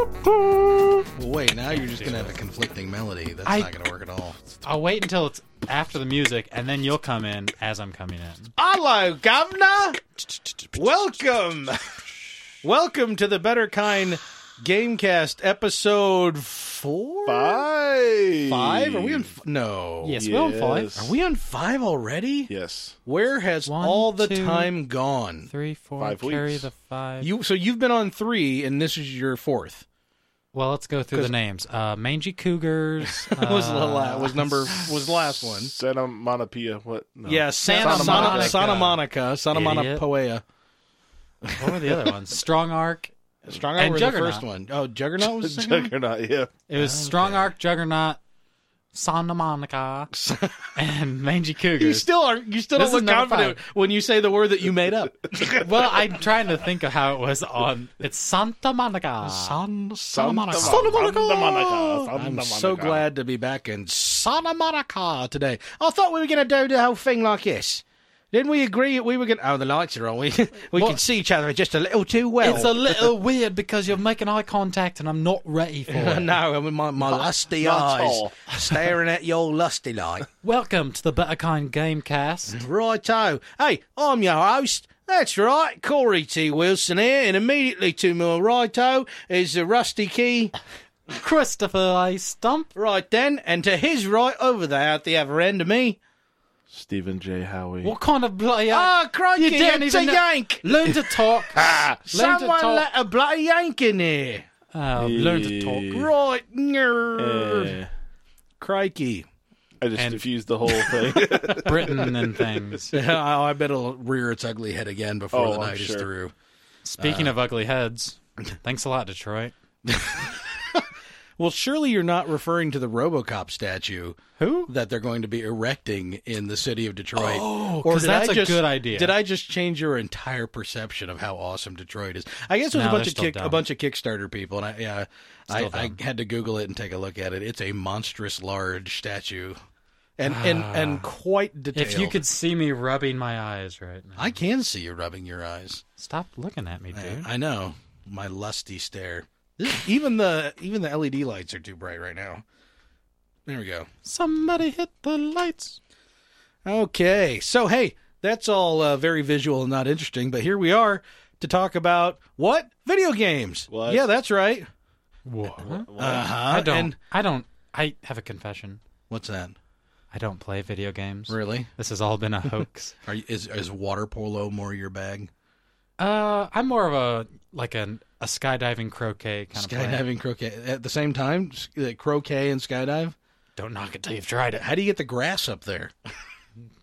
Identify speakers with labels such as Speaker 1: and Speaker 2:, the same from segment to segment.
Speaker 1: Well, wait, now you're just going to have a conflicting melody. That's
Speaker 2: I-
Speaker 1: not going to work at all.
Speaker 2: I'll wait until it's after the music, and then you'll come in as I'm coming in.
Speaker 3: Hello, Governor. Welcome. Welcome to the Better Kind Gamecast episode four?
Speaker 4: Five.
Speaker 3: Five? Are we on. F- no.
Speaker 2: Yes, we'll employ
Speaker 4: Yes.
Speaker 3: Are we on five already?
Speaker 4: Yes.
Speaker 3: Where has
Speaker 2: One,
Speaker 3: all the
Speaker 2: two,
Speaker 3: time gone?
Speaker 2: three, four.
Speaker 4: Five
Speaker 2: carry
Speaker 4: weeks.
Speaker 2: the five.
Speaker 3: You So you've been on three, and this is your fourth.
Speaker 2: well, let's go through the names. Uh, Mangy Cougars
Speaker 3: was
Speaker 2: uh,
Speaker 3: the la- was number was the last one.
Speaker 4: Santa Monopia. What? No.
Speaker 3: Yeah, Santa,
Speaker 2: Santa
Speaker 3: Monica.
Speaker 2: Monica.
Speaker 3: Santa Monica, Santa
Speaker 2: Idiot.
Speaker 3: Monopoeia.
Speaker 2: What were the other ones? Strong Arc.
Speaker 3: Strong
Speaker 2: And
Speaker 3: Arm was the
Speaker 2: Juggernaut.
Speaker 3: first one. Oh, Juggernaut was the second one?
Speaker 4: Juggernaut. Yeah.
Speaker 2: It was Strong Arc, Juggernaut, Santa Monica, and Mangy
Speaker 3: You
Speaker 2: Cougars.
Speaker 3: still are. You still
Speaker 2: This
Speaker 3: don't
Speaker 2: is
Speaker 3: look
Speaker 2: number
Speaker 3: confident when you say the word that you made up.
Speaker 2: well, I'm trying to think of how it was on. It's Santa Monica.
Speaker 3: San,
Speaker 4: Santa Monica. Santa Monica. Santa
Speaker 3: I'm
Speaker 4: Monica.
Speaker 3: so glad to be back in Santa Monica today. I thought we were going to do the whole thing like this. Didn't we agree that we were going? to... Oh, the lights are on. We we can see each other just a little too well.
Speaker 2: It's a little weird because you're making eye contact and I'm not ready for it.
Speaker 3: no, I mean, my, my lusty eyes
Speaker 4: not all.
Speaker 3: staring at your lusty light.
Speaker 2: Welcome to the Better Kind Gamecast.
Speaker 3: Righto. Hey, I'm your host. That's right, Corey T. Wilson here, and immediately to my righto is the rusty key.
Speaker 2: Christopher A. Stump.
Speaker 3: Right then, and to his right over there at the other end of me.
Speaker 4: Stephen J. Howie.
Speaker 2: What kind of bloody...
Speaker 3: Oh, crikey,
Speaker 2: You didn't
Speaker 3: it's
Speaker 2: even
Speaker 3: a
Speaker 2: know-
Speaker 3: yank.
Speaker 2: Learn to talk. Learn
Speaker 3: Ah! Someone
Speaker 2: to talk.
Speaker 3: let a bloody yank in here.
Speaker 2: Oh, learn to talk.
Speaker 3: Right. grrr.
Speaker 4: Eh,
Speaker 3: Crikey.
Speaker 4: I just
Speaker 2: And-
Speaker 4: diffused the whole thing.
Speaker 2: Britain and things.
Speaker 3: I I bet it'll rear its ugly head again before
Speaker 4: Oh,
Speaker 3: the
Speaker 4: I'm
Speaker 3: night
Speaker 4: sure.
Speaker 3: is through.
Speaker 2: Speaking of ugly heads, thanks a lot, Detroit.
Speaker 3: Well, surely you're not referring to the RoboCop statue
Speaker 2: Who?
Speaker 3: that they're going to be erecting in the city of Detroit. Oh,
Speaker 2: 'cause that's a good idea.
Speaker 3: Did I just change your entire perception of how awesome Detroit is? I guess it was
Speaker 2: No,
Speaker 3: a bunch of
Speaker 2: they're still
Speaker 3: kick, a
Speaker 2: dumb.
Speaker 3: bunch of Kickstarter people, and I yeah, I,
Speaker 2: Still
Speaker 3: I had to Google it and take a look at it. It's a monstrous large statue, and and and quite detailed.
Speaker 2: Ah. If you could see me rubbing my eyes right now.
Speaker 3: I can see you rubbing your eyes.
Speaker 2: Stop looking at me, dude.
Speaker 3: I know my lusty stare. This- even the even the LED lights are too bright right now. There we go.
Speaker 2: Somebody hit the lights.
Speaker 3: Okay. So, hey, that's all uh, very visual and not interesting, but here we are to talk about what? Video games.
Speaker 4: What?
Speaker 3: Yeah, that's right.
Speaker 2: What?
Speaker 3: Uh huh.
Speaker 2: I don't. I don't. I have a confession.
Speaker 3: what's that?
Speaker 2: I don't play video games.
Speaker 3: Really?
Speaker 2: This has all been a hoax.
Speaker 3: Are you, is is water polo more your bag?
Speaker 2: uh, I'm more of a like an a skydiving croquet kind of player.
Speaker 3: Skydiving, croquet at the same time. S- uh, Croquet and skydive.
Speaker 2: Don't knock it till you've tried it.
Speaker 3: How do you get the grass up there?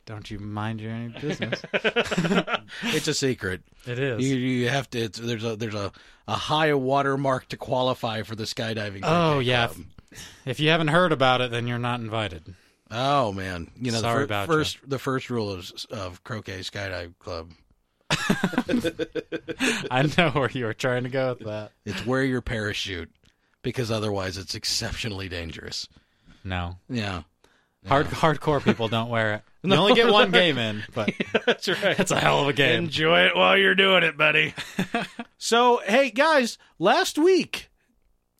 Speaker 2: Don't you mind your own business.
Speaker 3: It's a secret.
Speaker 2: it is.
Speaker 3: You, you have to. It's, there's a there's a, a high water mark to qualify for the skydiving.
Speaker 2: oh
Speaker 3: croquet
Speaker 2: yeah.
Speaker 3: club.
Speaker 2: If, if you haven't heard about it, then you're not invited.
Speaker 3: Oh man, you know
Speaker 2: Sorry
Speaker 3: the fir-
Speaker 2: about
Speaker 3: first the first rule of of croquet skydive club.
Speaker 2: I know where you were trying to go with that.
Speaker 3: It's wear your parachute because otherwise it's exceptionally dangerous.
Speaker 2: No.
Speaker 3: Yeah,
Speaker 2: Hard hardcore people don't wear it. You only get one game in, but
Speaker 3: that's right.
Speaker 2: it's a hell of a game.
Speaker 3: Enjoy it while you're doing it, buddy. so, hey guys, last week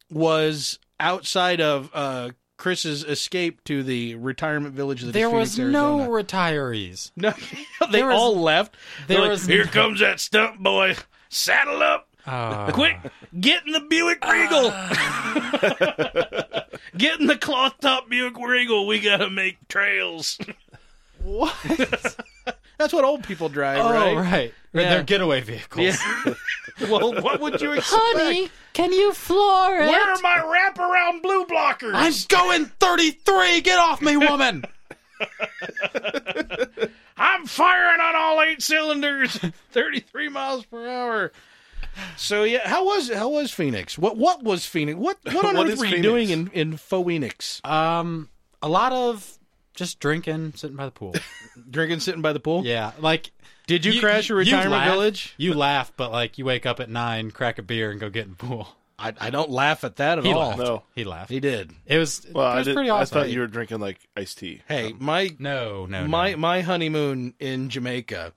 Speaker 3: was outside of uh, Chris's escape to the retirement village of the
Speaker 2: There
Speaker 3: Phoenix,
Speaker 2: was no
Speaker 3: Arizona.
Speaker 2: retirees.
Speaker 3: no. they
Speaker 2: There was-
Speaker 3: all left. They're
Speaker 2: there
Speaker 3: like,
Speaker 2: was-
Speaker 3: here comes that stump boy. Saddle up.
Speaker 2: Uh,
Speaker 3: Quick, get in the Buick Regal. Ah. get in the cloth top Buick Regal. We gotta make trails.
Speaker 2: What?
Speaker 3: That's what old people drive,
Speaker 2: Oh, right.
Speaker 3: right? Yeah.
Speaker 2: They're getaway vehicles.
Speaker 3: Well, what would you expect?
Speaker 2: Honey, can you floor it?
Speaker 3: Where are my wraparound blue blockers?
Speaker 2: I'm going 33. Get off me, woman.
Speaker 3: I'm firing on all eight cylinders, 33 miles per hour. So yeah, how was how was Phoenix? What what was Phoenix? What what Uh, on
Speaker 4: What
Speaker 3: earth
Speaker 4: is
Speaker 3: were you
Speaker 4: Phoenix?
Speaker 3: doing in in Phoenix?
Speaker 2: um, a lot of just drinking, sitting by the pool.
Speaker 3: Drinking, sitting by the pool.
Speaker 2: Yeah, like.
Speaker 3: Did you, crash a retirement
Speaker 2: laugh-
Speaker 3: village?
Speaker 2: You laugh, but like you wake up at nine, crack a beer, and go get in the pool.
Speaker 3: I, I don't laugh at that at
Speaker 2: He
Speaker 3: all.
Speaker 2: laughed.
Speaker 4: No.
Speaker 2: He laughed.
Speaker 3: He did.
Speaker 2: It was.
Speaker 4: Well,
Speaker 2: it
Speaker 4: I,
Speaker 2: was
Speaker 4: did,
Speaker 2: pretty
Speaker 4: I
Speaker 2: awesome.
Speaker 4: thought you were drinking like iced tea.
Speaker 3: Hey, my
Speaker 2: No, no,
Speaker 3: my
Speaker 2: no.
Speaker 3: my honeymoon in Jamaica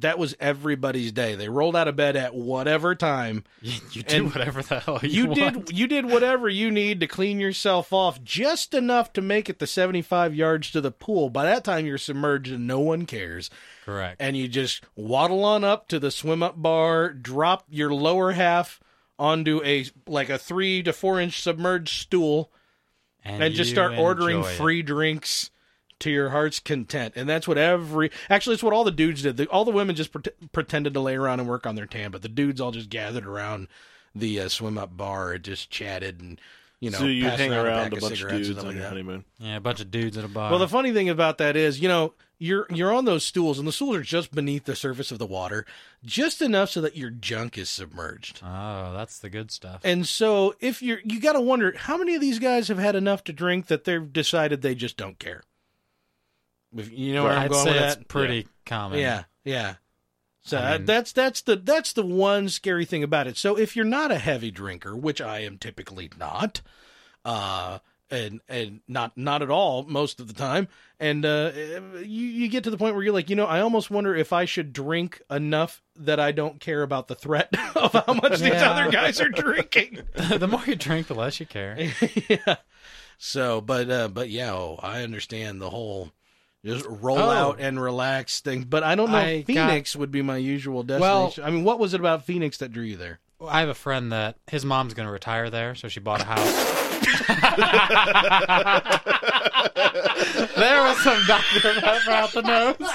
Speaker 3: that was everybody's day. They rolled out of bed at whatever time.
Speaker 2: You, you do
Speaker 3: And
Speaker 2: whatever the hell you,
Speaker 3: You
Speaker 2: want.
Speaker 3: did you did whatever you need to clean yourself off just enough to make it the 75 yards to the pool. By that time you're submerged and no one cares.
Speaker 2: Correct.
Speaker 3: And you just waddle on up to the swim up bar, drop your lower half onto a like a 3 to 4 inch submerged stool and, just
Speaker 2: you
Speaker 3: start ordering
Speaker 2: enjoy it.
Speaker 3: free drinks to your heart's content. And that's what every actually it's what all the dudes did. The, all the women just pret pretended to lay around and work on their tan, but the dudes all just gathered around the uh, swim up bar and just chatted and you know
Speaker 4: so you
Speaker 3: passed
Speaker 4: hang
Speaker 3: around,
Speaker 4: around
Speaker 3: pack
Speaker 4: a
Speaker 3: of
Speaker 4: bunch of
Speaker 3: cigarettes and
Speaker 4: dudes
Speaker 3: stuff
Speaker 4: on
Speaker 3: like
Speaker 4: your
Speaker 3: that.
Speaker 4: honeymoon.
Speaker 2: Yeah, a bunch of dudes at a bar.
Speaker 3: Well, the funny thing about that is, you know, you're you're on those stools and the stools are just beneath the surface of the water, just enough so that your junk is submerged.
Speaker 2: oh, that's the good stuff.
Speaker 3: And so if you're you got to wonder how many of these guys have had enough to drink that they've decided they just don't care. If, you know where I'm
Speaker 2: I'd
Speaker 3: going
Speaker 2: say
Speaker 3: with
Speaker 2: that's
Speaker 3: that?
Speaker 2: pretty common.
Speaker 3: Yeah, yeah. So
Speaker 2: I
Speaker 3: uh,
Speaker 2: mean-
Speaker 3: that's that's the that's the one scary thing about it. So if you're not a heavy drinker, which I am typically not, uh, and and not not at all most of the time, and uh, you you get to the point where you're like, you know, I almost wonder if I should drink enough that I don't care about the threat of how much these
Speaker 2: Yeah.
Speaker 3: other guys are drinking.
Speaker 2: the more you drink, the less you care.
Speaker 3: yeah. So, but uh, but yeah, oh, I understand the whole just roll
Speaker 2: Oh.
Speaker 3: out and relax thing. But I don't know.
Speaker 2: I
Speaker 3: if Phoenix would be my usual
Speaker 2: Well-
Speaker 3: destination. I mean, what was it about Phoenix that drew you there?
Speaker 2: I have a friend that his mom's going to retire there, so she bought a house. there was some Dr. Pepper out the nose.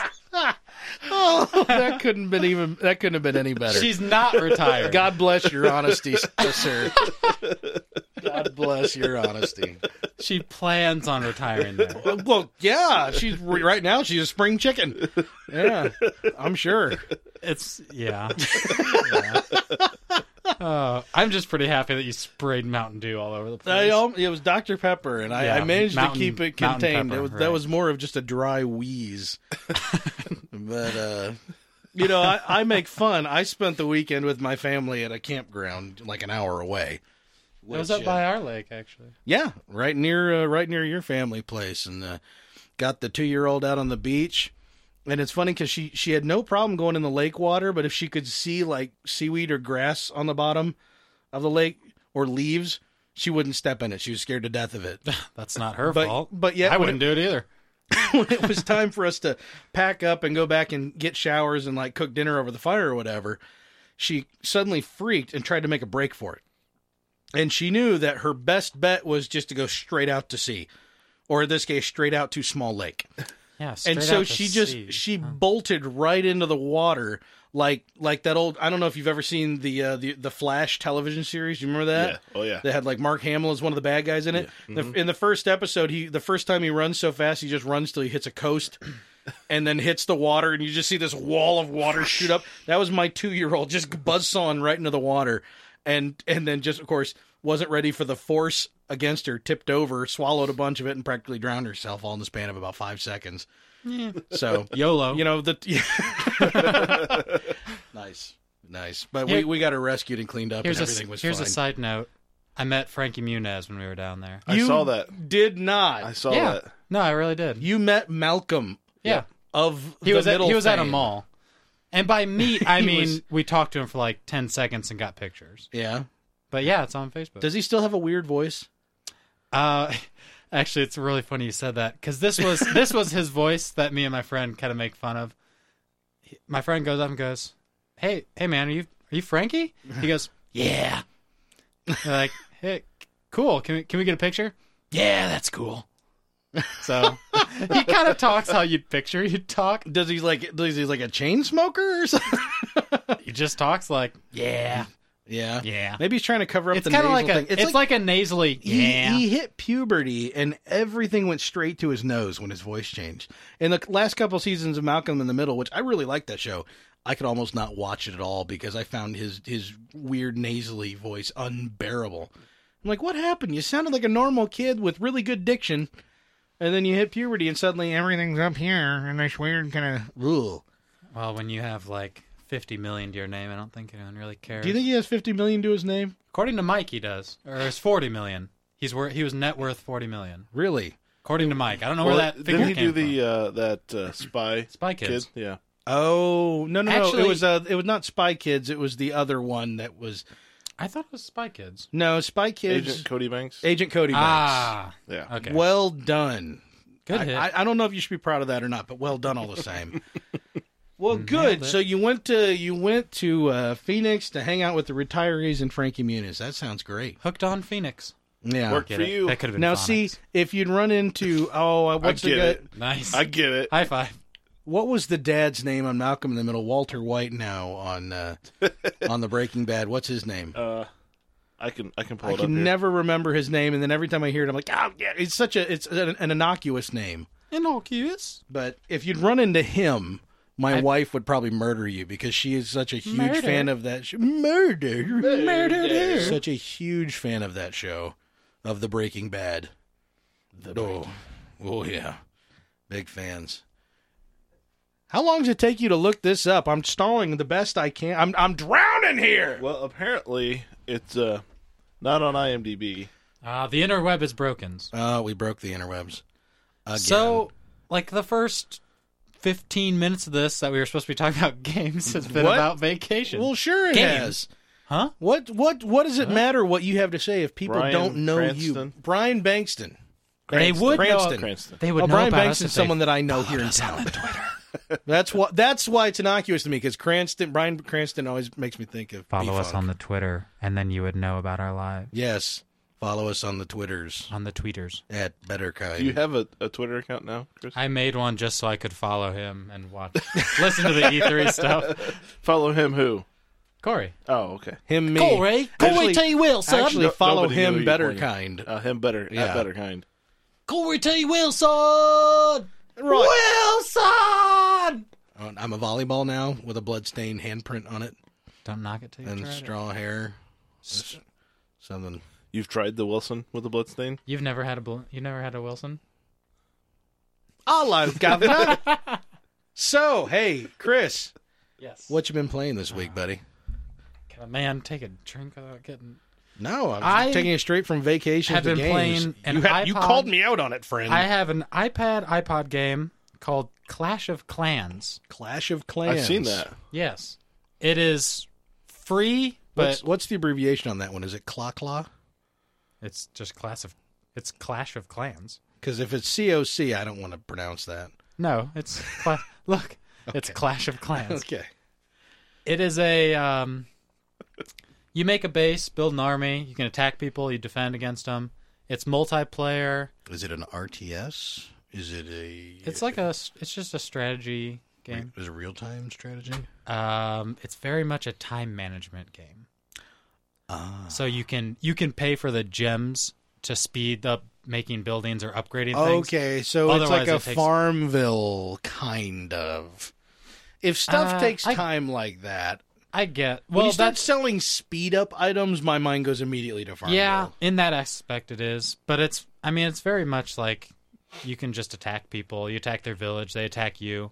Speaker 3: Oh, that couldn't been even. That couldn't have been any better.
Speaker 2: She's not retired.
Speaker 3: God bless your honesty, sir. God bless your honesty.
Speaker 2: She plans on retiring there.
Speaker 3: Well, yeah, she's right now. She's a spring chicken. Yeah, I'm sure.
Speaker 2: It's yeah. yeah. Uh, I'm just pretty happy that you sprayed Mountain Dew all over the
Speaker 3: I,
Speaker 2: place.
Speaker 3: al- it was Dr. Pepper, and I,
Speaker 2: Yeah,
Speaker 3: I managed
Speaker 2: Mountain-
Speaker 3: to keep it
Speaker 2: Mountain
Speaker 3: contained.
Speaker 2: Pepper,
Speaker 3: it was,
Speaker 2: right.
Speaker 3: That was more of just a dry wheeze. but, uh, you know, I, I make fun. I spent the weekend with my family at a campground like an hour away.
Speaker 2: it was
Speaker 3: which,
Speaker 2: up
Speaker 3: uh,
Speaker 2: by our lake, actually.
Speaker 3: yeah, right near uh, right near your family place, and uh, got the two year old out on the beach. And it's funny because she she had no problem going in the lake water, but if she could see like seaweed or grass on the bottom of the lake or leaves, she wouldn't step in it. She was scared to death of it.
Speaker 2: That's not her
Speaker 3: But
Speaker 2: fault.
Speaker 3: but yeah,
Speaker 2: I
Speaker 3: when
Speaker 2: wouldn't do it either.
Speaker 3: when it was time for us to pack up and go back and get showers and like cook dinner over the fire or whatever, she suddenly freaked and tried to make a break for it. And she knew that her best bet was just to go straight out to sea, or in this case, straight out to small lake.
Speaker 2: Yeah.
Speaker 3: and
Speaker 2: straight
Speaker 3: so
Speaker 2: out to
Speaker 3: she just
Speaker 2: sea.
Speaker 3: she bolted right into the water, like like that old. I don't know if you've ever seen the uh, the the Flash television series. You remember that?
Speaker 4: Yeah. Oh yeah.
Speaker 3: They had like Mark Hamill as one of the bad guys in it. The, in the first episode, he the first time he runs so fast, he just runs till he hits a coast, and then hits the water, and you just see this wall of water shoot up. That was my two year old just buzzsawing right into the water, and and then just of course wasn't ready for the force against her, tipped over, swallowed a bunch of it, and practically drowned herself all in the span of about five seconds. So
Speaker 2: YOLO.
Speaker 3: you know the nice. Nice, but we,
Speaker 2: Here-
Speaker 3: we got her rescued and cleaned up,
Speaker 2: here's
Speaker 3: and
Speaker 2: a
Speaker 3: everything was
Speaker 2: here's
Speaker 3: fine.
Speaker 2: a side note. I met Frankie Muniz when we were down there.
Speaker 4: I
Speaker 3: You
Speaker 4: saw that.
Speaker 3: Did not.
Speaker 4: I saw
Speaker 2: yeah.
Speaker 4: that.
Speaker 2: No, I really did.
Speaker 3: You met Malcolm
Speaker 2: yeah.
Speaker 3: of
Speaker 2: He
Speaker 3: the
Speaker 2: was at,
Speaker 3: middle
Speaker 2: he was at a
Speaker 3: fame.
Speaker 2: mall. And by meet, I
Speaker 3: He
Speaker 2: mean
Speaker 3: was-
Speaker 2: we talked to him for like 10 seconds and got pictures.
Speaker 3: Yeah.
Speaker 2: But yeah, it's on Facebook.
Speaker 3: Does he still have a weird voice?
Speaker 2: Uh, actually, it's really funny you said that because this was this was his voice that me and my friend kind of make fun of. He- My friend goes up and goes, "Hey, hey, man, are you are you Frankie?" He goes, "Yeah." They're like, "Hey, cool. Can we can we get a picture?" Yeah, that's cool. So he kind of talks how you'd picture he'd talk.
Speaker 3: Does he like does he like a chain smoker or something?
Speaker 2: He just talks like, "Yeah,
Speaker 3: Yeah.
Speaker 2: yeah."
Speaker 3: Maybe he's trying to cover up
Speaker 2: It's
Speaker 3: the
Speaker 2: kind
Speaker 3: nasal
Speaker 2: of like a
Speaker 3: thing.
Speaker 2: it's, like, a nasally.
Speaker 3: he,
Speaker 2: Yeah,
Speaker 3: he hit puberty and everything went straight to his nose when his voice changed. In the last couple seasons of Malcolm in the Middle, which I really liked that show, I could almost not watch it at all because I found his his weird nasally voice unbearable. I'm like, what happened? You sounded like a normal kid with really good diction, and then you hit puberty and suddenly everything's up here and this weird kind of. Ooh.
Speaker 2: Well, when you have like 50 million to your name, I don't think anyone really cares.
Speaker 3: Do you think he has 50 million to his name?
Speaker 2: According to Mike, he does, or it's 40 million. He's wor- he was net worth 40 million,
Speaker 3: Really?
Speaker 2: according to Mike. I don't know
Speaker 4: Well,
Speaker 2: where that figure
Speaker 4: didn't he
Speaker 2: came
Speaker 4: do the uh, that uh, spy
Speaker 2: Spy Kids.
Speaker 4: kid? Yeah.
Speaker 3: Oh no no no!
Speaker 2: Actually-
Speaker 3: It was uh, it was not Spy Kids. It was the other one that was
Speaker 2: I thought it was Spy Kids.
Speaker 3: no Spy Kids. uh,
Speaker 4: Agent
Speaker 3: Agent,
Speaker 4: Cody Banks.
Speaker 3: Cody. Banks.
Speaker 2: Ah,
Speaker 4: yeah.
Speaker 2: okay.
Speaker 3: Well done.
Speaker 2: Good
Speaker 3: I,
Speaker 2: hit.
Speaker 3: I, I don't know if you should be proud of that or not, but well done all the same. well, good. So you went to you went to uh, Phoenix to hang out with the retirees and Frankie Muniz. That sounds great.
Speaker 2: Hooked on Phoenix.
Speaker 3: Yeah.
Speaker 4: Work
Speaker 2: Get
Speaker 4: for
Speaker 2: it.
Speaker 4: you.
Speaker 2: That could have been
Speaker 3: Now
Speaker 2: phonics.
Speaker 3: see if you'd run into oh uh, what's
Speaker 4: I
Speaker 3: the
Speaker 4: get
Speaker 3: guy-
Speaker 4: it.
Speaker 2: Nice.
Speaker 4: I get it.
Speaker 2: High five.
Speaker 3: what was the dad's name on Malcolm in the Middle? Walter White now on uh, on the Breaking Bad. What's his name?
Speaker 4: Uh, I can I can pull
Speaker 3: I
Speaker 4: it up
Speaker 3: can
Speaker 4: here.
Speaker 3: never remember his name, and then every time I hear it, I'm like, oh yeah, it's such a it's an, an innocuous name.
Speaker 2: Innocuous.
Speaker 3: But if you'd run into him, my
Speaker 2: I-
Speaker 3: wife would probably murder you because she is such a huge
Speaker 2: Murder?
Speaker 3: fan of that show. Murder, murder,
Speaker 2: her.
Speaker 3: such a huge fan of that show, of the Breaking Bad. oh, oh yeah, big fans. How long does it take you to look this up? I'm stalling the best I can. I'm I'm drowning here.
Speaker 4: Well, apparently it's uh not on IMDb.
Speaker 2: Ah, the interweb is broken.
Speaker 3: Uh, we broke the interwebs. Again.
Speaker 2: So, like the first fifteen minutes of this that we were supposed to be talking about games has been
Speaker 3: What?
Speaker 2: about vacation.
Speaker 3: well, sure it
Speaker 2: Games.
Speaker 3: has.
Speaker 2: huh?
Speaker 3: What what what does it matter what you have to say if people
Speaker 4: Brian
Speaker 3: don't know
Speaker 4: Cranston.
Speaker 3: you? Brian Bankston.
Speaker 2: They would
Speaker 3: Cranston.
Speaker 2: know.
Speaker 4: Cranston.
Speaker 2: They would
Speaker 3: Oh,
Speaker 2: know
Speaker 3: Brian
Speaker 2: about us
Speaker 3: Bankston's
Speaker 2: if they-
Speaker 3: someone that I know here in town. that's why that's why it's innocuous to me because Cranston Brian Cranston always makes me think of
Speaker 2: follow us
Speaker 3: P-Funk.
Speaker 2: on the Twitter, and then you would know about our live
Speaker 3: yes. Follow us on the Twitters
Speaker 2: on the tweeters.
Speaker 3: at Better
Speaker 4: Do you
Speaker 3: Kind.
Speaker 4: have a, a Twitter account now, Chris?
Speaker 2: I made one just so I could follow him and watch, listen to the E3 stuff.
Speaker 4: Follow him who?
Speaker 2: Corey,
Speaker 4: Oh, okay.
Speaker 3: him me.
Speaker 2: Corey,
Speaker 3: Actually-
Speaker 2: Corey T. Wilson,
Speaker 3: Actually,
Speaker 4: No-
Speaker 3: follow
Speaker 4: nobody knew
Speaker 3: him.
Speaker 4: you
Speaker 3: Better
Speaker 4: pointed.
Speaker 3: kind.
Speaker 4: Uh, him better. Yeah.
Speaker 3: Yeah.
Speaker 4: better kind.
Speaker 2: Corey T. Wilson,
Speaker 3: Right.
Speaker 2: Wilson.
Speaker 3: Oh, I'm a volleyball now with a bloodstained handprint on it
Speaker 2: Don't knock it till you
Speaker 3: and
Speaker 2: try it.
Speaker 3: straw hair. Something.
Speaker 4: You've tried the Wilson with the bloodstain?
Speaker 2: You've never had a bl- you've never had a Wilson.
Speaker 3: Hello, governor. so, hey, Chris,
Speaker 2: Yes.
Speaker 3: what you been playing this week, buddy?
Speaker 2: Can a man take a drink without getting?
Speaker 3: No, I'm
Speaker 2: I
Speaker 3: taking it straight from vacation
Speaker 2: have
Speaker 3: to
Speaker 2: been
Speaker 3: games.
Speaker 2: playing an
Speaker 3: you, you
Speaker 2: iPod.
Speaker 3: called me out on it, friend.
Speaker 2: I have an iPad iPod game called Clash of Clans.
Speaker 3: Clash of Clans.
Speaker 4: I've seen that.
Speaker 2: Yes, it is free, but
Speaker 3: What's, what's the abbreviation on that one? Is it Cla Cla?
Speaker 2: it's just Clash of it's Clash of Clans.
Speaker 3: Because if it's COC, I don't want to pronounce that.
Speaker 2: No, it's Cla- look, it's Clash of Clans.
Speaker 3: Okay.
Speaker 2: It is a um, you make a base, build an army, you can attack people, you defend against them. It's multiplayer.
Speaker 5: Is it an RTS? Is it a?
Speaker 2: It's like a s- it's just a strategy game.
Speaker 5: Is it real time strategy?
Speaker 2: Um, it's very much a time management game.
Speaker 5: Ah.
Speaker 2: So you can you can pay for the gems to speed up making buildings or upgrading things.
Speaker 3: Okay, so
Speaker 2: Otherwise,
Speaker 3: it's like a
Speaker 2: it takes-
Speaker 3: Farmville kind of. If stuff
Speaker 2: Uh,
Speaker 3: takes
Speaker 2: I-
Speaker 3: time like that,
Speaker 2: I get.
Speaker 3: well, when
Speaker 2: Well,
Speaker 3: you start
Speaker 2: that's
Speaker 3: selling speed up items, my mind goes immediately to Farmville.
Speaker 2: yeah. In that aspect, it is. But it's. I mean, it's very much like you can just attack people. You attack their village. They attack you.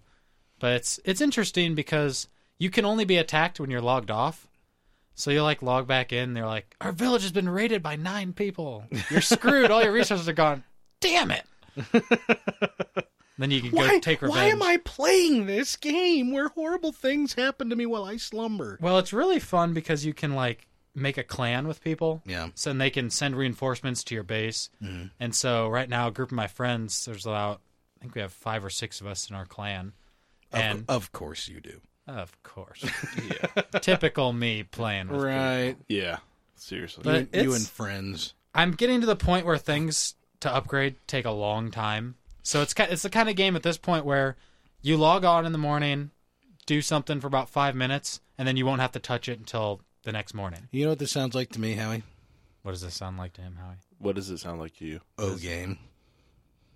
Speaker 2: But it's it's interesting because you can only be attacked when you're logged off. So you like log back in. They're like, our village has been raided by nine people. You're screwed. All your resources are gone. Damn it. then you can go
Speaker 3: Why,
Speaker 2: take revenge.
Speaker 3: why am I playing this game where horrible things happen to me while I slumber?
Speaker 2: Well, it's really fun because you can like make a clan with people.
Speaker 5: Yeah.
Speaker 2: So and they can send reinforcements to your base. And so right now, a group of my friends, there's about I think we have five or six of us in our clan. And
Speaker 5: of, of course you do.
Speaker 2: of course, typical me playing. With
Speaker 3: Right.
Speaker 4: Yeah. Seriously.
Speaker 2: But-
Speaker 3: You, you
Speaker 2: it's-
Speaker 3: and friends.
Speaker 2: I'm getting to the point where things to upgrade take a long time. So it's ki- it's the kind of game at this point where you log on in the morning, do something for about five minutes, and then you won't have to touch it until the next morning.
Speaker 3: You know what this sounds like to me, Howie?
Speaker 2: What does this sound like to him, Howie?
Speaker 4: what does it sound like to you?
Speaker 5: O game.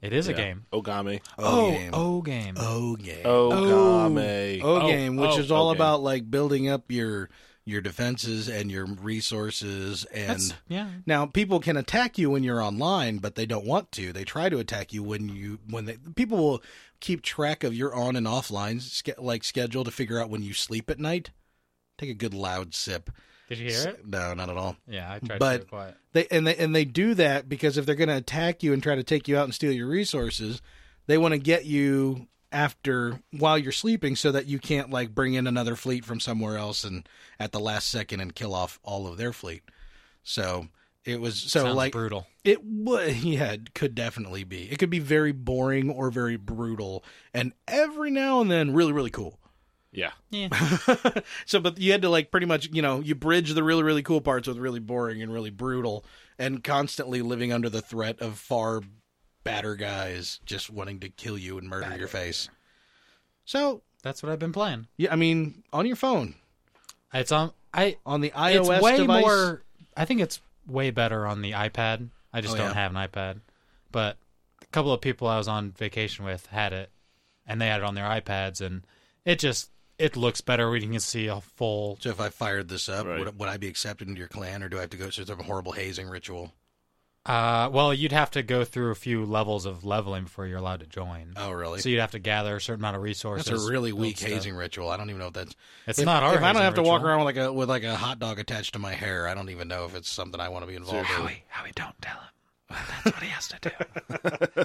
Speaker 2: It is Oh, a
Speaker 4: Yeah.
Speaker 2: game.
Speaker 4: Ogami.
Speaker 5: O game.
Speaker 2: oh, game.
Speaker 5: O game.
Speaker 4: Ogami.
Speaker 3: O game, which
Speaker 2: oh,
Speaker 3: is all
Speaker 4: okay.
Speaker 3: about like building up your your defenses and your resources and
Speaker 2: That's- yeah.
Speaker 3: Now, people can attack you when you're online, but they don't want to. They try to attack you when you when they people will keep track of your on and offline ske- like schedule to figure out when you sleep at night. Take a good loud sip.
Speaker 2: Did you hear it?
Speaker 3: No, not at all.
Speaker 2: Yeah, I tried
Speaker 3: But-
Speaker 2: to be quiet.
Speaker 3: They and they and they do that because if they're going to attack you and try to take you out and steal your resources, they want to get you
Speaker 6: after while you're sleeping so that you can't like bring in another fleet from somewhere else and at the last second and kill off all of their fleet. So it was so
Speaker 2: Sounds
Speaker 6: like
Speaker 2: brutal.
Speaker 6: it would yeah it could definitely be it could be very boring or very brutal and every now and then really really cool
Speaker 4: Yeah.
Speaker 2: Yeah.
Speaker 6: so but you had to like pretty much you know you bridge the really really cool parts with really boring and really brutal and constantly living under the threat of far badder guys just wanting to kill you and murder your face so
Speaker 2: That's what I've been playing.
Speaker 6: yeah i mean on your phone
Speaker 2: It's on. I.
Speaker 6: on the
Speaker 2: It's
Speaker 6: ios
Speaker 2: way
Speaker 6: device
Speaker 2: more. I think it's way better on the iPad. I just
Speaker 6: Oh,
Speaker 2: don't
Speaker 6: yeah.
Speaker 2: have an iPad, but a couple of people I was on vacation with had it, and they had it on their iPads, and it just it looks better when you can see a full.
Speaker 3: So if I fired this up,
Speaker 4: Right.
Speaker 3: would, would I be accepted into your clan, or do I have to go through some horrible hazing ritual?
Speaker 2: Uh, well, you'd have to go through a few levels of leveling before you're allowed to join.
Speaker 3: Oh, really?
Speaker 2: So you'd have to gather a certain amount of resources.
Speaker 3: that's a really
Speaker 2: build
Speaker 3: weak
Speaker 2: stuff.
Speaker 3: hazing ritual. I don't even know if that's.
Speaker 2: It's
Speaker 3: if-
Speaker 2: not our.
Speaker 3: If I don't
Speaker 2: hazing
Speaker 3: have to walk
Speaker 2: ritual.
Speaker 3: around with like a with like a hot dog attached to my hair, I don't even know if it's something I want to be involved in.
Speaker 2: Howie, don't tell him. That's what he has to do.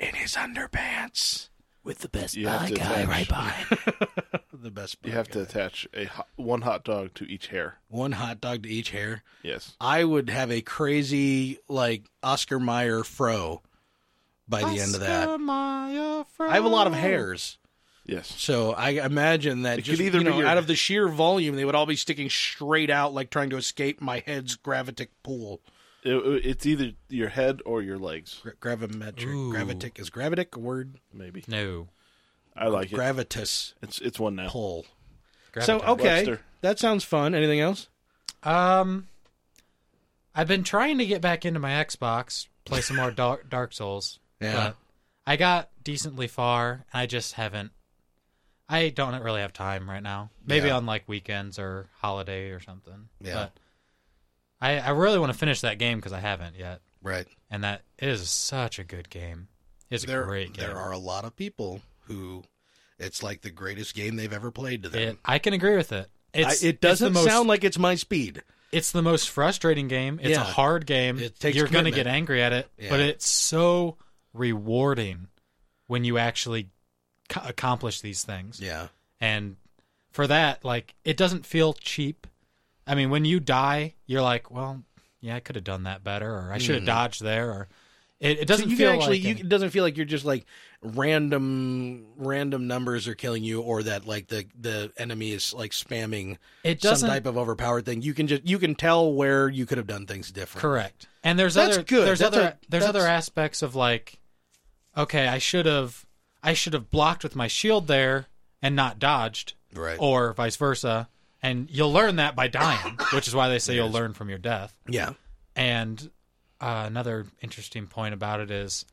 Speaker 3: In his underpants,
Speaker 7: with the best
Speaker 4: You have
Speaker 7: eye
Speaker 4: to
Speaker 7: guy
Speaker 4: attach.
Speaker 7: right behind.
Speaker 3: the best.
Speaker 4: You have to attach a ho- one hot dog to each hair.
Speaker 3: one hot dog to each hair.
Speaker 4: Yes.
Speaker 3: I would have a crazy like Oscar Mayer fro by the end of that. I have a lot of hairs,
Speaker 4: Yes.
Speaker 3: so I imagine that
Speaker 4: It
Speaker 3: just
Speaker 4: could either
Speaker 3: you
Speaker 4: be
Speaker 3: know,
Speaker 4: your-
Speaker 6: out of the sheer volume they would all be sticking straight out like trying to escape my head's gravitic pool
Speaker 4: It, it- it's either your head or your legs.
Speaker 3: gra- gravimetric.
Speaker 2: Ooh.
Speaker 3: Gravitic is gravitic a word.
Speaker 4: Maybe.
Speaker 2: No.
Speaker 4: I like it.
Speaker 3: Gravitas
Speaker 4: It's it's one now.
Speaker 3: pull.
Speaker 6: so
Speaker 2: Graviton.
Speaker 6: okay
Speaker 4: Webster.
Speaker 6: that sounds fun anything else
Speaker 2: Um, I've been trying to get back into my Xbox, play some more Dark, Dark Souls.
Speaker 3: Yeah.
Speaker 2: but I got decently far. And I just haven't. I don't really have time right now. Maybe
Speaker 3: Yeah.
Speaker 2: on like weekends or holiday or something.
Speaker 3: Yeah.
Speaker 2: But I I really want to finish that game because I haven't yet,
Speaker 3: Right.
Speaker 2: and that it is such a good game. It's a
Speaker 3: there
Speaker 2: great game.
Speaker 3: there are a lot of people who it's like the greatest game they've ever played to them.
Speaker 2: It- I can agree with it. It's,
Speaker 6: I, it doesn't
Speaker 2: it's the most,
Speaker 6: sound like it's my speed
Speaker 2: it's the most frustrating game. It's
Speaker 3: Yeah.
Speaker 2: a hard game.
Speaker 3: It takes
Speaker 2: You're
Speaker 3: commitment.
Speaker 2: gonna get angry at it,
Speaker 3: Yeah.
Speaker 2: but it's so rewarding when you actually co- accomplish these things.
Speaker 3: yeah.
Speaker 2: And for that, like it doesn't feel cheap. I mean, when you die, you're like, well, yeah, I could have done that better, or I should have dodged there, or it, it
Speaker 6: So
Speaker 2: doesn't
Speaker 6: you
Speaker 2: feel
Speaker 6: can actually
Speaker 2: like
Speaker 6: you,
Speaker 2: an-
Speaker 6: it doesn't feel like you're just like random random numbers are killing you or that like the the enemy is like spamming
Speaker 2: it
Speaker 6: some
Speaker 2: doesn't
Speaker 6: type of overpowered thing you can just you can tell where you could have done things different
Speaker 2: Correct. And there's
Speaker 6: That's
Speaker 2: other
Speaker 6: good.
Speaker 2: there's
Speaker 6: That's
Speaker 2: other
Speaker 6: a-
Speaker 2: there's
Speaker 6: that's-
Speaker 2: other aspects of like okay, I should have I should have blocked with my shield there and not dodged
Speaker 3: Right.
Speaker 2: or vice versa. And you'll learn that by dying, which is why they say you'll learn from your death.
Speaker 3: Yeah.
Speaker 2: And uh, another interesting point about it is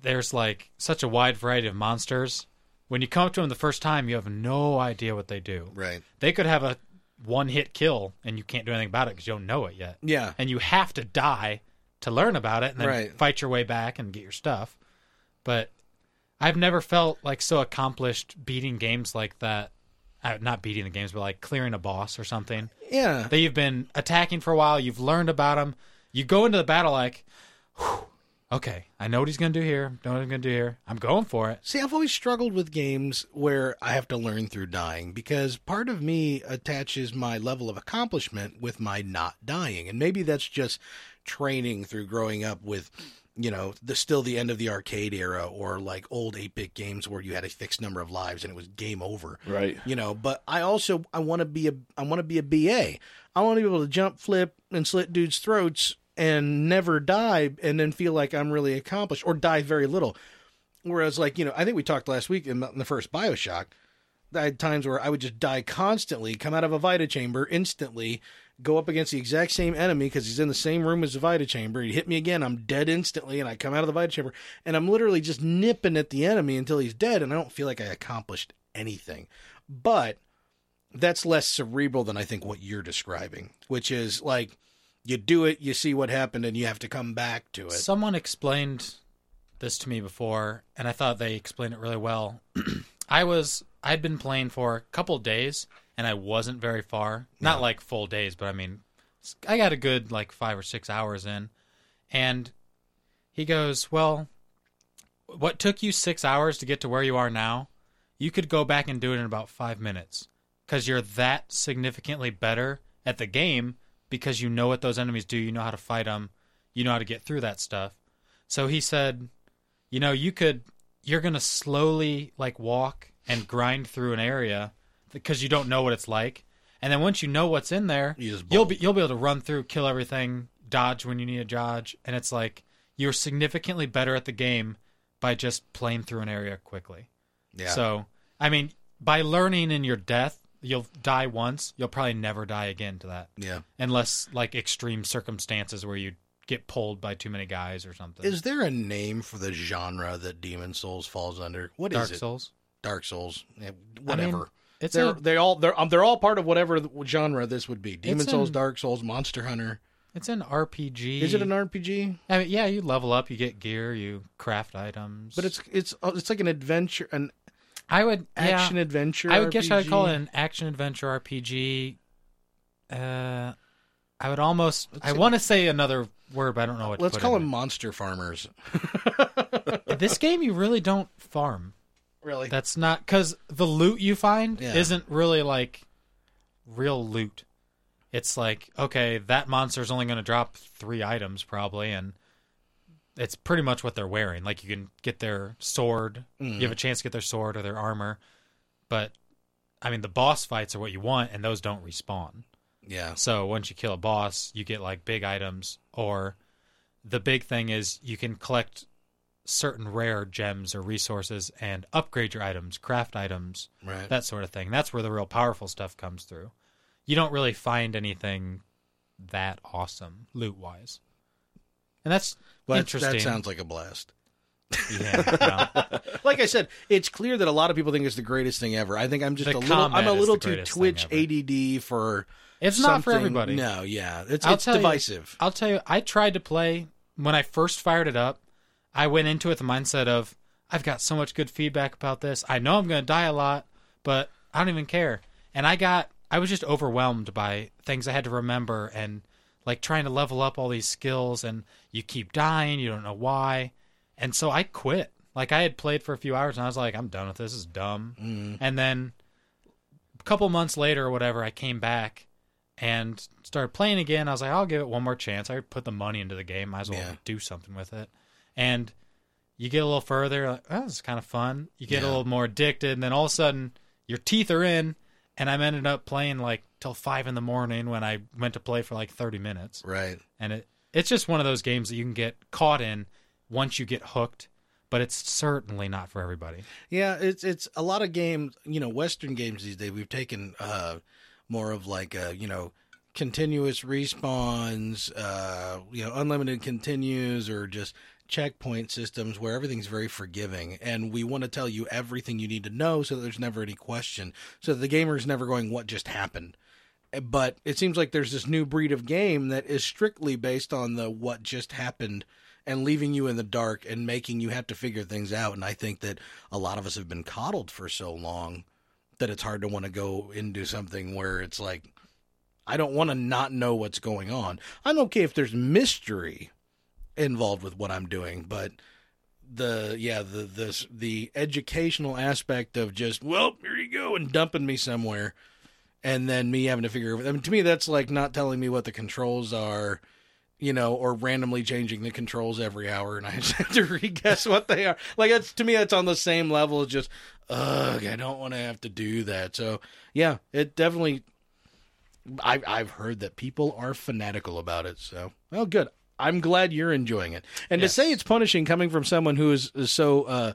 Speaker 2: there's like such a wide variety of monsters. When you come up to them the first time, you have no idea what they do.
Speaker 3: Right.
Speaker 2: They could have a one hit kill, and you can't do anything about it because you don't know it yet
Speaker 6: yeah
Speaker 2: and you have to die to learn about it and then
Speaker 3: Right.
Speaker 2: fight your way back and get your stuff. But I've never felt like so accomplished beating games like that. Uh, not beating the games, but like clearing a boss or something
Speaker 6: yeah
Speaker 2: that you've been attacking for a while. You've learned about him. You go into the battle like, "Whew, okay, I know what he's gonna do here. Know what I'm gonna do here. I'm going for it.
Speaker 3: See, I've always struggled with games where I have to learn through dying because part of me attaches my level of accomplishment with my not dying. And maybe that's just training through growing up with, you know, the still the end of the arcade era or like old 8-bit games where you had a fixed number of lives and it was game over.
Speaker 4: Right.
Speaker 3: You know, but I also I want to be a I want to be a BA. I want to be able to jump, flip and slit dudes' throats and never die and then feel like I'm really accomplished or die very little. Whereas, like, you know, I think we talked last week in the, in the first Bioshock, I had times where I would just die constantly, come out of a Vita chamber instantly, go up against the exact same enemy because he's in the same room as the Vita chamber. He hit me again, I'm dead instantly, and I come out of the Vita chamber, and I'm literally just nipping at the enemy until he's dead, and I don't feel like I accomplished anything. But that's less cerebral than I think what you're describing, which is like you do it, you see what happened, and you have to come back to it.
Speaker 2: Someone explained this to me before, and I thought they explained it really well. I was I'd been playing for a couple days, and I wasn't very far. Not like full days, but I mean, s- I got a good like five or six hours in, and he goes, "Well, what took you six hours to get to where you are now, you could go back and do it in about five minutes because you're that significantly better at the game because you know what those enemies do, you know how to fight them, you know how to get through that stuff. So he said, you know, you could, you're going to slowly like walk and grind through an area because you don't know what it's like. And then once you know what's in there,
Speaker 6: You just
Speaker 2: you'll be you'll be able to run through, kill everything, dodge when you need to dodge, and it's like you're significantly better at the game by just playing through an area quickly.
Speaker 6: Yeah.
Speaker 2: So I mean, by learning in your death, you'll die once, you'll probably never die again to that,
Speaker 6: yeah.
Speaker 2: unless like extreme circumstances where you get pulled by too many guys or something.
Speaker 3: Is there a name for the genre that Demon Souls falls under? What is
Speaker 2: Dark
Speaker 3: it?
Speaker 2: Souls?
Speaker 3: Dark Souls. Eh, Whatever.
Speaker 2: It's
Speaker 3: they're
Speaker 2: a,
Speaker 3: they all they're um, they're all part of whatever the- genre this would be. Demon
Speaker 2: It's
Speaker 3: Souls,
Speaker 2: an-
Speaker 3: Dark Souls, Monster Hunter.
Speaker 2: it's an RPG.
Speaker 3: Is it an RPG?
Speaker 2: I mean, yeah, you level up, you get gear, you craft items,
Speaker 3: But it's it's uh, it's like an adventure, an
Speaker 2: I would yeah.
Speaker 3: action adventure.
Speaker 2: I would guess I'd call it
Speaker 3: RPG.
Speaker 2: an action adventure RPG. Uh, I would almost. I
Speaker 3: see.
Speaker 2: want to say another word, but I don't know what.
Speaker 3: Let's
Speaker 2: to put
Speaker 3: call
Speaker 2: in
Speaker 3: them Monster Farmers.
Speaker 2: there. This game, you really don't farm.
Speaker 3: Really?
Speaker 2: That's not because the loot you find
Speaker 3: Yeah.
Speaker 2: isn't really like real loot. It's like okay, that monster's only going to drop three items probably, and it's pretty much what they're wearing. Like you can get their sword, you
Speaker 3: Mm.
Speaker 2: have a chance to get their sword or their armor, but I mean the boss fights are what you want, and those don't respawn.
Speaker 3: yeah.
Speaker 2: So once you kill a boss, you get like big items, or the big thing is you can collect certain rare gems or resources and upgrade your items, craft items,
Speaker 3: Right.
Speaker 2: that sort of thing. That's where the real powerful stuff comes through. You don't really find anything that awesome loot wise. And that's
Speaker 3: But
Speaker 2: interesting.
Speaker 3: That sounds like a blast.
Speaker 2: yeah, no.
Speaker 3: Like I said, it's clear that a lot of people think it's the greatest thing ever. I think I'm just
Speaker 2: The
Speaker 3: a little. I'm
Speaker 2: combat
Speaker 3: a
Speaker 2: is
Speaker 3: little
Speaker 2: the
Speaker 3: too
Speaker 2: greatest thing
Speaker 3: Twitch
Speaker 2: ever.
Speaker 3: ADD for.
Speaker 2: It's not for
Speaker 3: something-
Speaker 2: everybody.
Speaker 3: No, yeah, it's
Speaker 2: I'll
Speaker 3: it's
Speaker 2: tell you-
Speaker 3: divisive.
Speaker 2: I'll tell you, I tried to play when I first fired it up. I went into it the mindset of I've got so much good feedback about this. I know I'm going to die a lot, but I don't even care. And I got I was just overwhelmed by things I had to remember and like trying to level up all these skills and you keep dying, you don't know why. And so I quit. Like I had played for a few hours and I was like I'm done with this. This is dumb.
Speaker 3: Mm-hmm.
Speaker 2: And then a couple months later or whatever, I came back and started playing again. I was like, I'll give it one more chance. I put the money into the game. Might as well
Speaker 3: Yeah.
Speaker 2: do something with it. And you get a little further, like, oh, this is kind of fun. You get a
Speaker 3: Yeah.
Speaker 2: little more addicted, and then all of a sudden, your teeth are in. And I'm ended up playing like till five in the morning when I went to play for like 30 minutes.
Speaker 3: Right.
Speaker 2: And it it's just one of those games that you can get caught in once you get hooked, but it's certainly not for everybody.
Speaker 3: Yeah, it's it's a lot of games. You know, Western games these days we've taken uh, more of like uh, you know continuous respawns, uh, you know, unlimited continues, or just checkpoint systems where everything's very forgiving, and we want to tell you everything you need to know so that there's never any question, so that the gamer's never going, "What just happened." But it seems like there's this new breed of game that is strictly based on the what just happened and leaving you in the dark and making you have to figure things out. And I think that a lot of us have been coddled for so long that it's hard to want to go into something where it's like, I don't want to not know what's going on. I'm okay if there's mystery involved with what I'm doing, but the yeah the this the educational aspect of just well here you go and dumping me somewhere and then me having to figure I mean to me that's like not telling me what the controls are you know, or randomly changing the controls every hour, and I just have to re-guess what they are. Like that's to me, that's on the same level. It's just, ugh, I don't want to have to do that. So yeah, it definitely. I, I've heard that people are fanatical about it. So well, good. I'm glad you're enjoying it. And
Speaker 2: Yes.
Speaker 3: to say it's punishing coming from someone who is, is so uh,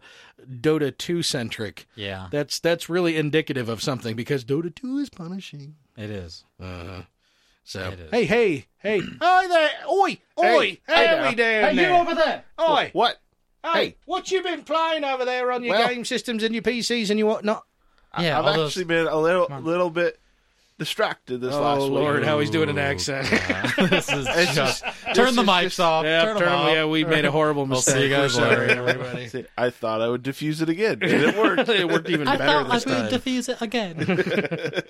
Speaker 3: Dota two centric,
Speaker 2: Yeah,
Speaker 3: that's that's really indicative of something because Dota two is punishing.
Speaker 2: it is.
Speaker 3: Uh-huh. So
Speaker 2: It is.
Speaker 3: hey, hey, hey,
Speaker 6: Hi there. Oi. Oi.
Speaker 4: hey
Speaker 6: how
Speaker 4: there.
Speaker 6: we doing there?
Speaker 2: there.
Speaker 6: Oi.
Speaker 4: What?
Speaker 6: Hey, what you been playing over there on your
Speaker 4: Well-
Speaker 6: game?
Speaker 3: game systems and your PCs and your whatnot.
Speaker 2: Yeah,
Speaker 4: I've
Speaker 2: all those-
Speaker 4: actually been a little, little bit distracted this last week.
Speaker 3: Oh, Lord, how
Speaker 2: Mm.
Speaker 3: he's doing an accent.
Speaker 2: this is
Speaker 4: It's
Speaker 2: just,
Speaker 4: just-
Speaker 2: turn
Speaker 4: this
Speaker 2: the
Speaker 4: is
Speaker 2: mics
Speaker 4: just-
Speaker 2: off.
Speaker 3: Yeah,
Speaker 2: turn them
Speaker 3: turn 'em-
Speaker 2: off.
Speaker 3: yeah, we made a horrible
Speaker 2: We'll see
Speaker 3: mistake.
Speaker 2: you guys
Speaker 3: We're sorry,
Speaker 2: later.
Speaker 3: everybody.
Speaker 4: See, I thought I would diffuse it again, and it worked.
Speaker 3: it worked even better this time.
Speaker 2: defuse it again.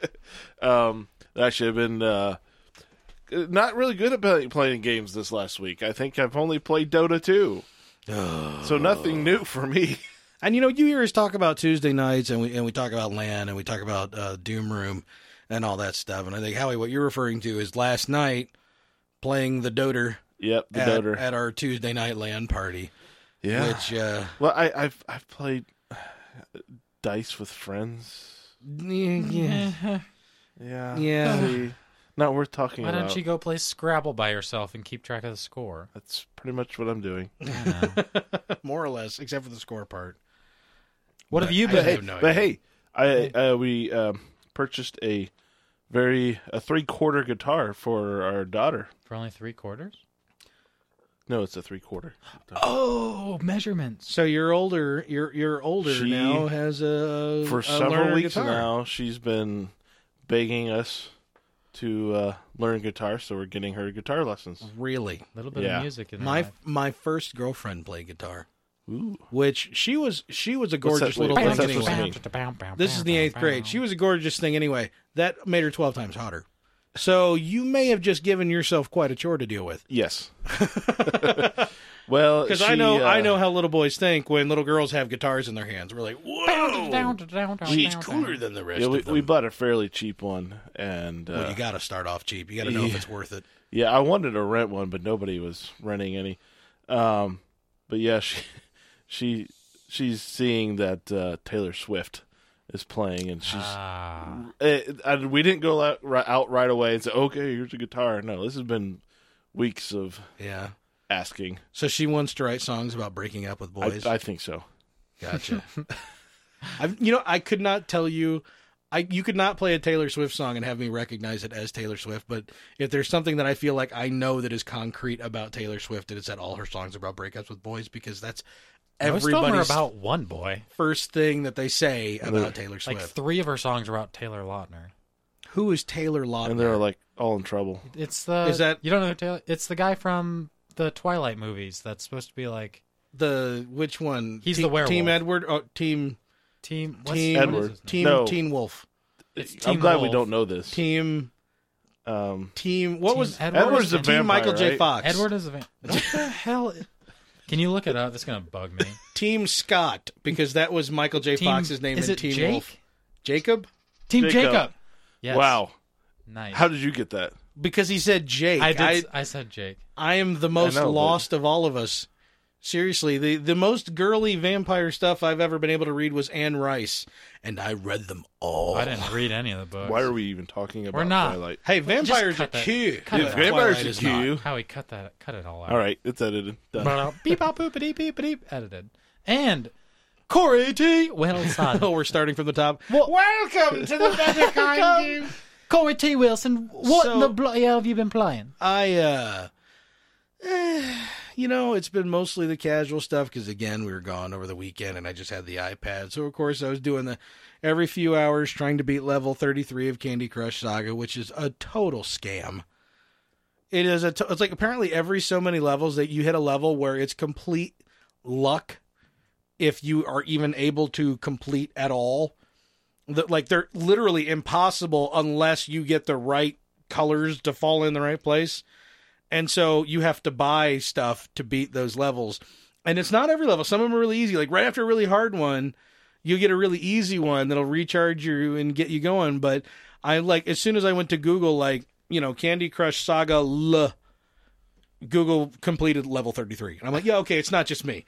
Speaker 4: Um, actually, I've been uh, not really good at play- playing games this last week. I think I've only played Dota 2. So nothing new for me.
Speaker 3: And you know, you hear us talk about Tuesday nights, and we and we talk about land, and we talk about uh, Doom Room, and all that stuff. And I think Howie, what you're referring to is last night playing the Doter,
Speaker 4: Yep, the
Speaker 3: at,
Speaker 4: doter.
Speaker 3: at our Tuesday night land party,
Speaker 4: yeah.
Speaker 3: which uh,
Speaker 4: well, I, I've I've played dice with friends.
Speaker 3: yeah,
Speaker 4: Yeah.
Speaker 3: Yeah.
Speaker 4: See, not worth talking
Speaker 2: Why
Speaker 4: about.
Speaker 2: don't you go play Scrabble by yourself and keep track of the score?
Speaker 4: That's pretty much what I'm doing.
Speaker 3: more or less, except for the score part.
Speaker 2: What have you
Speaker 3: I
Speaker 2: been?
Speaker 3: have no
Speaker 4: but
Speaker 3: idea.
Speaker 4: hey, I uh, we um, purchased a very a three quarter guitar for our daughter.
Speaker 2: For only three quarters?
Speaker 4: No, it's a three quarter.
Speaker 2: Oh, measurements.
Speaker 3: So you're older. You're you're older
Speaker 4: She-
Speaker 3: now. Has a
Speaker 4: for
Speaker 3: a
Speaker 4: several
Speaker 3: learner
Speaker 4: weeks
Speaker 3: guitar.
Speaker 4: now, she's been begging us to uh, learn guitar, so we're getting her guitar lessons.
Speaker 3: Mm-hmm. Really,
Speaker 2: A little bit
Speaker 4: Yeah.
Speaker 2: of music in
Speaker 3: my
Speaker 2: there.
Speaker 3: my first girlfriend played guitar,
Speaker 4: Ooh,
Speaker 3: which she was she was a
Speaker 4: What's that-
Speaker 3: gorgeous little
Speaker 4: wait,
Speaker 3: thing.
Speaker 4: what's that
Speaker 3: anyway.
Speaker 4: supposed to mean?
Speaker 3: This is in the eighth grade. She was a gorgeous thing anyway. That made her 12 times hotter. So you may have just given yourself quite a chore to deal with.
Speaker 4: yes. well,
Speaker 3: Because I
Speaker 4: she,
Speaker 3: know
Speaker 4: uh,
Speaker 3: I know how little boys think when little girls have guitars in their hands. We're like,
Speaker 2: Oh!
Speaker 3: whoa, she's cooler than the rest
Speaker 4: Yeah, we,
Speaker 3: of them.
Speaker 4: we bought a fairly cheap one, and uh,
Speaker 3: well, you got to start off cheap. You got to know if it's worth it.
Speaker 4: yeah, I wanted to rent one, but nobody was renting any. Um, but yeah, she she she's seeing that uh, Taylor Swift is playing, and she's
Speaker 2: Ah.
Speaker 4: it, I, we didn't go out, ri- out right away and say, "Okay, here's a guitar." No, this has been weeks of
Speaker 3: Yeah.
Speaker 4: asking.
Speaker 3: So she wants to write songs about breaking up with
Speaker 4: I,
Speaker 3: boys.
Speaker 4: I think so.
Speaker 3: Gotcha. I've, you know, I could not tell you. I you could not play a Taylor Swift song and have me recognize it as Taylor Swift. But if there's something that I feel like I know that is concrete about Taylor Swift, it is that all her songs are about breakups with boys because that's
Speaker 2: Most of them are
Speaker 3: everybody's
Speaker 2: about one boy.
Speaker 3: first thing that they say about Taylor
Speaker 2: Like
Speaker 3: Swift.
Speaker 2: three of her songs are about Taylor Lautner.
Speaker 3: Who is Taylor
Speaker 4: And they're
Speaker 3: Lautner?
Speaker 4: like all in trouble.
Speaker 2: It's the
Speaker 3: Is that-
Speaker 2: you don't know who Taylor? It's the guy from the Twilight movies that's supposed to be like
Speaker 3: The which one?
Speaker 2: He's
Speaker 3: Te-
Speaker 2: the werewolf.
Speaker 3: Team Edward. Oh, team
Speaker 2: team what's,
Speaker 3: team
Speaker 2: what is
Speaker 4: Edward.
Speaker 2: his name?
Speaker 3: team
Speaker 4: No.
Speaker 3: Teen Wolf.
Speaker 2: It's
Speaker 4: I'm
Speaker 2: Team
Speaker 4: glad we
Speaker 2: Wolf.
Speaker 4: don't know this.
Speaker 3: Team
Speaker 4: Um,
Speaker 3: team. What
Speaker 2: Team
Speaker 3: was
Speaker 2: Edward
Speaker 4: Edward's a
Speaker 2: and-
Speaker 4: vampire.
Speaker 3: Team Michael J.
Speaker 4: right?
Speaker 3: Fox.
Speaker 2: Edward is a van- What the hell? i- Can you look it up? That's gonna bug me.
Speaker 3: Team Scott because that was Michael J.
Speaker 2: Team,
Speaker 3: Fox's name
Speaker 2: is
Speaker 3: in
Speaker 2: it
Speaker 3: Team
Speaker 2: Jake?
Speaker 3: Wolf. Jacob
Speaker 2: Team
Speaker 4: Jacob.
Speaker 2: Jacob. Yes.
Speaker 4: Wow,
Speaker 2: Nice.
Speaker 4: how did you get that?
Speaker 3: because he said Jake.
Speaker 2: I did.
Speaker 3: I,
Speaker 2: s- I, said Jake.
Speaker 3: I am the most
Speaker 4: know, but-
Speaker 3: lost of all of us. Seriously, the the most girly vampire stuff I've ever been able to read was Anne Rice, and I read them all.
Speaker 2: I didn't read any of the books.
Speaker 4: Why are we even talking about
Speaker 2: We're not.
Speaker 4: Twilight?
Speaker 3: Hey, vampires are
Speaker 2: cut that.
Speaker 3: cute.
Speaker 2: Cut
Speaker 3: but
Speaker 2: it out.
Speaker 4: Vampires
Speaker 3: Twilight
Speaker 4: are
Speaker 3: is not.
Speaker 4: cute.
Speaker 2: How we cut that? Cut it all out.
Speaker 4: All right, it's edited. Done.
Speaker 2: Ba-da- beep bop boop a beep beep edited and Corey T. Wilson.
Speaker 3: Oh, we're starting from the top.
Speaker 2: Well-
Speaker 3: Welcome to the better
Speaker 2: Welcome. Corey T. Wilson, what
Speaker 3: So-
Speaker 2: in the bloody hell have you been playing?
Speaker 3: I uh eh, you know, it's been mostly the casual stuff because again, we were gone over the weekend and I just had the iPad. So of course, I was doing the every few hours trying to beat level 33 of Candy Crush Saga, which is a total scam. It is a to- it's like apparently every so many levels that you hit a level where it's complete luck if you are even able to complete at all. That like they're literally impossible unless you get the right colors to fall in the right place. And so you have to buy stuff to beat those levels. And it's not every level. Some of them are really easy. Like right after a really hard one, you get a really easy one that'll recharge you and get you going. But I like as soon as I went to Google, like, you know, Candy Crush Saga L Google completed level 33. And I'm like, yeah, okay, it's not just me.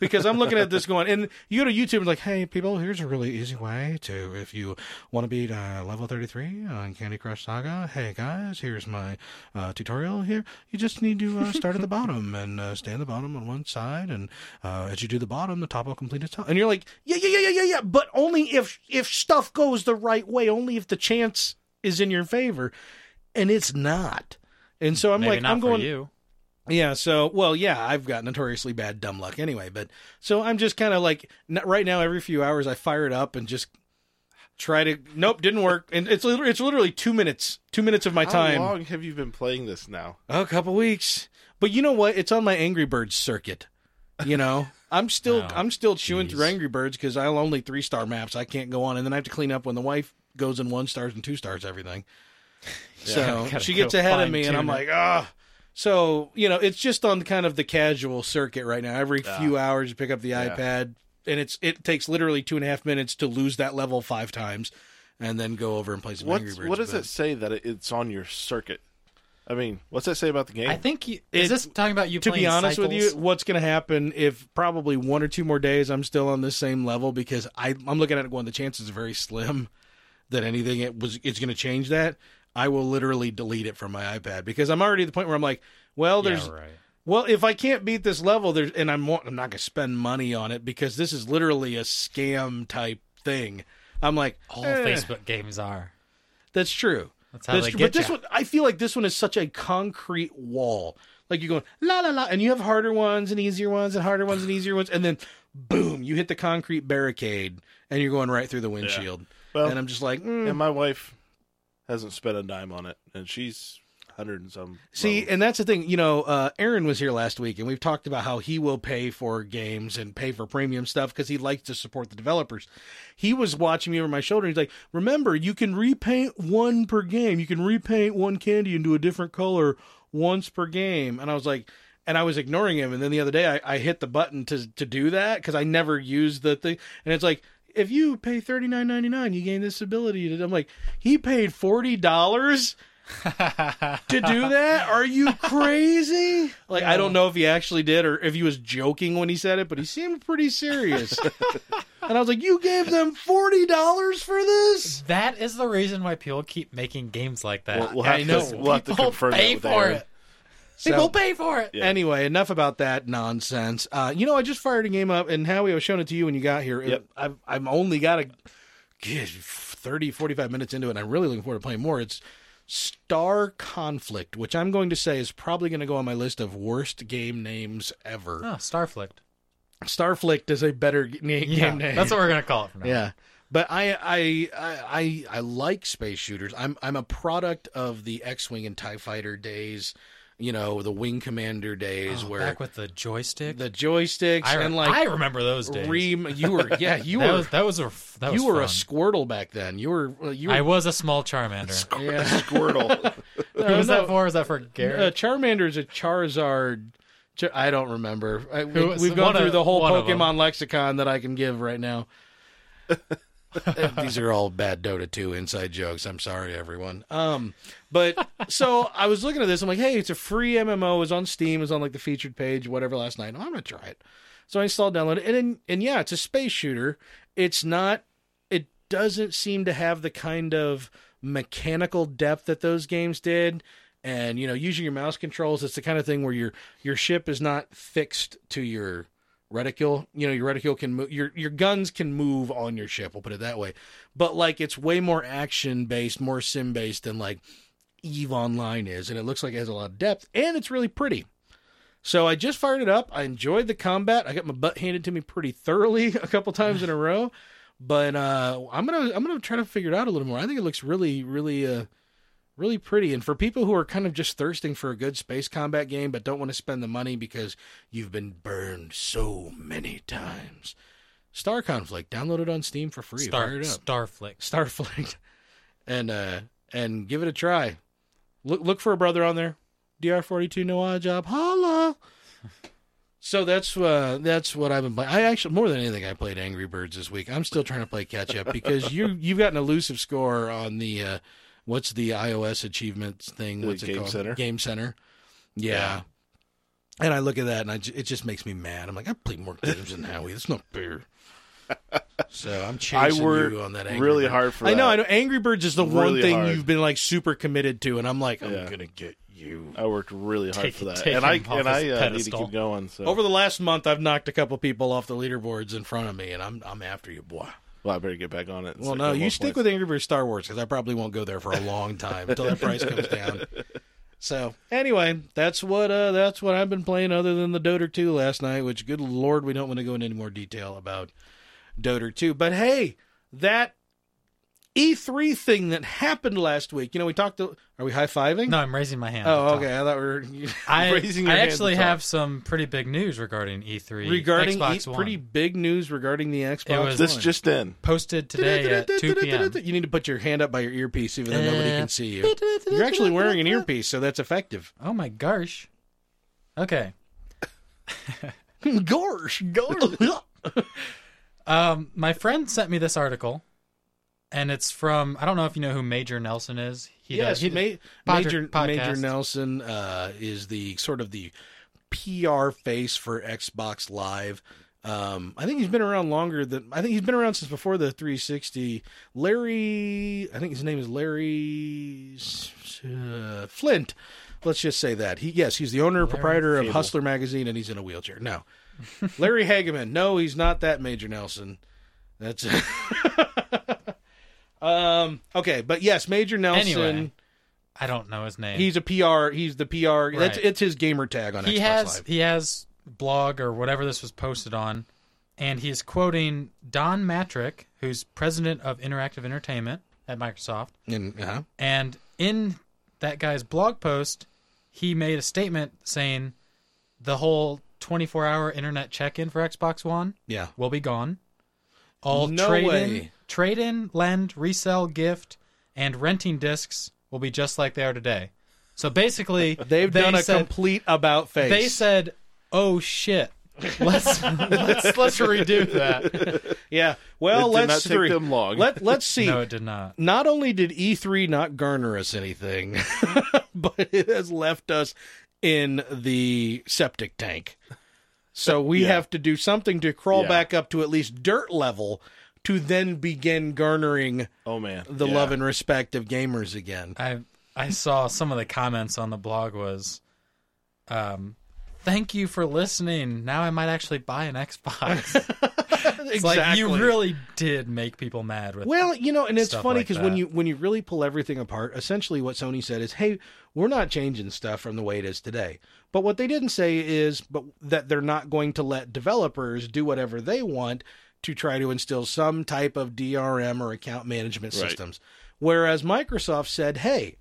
Speaker 3: Because I'm looking at this going, and you go to YouTube and like, hey, people, here's a really easy way to, if you want to beat uh, level 33 on Candy Crush Saga, hey guys, here's my uh, tutorial here. You just need to uh, start at the bottom and uh, stay on the bottom on one side. And uh, as you do the bottom, the top will complete itself. And you're like, yeah, yeah, yeah, yeah, yeah, yeah. But only if, if stuff goes the right way, only if the chance is in your favor. And it's not. And so I'm
Speaker 2: Maybe
Speaker 3: like,
Speaker 2: not
Speaker 3: I'm
Speaker 2: for
Speaker 3: going.
Speaker 2: you.
Speaker 3: Yeah, so well, yeah, I've got notoriously bad dumb luck anyway, but so I'm just kind of like n- right now every few hours I fire it up and just try to nope, didn't work. And it's lit- it's literally 2 minutes, 2 minutes of my time.
Speaker 4: How long have you been playing this now?
Speaker 3: A couple weeks. But you know what? It's on my Angry Birds circuit. You know, I'm still
Speaker 2: Oh,
Speaker 3: I'm still chewing
Speaker 2: geez.
Speaker 3: through Angry Birds because I'll only three star maps. I can't go on, and then I have to clean up when the wife goes in one stars and two stars everything.
Speaker 2: Yeah,
Speaker 3: So
Speaker 2: gotta
Speaker 3: she
Speaker 2: go
Speaker 3: gets ahead of me, and I'm
Speaker 2: fine-tune it.
Speaker 3: like, ah. So you know, it's just on kind of the casual circuit right now. Every few hours, you pick up the iPad, and it's it takes literally two and a half minutes to lose that level five times, and then go over and play some
Speaker 4: What's,
Speaker 3: Angry Birds.
Speaker 4: what does
Speaker 3: but-
Speaker 4: it say that it, it's on your circuit? I mean, what's that say about the game?
Speaker 2: I think you, is
Speaker 3: It-
Speaker 2: this talking about you?
Speaker 3: to
Speaker 2: playing
Speaker 3: be honest with
Speaker 2: cycles?
Speaker 3: you, what's going to happen if probably one or two more days I'm still on this same level because I, I'm looking at it going the chances are very slim that anything it was it's going to change that. I will literally delete it from my iPad because I'm already at the point where I'm like, well, there's
Speaker 2: yeah, right.
Speaker 3: well, if I can't beat this level, there's and I'm wa- I'm not going to spend money on it because this is literally a scam type thing. I'm like,
Speaker 2: All
Speaker 3: eh,
Speaker 2: Facebook games are.
Speaker 3: that's true.
Speaker 2: That's how
Speaker 3: That's
Speaker 2: they
Speaker 3: true.
Speaker 2: get
Speaker 3: but this
Speaker 2: ya.
Speaker 3: one, I feel like this one is such a concrete wall. Like you're going la la la, and you have harder ones and easier ones and harder ones and easier ones, and then boom, you hit the concrete barricade and you're going right through the windshield.
Speaker 4: Well-
Speaker 3: and I'm just like, mm.
Speaker 4: and my wife hasn't spent a dime on it, and she's hundred and some.
Speaker 3: see,
Speaker 4: level.
Speaker 3: and that's the thing. You know, uh, Aaron was here last week, and we've talked about how he will pay for games and pay for premium stuff because he likes to support the developers. He was watching me over my shoulder. And he's like, "Remember, you can repaint one per game. You can repaint one candy into a different color once per game." And I was like, and I was ignoring him. And then the other day, I, I hit the button to to do that because I never used the thing. And it's like, if you pay thirty nine ninety nine, you gain this ability. And I'm like, he paid forty dollars to do that? Are you crazy? Like, I don't know if he actually did or if he was joking when he said it, but he seemed pretty serious. and I was like, you gave them forty dollars for this?
Speaker 2: That is the reason why people keep making games like that.
Speaker 4: We'll- we'll have
Speaker 2: I
Speaker 4: to-
Speaker 2: know.
Speaker 4: we'll have to
Speaker 2: People
Speaker 4: confirm that
Speaker 2: pay
Speaker 4: with
Speaker 2: for
Speaker 4: Aaron.
Speaker 2: it. People pay for it.
Speaker 4: Yeah.
Speaker 3: Anyway, enough about that nonsense. Uh, you know, I just fired a game up, and Howie, I was showing it to you when you got here. It-
Speaker 4: Yep.
Speaker 3: I've, I've only got a geez, 30, 45 minutes into it, and I'm really looking forward to playing more. It's Star Conflict, which I'm going to say is probably going to go on my list of worst game names ever.
Speaker 2: Oh, Starflicked.
Speaker 3: Starflicked is a better g- na-
Speaker 2: Yeah,
Speaker 3: game name.
Speaker 2: that's what we're gonna call it. From now.
Speaker 3: Yeah, but I, I I I I like space shooters. I'm I'm a product of the X-wing and Tie Fighter days. You know, the Wing Commander days
Speaker 2: Oh,
Speaker 3: where
Speaker 2: back with the joystick.
Speaker 3: the joysticks
Speaker 2: I, re-
Speaker 3: and like
Speaker 2: I remember those days.
Speaker 3: rem. You were yeah you
Speaker 2: that
Speaker 3: were
Speaker 2: was that was a that
Speaker 3: you
Speaker 2: was
Speaker 3: were a
Speaker 2: fun.
Speaker 3: Squirtle back then. You were uh, you were.
Speaker 2: I was a small Charmander.
Speaker 3: yeah.
Speaker 4: Squirtle.
Speaker 2: Who was
Speaker 3: no.
Speaker 2: that for? Was that for Garrett?
Speaker 3: Uh, Charmander is a Charizard. Char- I don't remember. I, we,
Speaker 2: Who was-
Speaker 3: we've gone
Speaker 2: one of-
Speaker 3: through the whole
Speaker 2: one of them.
Speaker 3: Pokemon lexicon that I can give right now. Uh, These are all bad Dota 2 inside jokes. I'm sorry, everyone. Um, but so I was looking at this. I'm like, hey, it's a free MMO. It was on Steam. It was on like the featured page, whatever, last night. I'm gonna try it. So I installed, downloaded, it, and then- and yeah, it's a space shooter. It's not. It doesn't seem to have the kind of mechanical depth that those games did. And you know, using your mouse controls, it's the kind of thing where your your ship is not fixed to your reticule. You know, your reticule can move. Your your guns can move on your ship. We'll put it that way. But like, it's way more action based, more sim based than like Eve Online is, and it looks like it has a lot of depth, and it's really pretty. So I just fired it up. I enjoyed the combat. I got my butt handed to me pretty thoroughly a couple times in a row, but uh, I'm gonna I'm gonna try to figure it out a little more. I think it looks really really uh, really pretty. And for people who are kind of just thirsting for a good space combat game but don't want to spend the money because you've been burned so many times, Star Conflict downloaded on Steam for free.
Speaker 2: Star
Speaker 3: Fire it up.
Speaker 2: Starflicked.
Speaker 3: Starfleet, and uh and give it a try. Look look for a brother on there. Dr forty two no odd job holla. So that's uh that's what I've been playing. I actually more than anything I played Angry Birds this week. I'm still trying to play catch up because you you've got an elusive score on the uh what's the iOS achievements thing?
Speaker 4: The
Speaker 3: What's it
Speaker 4: Game
Speaker 3: called?
Speaker 4: Center?
Speaker 3: Game Center. Yeah. And I look at that and I ju- it just makes me mad. I'm like I play more games than Howie. It's not fair. So I'm chasing
Speaker 4: work
Speaker 3: you on that. Angry
Speaker 4: really
Speaker 3: Bird.
Speaker 4: hard for
Speaker 3: I know.
Speaker 4: that.
Speaker 3: I know. Angry Birds is the one
Speaker 4: Really
Speaker 3: thing
Speaker 4: hard.
Speaker 3: you've been like super committed to, and I'm like, I'm
Speaker 4: Yeah.
Speaker 3: gonna get you.
Speaker 4: I worked really hard
Speaker 2: Take-
Speaker 4: for that,
Speaker 2: take
Speaker 4: and I
Speaker 2: him off
Speaker 4: and I
Speaker 2: his
Speaker 4: uh, need to
Speaker 2: pedestal.
Speaker 4: keep going. So,
Speaker 3: Over the last month, I've knocked a couple people off the leaderboards in front of me, and I'm I'm after you, boy.
Speaker 4: well, I better get back on it.
Speaker 3: Well, no, you stick with Angry Birds Star Wars because I probably won't go there for a long time until that price comes down. So anyway, that's what uh, that's what I've been playing other than the Doter two last night. Which, good lord, we don't want to go into any more detail about Doter two. But hey, that E three thing that happened last week. You know, we talked. To, are we high fiving?
Speaker 2: No, I'm raising my hand.
Speaker 3: Oh,
Speaker 2: to talk.
Speaker 3: okay. I thought we were
Speaker 2: I,
Speaker 4: Raising your
Speaker 2: I
Speaker 4: hand to
Speaker 2: actually
Speaker 4: talk.
Speaker 2: have some pretty big news regarding E3.
Speaker 3: regarding
Speaker 2: Xbox
Speaker 3: e-
Speaker 2: One.
Speaker 3: pretty big news regarding the Xbox.
Speaker 2: was-
Speaker 4: This
Speaker 3: One.
Speaker 4: just in.
Speaker 2: posted today at 2 p.m.
Speaker 3: You need to put your hand up by your earpiece, even though nobody
Speaker 2: Uh,
Speaker 3: can see you. You're actually wearing an earpiece, so that's effective.
Speaker 2: Oh my gosh. Okay.
Speaker 3: Gorsh, gorsh.
Speaker 2: Um, my friend sent me this article, and it's from I don't know if you know who Major Nelson is. He
Speaker 3: yes,
Speaker 2: he-
Speaker 3: Ma- Major
Speaker 2: Podger-
Speaker 3: Major
Speaker 2: podcast.
Speaker 3: Nelson uh, is the sort of the PR face for Xbox Live. Um, I think he's been around longer than I think he's been around since before the 360. Larry, I think his name is Larry S- uh, Flint. Let's just say that he yes he's the owner and proprietor of
Speaker 4: Fable.
Speaker 3: Hustler magazine and he's in a wheelchair. No, Larry Hageman. No, he's not that Major Nelson. That's um okay, but yes, Major Nelson.
Speaker 2: Anyway. I don't know his name.
Speaker 3: He's a PR. He's the PR. That's,
Speaker 2: Right.
Speaker 3: it's his gamer tag on
Speaker 2: he
Speaker 3: Xbox
Speaker 2: has
Speaker 3: Live.
Speaker 2: he has blog or whatever this was posted on, and he's quoting Don Matrick, who's president of Interactive Entertainment at Microsoft.
Speaker 3: And, uh-huh.
Speaker 2: And in that guy's blog post, he made a statement saying the whole 24 hour internet check in for Xbox One
Speaker 3: Yeah.
Speaker 2: will be gone. All
Speaker 3: No
Speaker 2: trade in,
Speaker 3: way.
Speaker 2: trade in, lend, resell, gift, and renting discs will be just like they are today. So basically,
Speaker 3: They've
Speaker 2: they
Speaker 3: done a
Speaker 2: said,
Speaker 3: complete about face.
Speaker 2: They said, "Oh shit, let's let's let's redo that."
Speaker 3: yeah. Well,
Speaker 4: It did
Speaker 3: let's
Speaker 4: not take
Speaker 3: three-
Speaker 4: them long.
Speaker 3: Let Let's see.
Speaker 2: No, it did not.
Speaker 3: not only did E3 not garner us anything, but it has left us in the septic tank. So we
Speaker 4: Yeah.
Speaker 3: have to do something to crawl
Speaker 4: Yeah.
Speaker 3: back up to at least dirt level to then begin garnering
Speaker 4: Oh man,
Speaker 3: the
Speaker 4: Yeah.
Speaker 3: love and respect of gamers again.
Speaker 2: I I saw some of the comments on the blog was, um, "Thank you for listening. Now I might actually buy an Xbox." It's like you really did make people mad with.
Speaker 3: Well, you know, and it's
Speaker 2: stuff
Speaker 3: funny
Speaker 2: like
Speaker 3: because when
Speaker 2: that.
Speaker 3: you when you really pull everything apart, essentially what Sony said is, "Hey, we're not changing stuff from the way it is today." But what they didn't say is, but that they're not going to let developers do whatever they want to try to instill some type of DRM or account management
Speaker 4: Right.
Speaker 3: systems. Whereas Microsoft said, "Hey,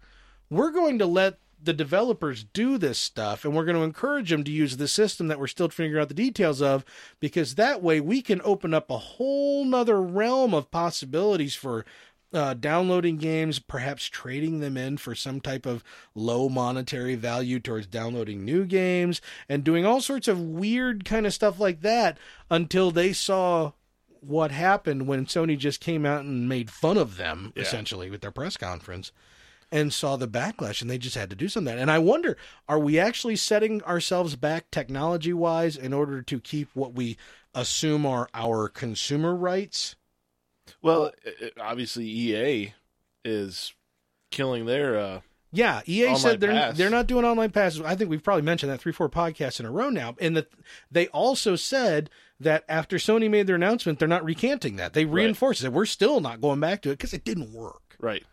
Speaker 3: we're going to let the developers do this stuff and we're going to encourage them to use the system that we're still figuring out the details of because that way we can open up a whole nother realm of possibilities for uh, downloading games perhaps trading them in for some type of low monetary value towards downloading new games and doing all sorts of weird kind of stuff like that until they saw what happened when sony just came out and made fun of them
Speaker 4: Yeah.
Speaker 3: essentially with their press conference and saw the backlash and they just had to do something. And I wonder, are we actually setting ourselves back technology wise in order to keep what we assume are our consumer rights?
Speaker 4: Well, i- i- obviously EA is killing their. Uh,
Speaker 3: Yeah, EA
Speaker 4: Online
Speaker 3: said they're
Speaker 4: pass.
Speaker 3: they're not doing online passes. I think we've probably mentioned that three four podcasts in a row now. And that they also said that after Sony made their announcement, they're not recanting that. They reinforced it. We're still not going back to it because it didn't work.
Speaker 4: right.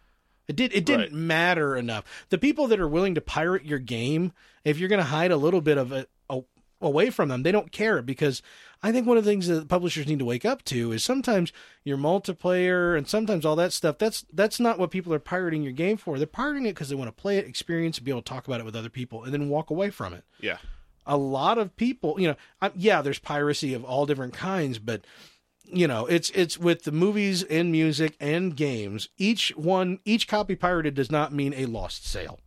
Speaker 3: It did. It didn't
Speaker 4: Right.
Speaker 3: matter enough. The people that are willing to pirate your game, if you're going to hide a little bit of it a, away from them, they don't care because I think one of the things that publishers need to wake up to is sometimes your multiplayer and sometimes all that stuff. That's that's not what people are pirating your game for. They're pirating it because they want to play it, experience, be able to talk about it with other people, and then walk away from it
Speaker 4: Yeah.
Speaker 3: a lot of people, you know, I, yeah, there's piracy of all different kinds, but you know, it's it's with the movies and music and games. Each one, each copy pirated does not mean a lost sale.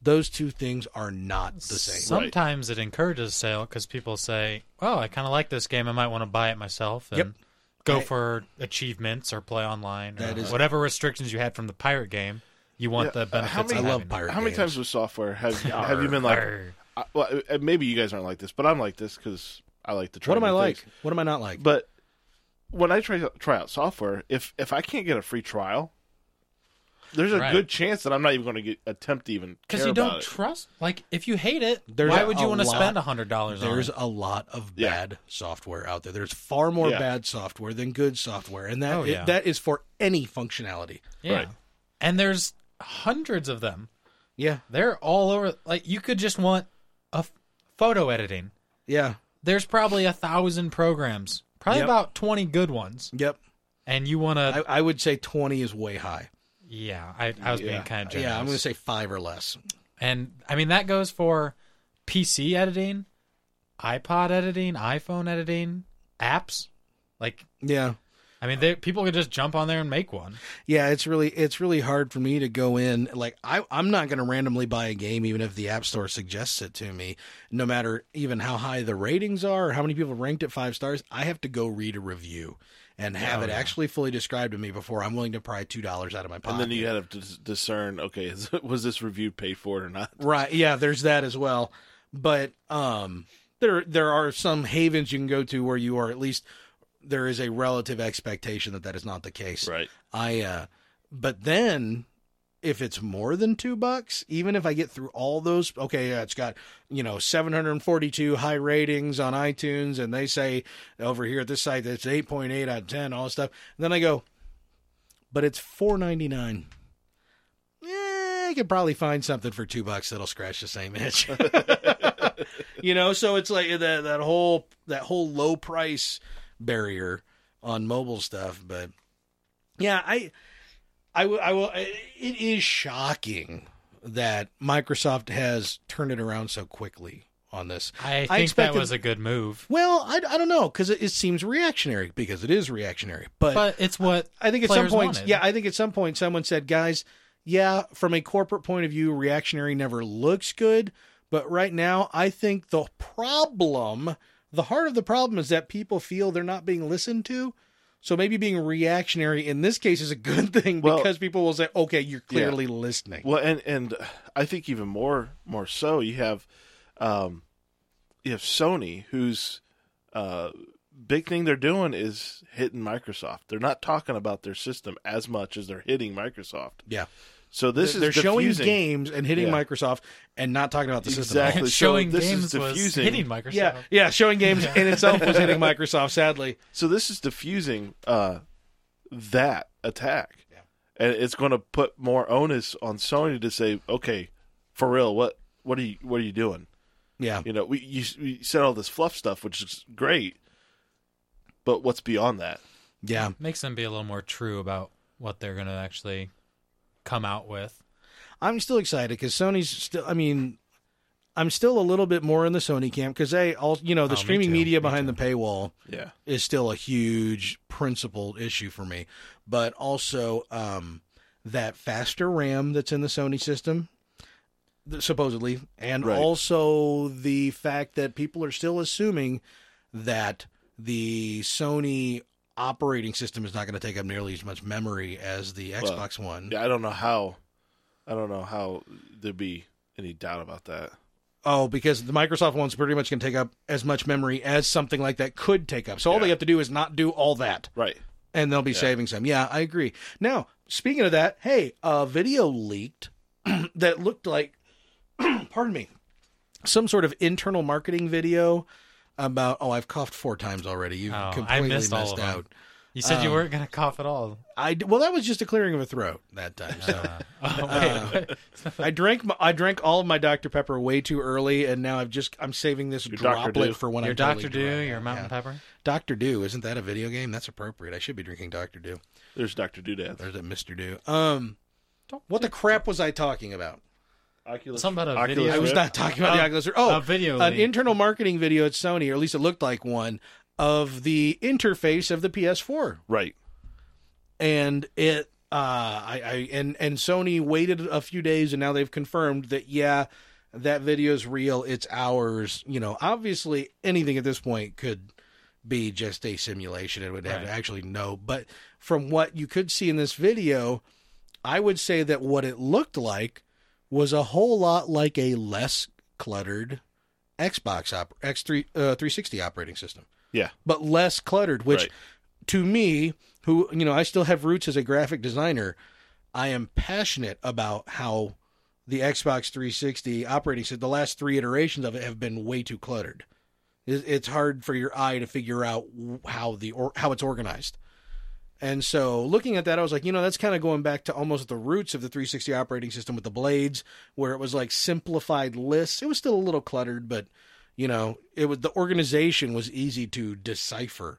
Speaker 3: Those two things are not the same.
Speaker 2: Sometimes it encourages sale because people say, "Oh, I kind of like this game. I might want to buy it myself." And
Speaker 3: Yep.
Speaker 2: Go
Speaker 3: I-
Speaker 2: for achievements or play online.
Speaker 3: That
Speaker 2: or
Speaker 3: is-
Speaker 2: whatever restrictions you had from the pirate game. You want
Speaker 4: Yeah,
Speaker 2: the
Speaker 4: uh,
Speaker 2: benefits.
Speaker 4: how many-
Speaker 3: I
Speaker 2: of
Speaker 3: love
Speaker 2: having it.
Speaker 3: pirate.
Speaker 4: How many
Speaker 3: games.
Speaker 4: times with software have have you been like?
Speaker 2: Arr.
Speaker 4: I, well, uh, maybe you guys aren't like this, but I'm like this because I like to try.
Speaker 3: What am
Speaker 4: new
Speaker 3: I like?
Speaker 4: things.
Speaker 3: What am I not like?
Speaker 4: But when I try try out software, if if I can't get a free trial, there's a
Speaker 2: Right.
Speaker 4: good chance that I'm not even going to get attempt to even
Speaker 2: Because
Speaker 4: care
Speaker 2: you don't
Speaker 4: about it.
Speaker 2: trust. Like, if you hate it,
Speaker 3: There's
Speaker 2: why would you
Speaker 3: a
Speaker 2: want to
Speaker 3: lot-
Speaker 2: spend hundred dollars on
Speaker 3: There's
Speaker 2: it?
Speaker 3: a lot of
Speaker 4: Yeah.
Speaker 3: bad software out there. There's far more
Speaker 4: Yeah.
Speaker 3: bad software than good software, and that
Speaker 2: Oh,
Speaker 3: it-
Speaker 2: yeah.
Speaker 3: that is for any functionality.
Speaker 2: Yeah.
Speaker 4: Right.
Speaker 2: And there's hundreds of them.
Speaker 3: Yeah,
Speaker 2: They're all over. Like, you could just want a f- photo editing.
Speaker 3: yeah,
Speaker 2: There's probably a thousand programs, probably
Speaker 3: Yep.
Speaker 2: about twenty good ones,
Speaker 3: yep.
Speaker 2: and you want to.
Speaker 3: I, I would say twenty is way high.
Speaker 2: Yeah, I, I was being
Speaker 4: Yeah.
Speaker 2: kind of generous.
Speaker 3: Yeah, I'm going to say five or less.
Speaker 2: And I mean that goes for PC editing, iPod editing, iPhone editing, apps. Like
Speaker 3: Yeah.
Speaker 2: I mean, they, people could just jump on there and make one.
Speaker 3: Yeah, it's really it's really hard for me to go in. Like I I'm not going to randomly buy a game even if the App Store suggests it to me. No matter even how high the ratings are or how many people ranked it five stars, I have to go read a review and have
Speaker 2: Oh,
Speaker 3: it
Speaker 2: yeah.
Speaker 3: actually fully described to me before I'm willing to pry two dollars out of my pocket.
Speaker 4: And then you got to dis- discern, okay, is, was this review paid for or not?
Speaker 3: Right. Yeah, there's that as well. But um there there are some havens you can go to where you are at least there is a relative expectation that that is not the case.
Speaker 4: Right.
Speaker 3: I uh but then if it's more than 2 bucks, even if I get through all those, okay, yeah, it's got, you know, 742 high ratings on iTunes and they say over here at this site that it's 8.8 out of 10 all this stuff. And then I go but it's 4.99. Yeah, I could probably find something for 2 bucks that'll scratch the same itch. you know, so it's like that that whole that whole low price barrier on mobile stuff, but yeah, I, I, w- I will. I- It is shocking that Microsoft has turned it around so quickly on this.
Speaker 2: I think
Speaker 3: expected-
Speaker 2: that was a good move,
Speaker 3: Well, I, I don't know because it, it seems reactionary because it is reactionary. But,
Speaker 2: but it's what
Speaker 3: I think at some
Speaker 2: players
Speaker 3: point,
Speaker 2: wanted.
Speaker 3: yeah, I think at some point someone said, guys, yeah, from a corporate point of view, reactionary never looks good. But right now, I think the problem, the heart of the problem is that people feel they're not being listened to. So maybe being reactionary in this case is a good thing
Speaker 4: Well-
Speaker 3: because people will say, okay, you're clearly listening.
Speaker 4: Well, and and I think even more more so, you have, um, you have Sony, whose uh, big thing they're doing is hitting Microsoft. They're not talking about their system as much as they're hitting Microsoft.
Speaker 3: Yeah.
Speaker 4: So this
Speaker 3: they're
Speaker 4: is
Speaker 3: showing
Speaker 4: diffusing-
Speaker 3: games and hitting
Speaker 4: Yeah.
Speaker 3: Microsoft and not talking about the system. at all.
Speaker 4: Exactly. So
Speaker 2: showing
Speaker 4: this is
Speaker 2: games was
Speaker 4: diffusing-
Speaker 2: hitting Microsoft.
Speaker 3: Yeah, yeah, showing games in itself was hitting Microsoft, sadly.
Speaker 4: So this is diffusing uh, that attack, and it's going to put more onus on Sony to say, okay, for real, what what are you what are you doing?
Speaker 3: Yeah.
Speaker 4: You know, we you, you said all this fluff stuff, which is great, but what's beyond that?
Speaker 3: Yeah.
Speaker 2: makes them be a little more true about what they're going to actually come out with.
Speaker 3: I'm still excited because Sony's still. I mean, I'm still a little bit more in the Sony camp because they all, you know, the
Speaker 2: Oh, me
Speaker 3: streaming
Speaker 2: too,
Speaker 3: media
Speaker 2: me
Speaker 3: behind the paywall
Speaker 4: Yeah,
Speaker 3: is still a huge principal issue for me. But also, um, that faster RAM that's in the Sony system, th- supposedly, and
Speaker 4: Right.
Speaker 3: also the fact that people are still assuming that the Sony operating system is not going to take up nearly as much memory as the Xbox One.
Speaker 4: yeah. I don't know how, I don't know how there'd be any doubt about that.
Speaker 3: Oh, because the Microsoft one's pretty much going to take up as much memory as something like that could take up. So all
Speaker 4: Yeah.
Speaker 3: they have to do is not do all that,
Speaker 4: Right.
Speaker 3: and they'll be saving some. Yeah, I agree. Now, speaking of that, hey, a video leaked that looked like, pardon me, some sort of internal marketing video about. Oh, I've coughed four times already. You've
Speaker 2: Oh, I
Speaker 3: completely
Speaker 2: missed all
Speaker 3: missed
Speaker 2: of 'em.
Speaker 3: out.
Speaker 2: You said
Speaker 3: Um,
Speaker 2: you weren't going to cough at all.
Speaker 3: I d- well, that was just a clearing of a throat that time. So. uh,
Speaker 2: Oh, wait, wait.
Speaker 3: I drank my, I drank all of my Dr Pepper way too early, and now I've just I'm saving this
Speaker 4: Your Dr.
Speaker 3: droplet
Speaker 4: Dew.
Speaker 3: for when
Speaker 2: Your
Speaker 3: I'm
Speaker 2: Dr.
Speaker 3: totally
Speaker 2: Dew,
Speaker 3: drunk.
Speaker 2: your Mountain
Speaker 3: Yeah.
Speaker 2: Pepper.
Speaker 3: Dr. Dew, isn't that a video game? That's appropriate. I should be drinking Dr. Dew.
Speaker 4: There's Doctor Doodad.
Speaker 3: There's that Mr. Dew. Um, what the crap was I talking about?
Speaker 4: Oculus.
Speaker 2: Something about a
Speaker 4: Oculus
Speaker 2: video.
Speaker 3: I was
Speaker 4: Rift.
Speaker 3: not talking about the
Speaker 2: Uh,
Speaker 3: Oculus. Rift. Oh,
Speaker 2: a video
Speaker 3: an
Speaker 2: leak.
Speaker 3: internal marketing video at Sony, or at least it looked like one of the interface of the PS4,
Speaker 4: right.
Speaker 3: and it. Uh, I, I and and Sony waited a few days, and now they've confirmed that yeah, that video's real. It's ours. You know, obviously anything at this point could be just a simulation and would have to
Speaker 2: Right.
Speaker 3: actually know. But from what you could see in this video, I would say that what it looked like was a whole lot like a less cluttered Xbox op- X3 uh, 360 operating system.
Speaker 4: Yeah.
Speaker 3: But less cluttered, which
Speaker 4: Right.
Speaker 3: to me, who, you know, I still have roots as a graphic designer, I am passionate about how the Xbox 360 operating system, the last three iterations of it have been way too cluttered. It- It's hard for your eye to figure out how the or, how it's organized. And so, looking at that, I was like, you know, that's kind of going back to almost the roots of the 360 operating system with the blades, where it was like simplified lists. It was still a little cluttered, but you know, it was the organization was easy to decipher.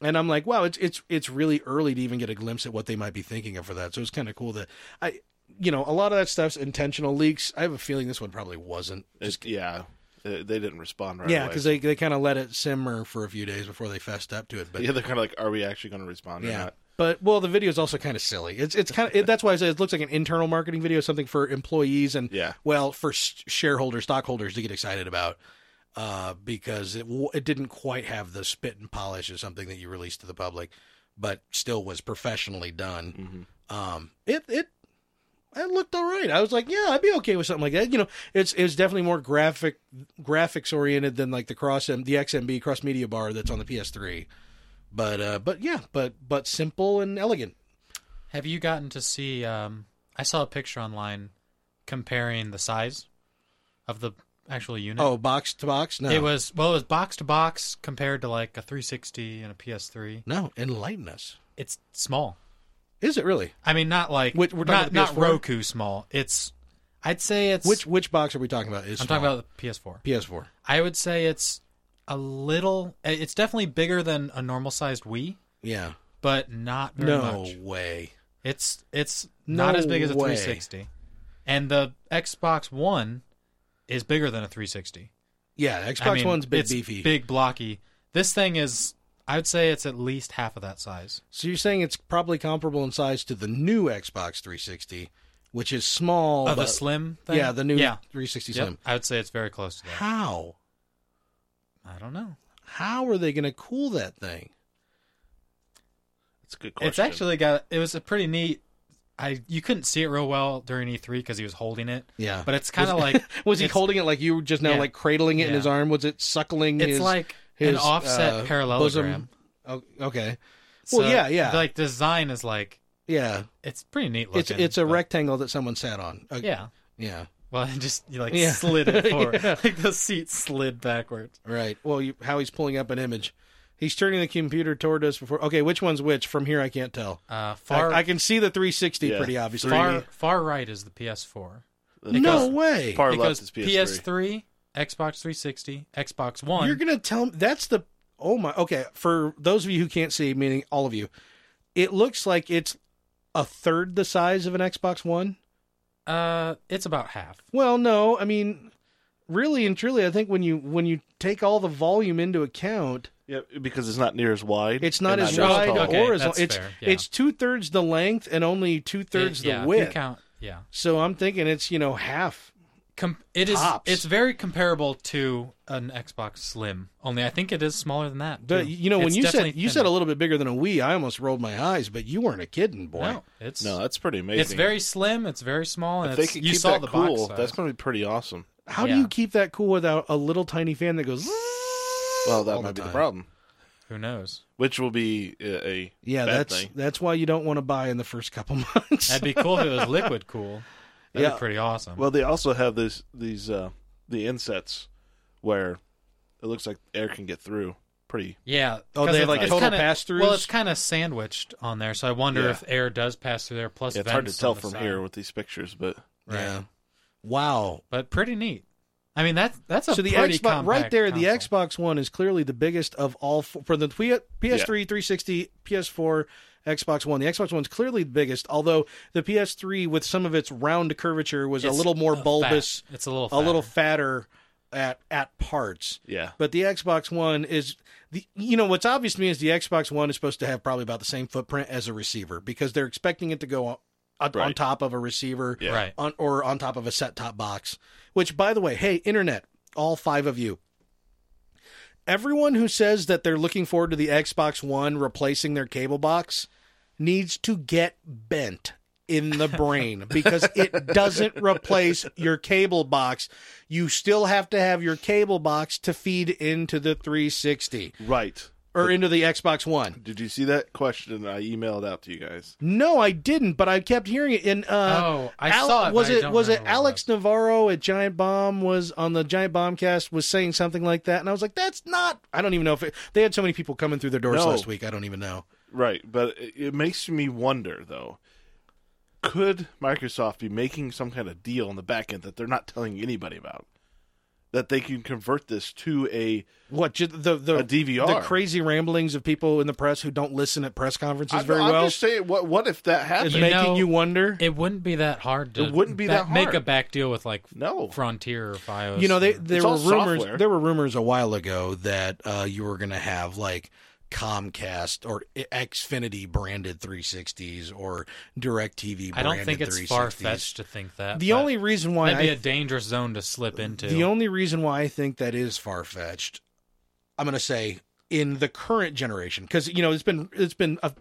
Speaker 3: And I'm like, wow, it's it's it's really early to even get a glimpse at what they might be thinking of for that. So it's kind of cool that I, you know, a lot of that stuff's intentional leaks. I have a feeling this one probably wasn't.
Speaker 4: It- yeah. They, they didn't respond right
Speaker 3: yeah,
Speaker 4: away.
Speaker 3: because they, they kind of let it simmer for a few days before they fessed up to it. But
Speaker 4: yeah, they're kind of like, are we actually going to respond or
Speaker 3: Yeah.
Speaker 4: not?
Speaker 3: But well, the video is also kind of silly. It's it's kind of it, that's why I say it looks like an internal marketing video, something for employees and
Speaker 4: Yeah.
Speaker 3: well for s- shareholders, stockholders to get excited about, uh, because it w- it didn't quite have the spit and polish of something that you released to the public, but still was professionally done.
Speaker 4: Mm-hmm.
Speaker 3: Um, it it it looked all right. I was like, yeah, I'd be okay with something like that. You know, it's it's definitely more graphic graphics oriented than like the cross M- the XMB cross media bar that's on the PS3. But uh, but yeah, but but simple and elegant.
Speaker 2: Have you gotten to see? Um, I saw a picture online comparing the size of the actual unit.
Speaker 3: Oh, box to box? No.
Speaker 2: it was well, it was box to box compared to like a 360 and a PS3.
Speaker 3: no, enlighten us.
Speaker 2: It's small.
Speaker 3: Is it really?
Speaker 2: I mean, not like
Speaker 3: Which- we're talking
Speaker 2: not
Speaker 3: about the
Speaker 2: not
Speaker 3: PS4?
Speaker 2: Roku small. It's I'd say it's
Speaker 3: Which which box are we talking about? Is
Speaker 2: I'm talking about the PS4.
Speaker 3: PS4.
Speaker 2: I would say it's a little. eh, It's definitely bigger than a normal sized Wii,
Speaker 3: Yeah.
Speaker 2: but not very
Speaker 3: no
Speaker 2: much.
Speaker 3: way.
Speaker 2: It's it's not
Speaker 3: No
Speaker 2: as big as a
Speaker 3: way.
Speaker 2: 360, and the Xbox One is bigger than a 360.
Speaker 3: Yeah,
Speaker 2: I
Speaker 3: Xbox
Speaker 2: mean,
Speaker 3: One's big
Speaker 2: it's
Speaker 3: beefy.
Speaker 2: big blocky. This thing is, I would say, it's at least half of that size.
Speaker 3: So you're saying it's probably comparable in size to the new Xbox 360, which is small.
Speaker 2: Oh, the
Speaker 3: but-
Speaker 2: slim thing.
Speaker 3: yeah, the new
Speaker 2: yeah.
Speaker 3: 360
Speaker 2: Yep.
Speaker 3: Slim.
Speaker 2: I would say it's very close to that.
Speaker 3: How?
Speaker 2: I don't know.
Speaker 3: How are they going to cool that thing?
Speaker 4: That's a good question.
Speaker 2: It's actually got. It was a pretty neat. I you couldn't see it real well during E3 because he was holding it,
Speaker 3: Yeah.
Speaker 2: but it's kind of like
Speaker 3: was he
Speaker 2: it's-
Speaker 3: holding it like you were just now,
Speaker 2: Yeah.
Speaker 3: like cradling it in
Speaker 2: Yeah.
Speaker 3: his arm? Was it suckling
Speaker 2: It's
Speaker 3: his?
Speaker 2: like an
Speaker 3: his,
Speaker 2: offset
Speaker 3: uh,
Speaker 2: parallelogram.
Speaker 3: bosom- Oh, okay. Well, yeah, yeah.
Speaker 2: Like the design is like
Speaker 3: Yeah.
Speaker 2: it's pretty neat looking.
Speaker 3: It's it's a
Speaker 2: but-
Speaker 3: rectangle that someone sat on. Uh,
Speaker 2: Yeah.
Speaker 3: Yeah.
Speaker 2: Well, I just you like
Speaker 3: Yeah.
Speaker 2: slid it forward.
Speaker 3: Yeah.
Speaker 2: Like the seat slid backwards.
Speaker 3: Right. Well, you, how he's pulling up an image. He's turning the computer toward us before. Okay, which one's which? From here, I can't tell.
Speaker 2: Uh, far
Speaker 3: I, I can see the 360
Speaker 4: Yeah,
Speaker 3: pretty obviously.
Speaker 2: far far right is the PS4.
Speaker 3: no
Speaker 2: because-
Speaker 3: way.
Speaker 4: Far
Speaker 2: because
Speaker 4: left is PS3.
Speaker 2: PS3, Xbox 360, Xbox One.
Speaker 3: You're gonna tell me that's the oh my. Okay, for those of you who can't see, meaning all of you, it looks like it's a third the size of an Xbox One.
Speaker 2: uh, it's about half.
Speaker 3: Well, no, I mean, really and truly, I think when you when you take all the volume into account,
Speaker 4: Yeah, because it's not near as wide.
Speaker 3: it's not
Speaker 4: and
Speaker 3: as
Speaker 4: near
Speaker 3: wide
Speaker 4: tall.
Speaker 2: Okay,
Speaker 3: or as
Speaker 2: that's
Speaker 3: it's
Speaker 2: fair, yeah.
Speaker 3: it's two thirds the length and only two thirds
Speaker 2: It-
Speaker 3: the
Speaker 2: yeah, if you
Speaker 3: width.
Speaker 2: count- yeah.
Speaker 3: So I'm thinking it's you know half.
Speaker 2: Com- it is.
Speaker 3: Tops.
Speaker 2: It's very comparable to an Xbox Slim. Only I think it is smaller than that.
Speaker 3: But
Speaker 2: too.
Speaker 3: you know when
Speaker 2: It's
Speaker 3: you said
Speaker 2: definitely
Speaker 3: you said a
Speaker 2: thinner.
Speaker 3: little bit bigger than a Wii, I almost rolled my eyes. But you weren't a kidding, boy.
Speaker 2: No, it's
Speaker 4: No, that's pretty amazing.
Speaker 2: it's very slim. It's very small. And
Speaker 4: If they
Speaker 2: it's,
Speaker 4: can
Speaker 2: you
Speaker 4: keep
Speaker 2: saw
Speaker 4: that
Speaker 2: the box
Speaker 4: cool,
Speaker 2: size.
Speaker 4: that's going to be pretty awesome.
Speaker 3: How do
Speaker 2: Yeah.
Speaker 3: you keep that cool without a little tiny fan that goes?
Speaker 4: Well, that
Speaker 3: all
Speaker 4: might be the
Speaker 3: time?
Speaker 4: problem,
Speaker 2: Who knows?
Speaker 4: which will be a, a
Speaker 3: Yeah,
Speaker 4: bad
Speaker 3: that's
Speaker 4: thing.
Speaker 3: that's why you don't want to buy in the first couple months.
Speaker 2: That'd be cool if it was liquid cool. That'd
Speaker 3: Yeah.
Speaker 2: be pretty awesome.
Speaker 4: Well, they also have this these uh the insets where it looks like air can get through. Pretty.
Speaker 2: yeah.
Speaker 3: Oh,
Speaker 2: 'cause
Speaker 3: they have,
Speaker 2: it's-
Speaker 3: like,
Speaker 2: it's
Speaker 3: total
Speaker 2: kinda-
Speaker 3: pass-throughs?
Speaker 2: Well, it's kind of sandwiched on there, so I wonder
Speaker 4: Yeah.
Speaker 2: if air does pass through there. Plus,
Speaker 4: Yeah, it's hard to
Speaker 2: vents
Speaker 4: tell
Speaker 2: on the
Speaker 4: from
Speaker 2: side.
Speaker 4: here with these pictures, but
Speaker 3: yeah. Wow.
Speaker 2: but pretty neat. I mean, that's that's a
Speaker 3: So the
Speaker 2: pretty
Speaker 3: Xbox right
Speaker 2: compact
Speaker 3: there, the
Speaker 2: console.
Speaker 3: Xbox One is clearly the biggest of all four, for the PS3, 360, PS4, Xbox One. The Xbox One's clearly the biggest, although the PS3 with some of its round curvature was
Speaker 2: It's
Speaker 3: a little more
Speaker 2: fat.
Speaker 3: bulbous,
Speaker 2: It's a little
Speaker 3: a little
Speaker 2: fatter.
Speaker 3: fatter at at parts.
Speaker 4: yeah,
Speaker 3: But the Xbox One is the you know what's obvious to me is the Xbox One is supposed to have probably about the same footprint as a receiver because they're expecting it to go on, on
Speaker 4: Right.
Speaker 3: top of a receiver
Speaker 4: Yeah.
Speaker 2: right.
Speaker 3: on or on top of a set top box. Which, by the way, hey, internet, all five of you. Everyone who says that they're looking forward to the Xbox One replacing their cable box needs to get bent in the brain because it doesn't replace your cable box. You still have to have your cable box to feed into the 360
Speaker 4: right.
Speaker 3: or into the Xbox One.
Speaker 4: Did you see that question I emailed out to you guys?
Speaker 3: No, I didn't, but I kept hearing it in uh
Speaker 2: oh, I
Speaker 3: Al-
Speaker 2: saw it.
Speaker 3: Was
Speaker 2: but I
Speaker 3: it
Speaker 2: don't
Speaker 3: was it
Speaker 2: remember what
Speaker 3: Alex Navarro at Giant Bomb was on the Giant Bombcast was saying something like that, and I was like, "That's not." I don't even know if it, they had so many people coming through their doors
Speaker 4: No.
Speaker 3: last week. I don't even know.
Speaker 4: Right, but it, it makes me wonder though. Could Microsoft be making some kind of deal on the back end that they're not telling anybody about? that they can convert this to a
Speaker 3: What ju- the the
Speaker 4: a DVR.
Speaker 3: the crazy ramblings of people in the press who don't listen at press conferences
Speaker 4: I,
Speaker 3: very
Speaker 4: am
Speaker 3: well
Speaker 4: just saying, what what if that
Speaker 3: is
Speaker 4: happened?
Speaker 2: You
Speaker 3: making
Speaker 2: know-
Speaker 3: you wonder.
Speaker 2: It wouldn't be that hard to
Speaker 4: It wouldn't be that
Speaker 2: make
Speaker 4: hard.
Speaker 2: a back deal with like
Speaker 4: No,
Speaker 2: Frontier or FiOS.
Speaker 3: You know, they
Speaker 2: or-
Speaker 3: there
Speaker 4: It's
Speaker 3: were
Speaker 4: all
Speaker 3: rumors.
Speaker 4: software.
Speaker 3: There were rumors a while ago that uh, you were going to have like Comcast or Xfinity branded 360s or DirecTV. Branded
Speaker 2: I don't think it's
Speaker 3: 360s.
Speaker 2: far fetched to think that.
Speaker 3: The
Speaker 2: but
Speaker 3: only reason why
Speaker 2: that'd
Speaker 3: I
Speaker 2: be a dangerous zone to slip into.
Speaker 3: The only reason why I think that is far fetched, I'm going to say in the current generation, because you know it's been it's been a,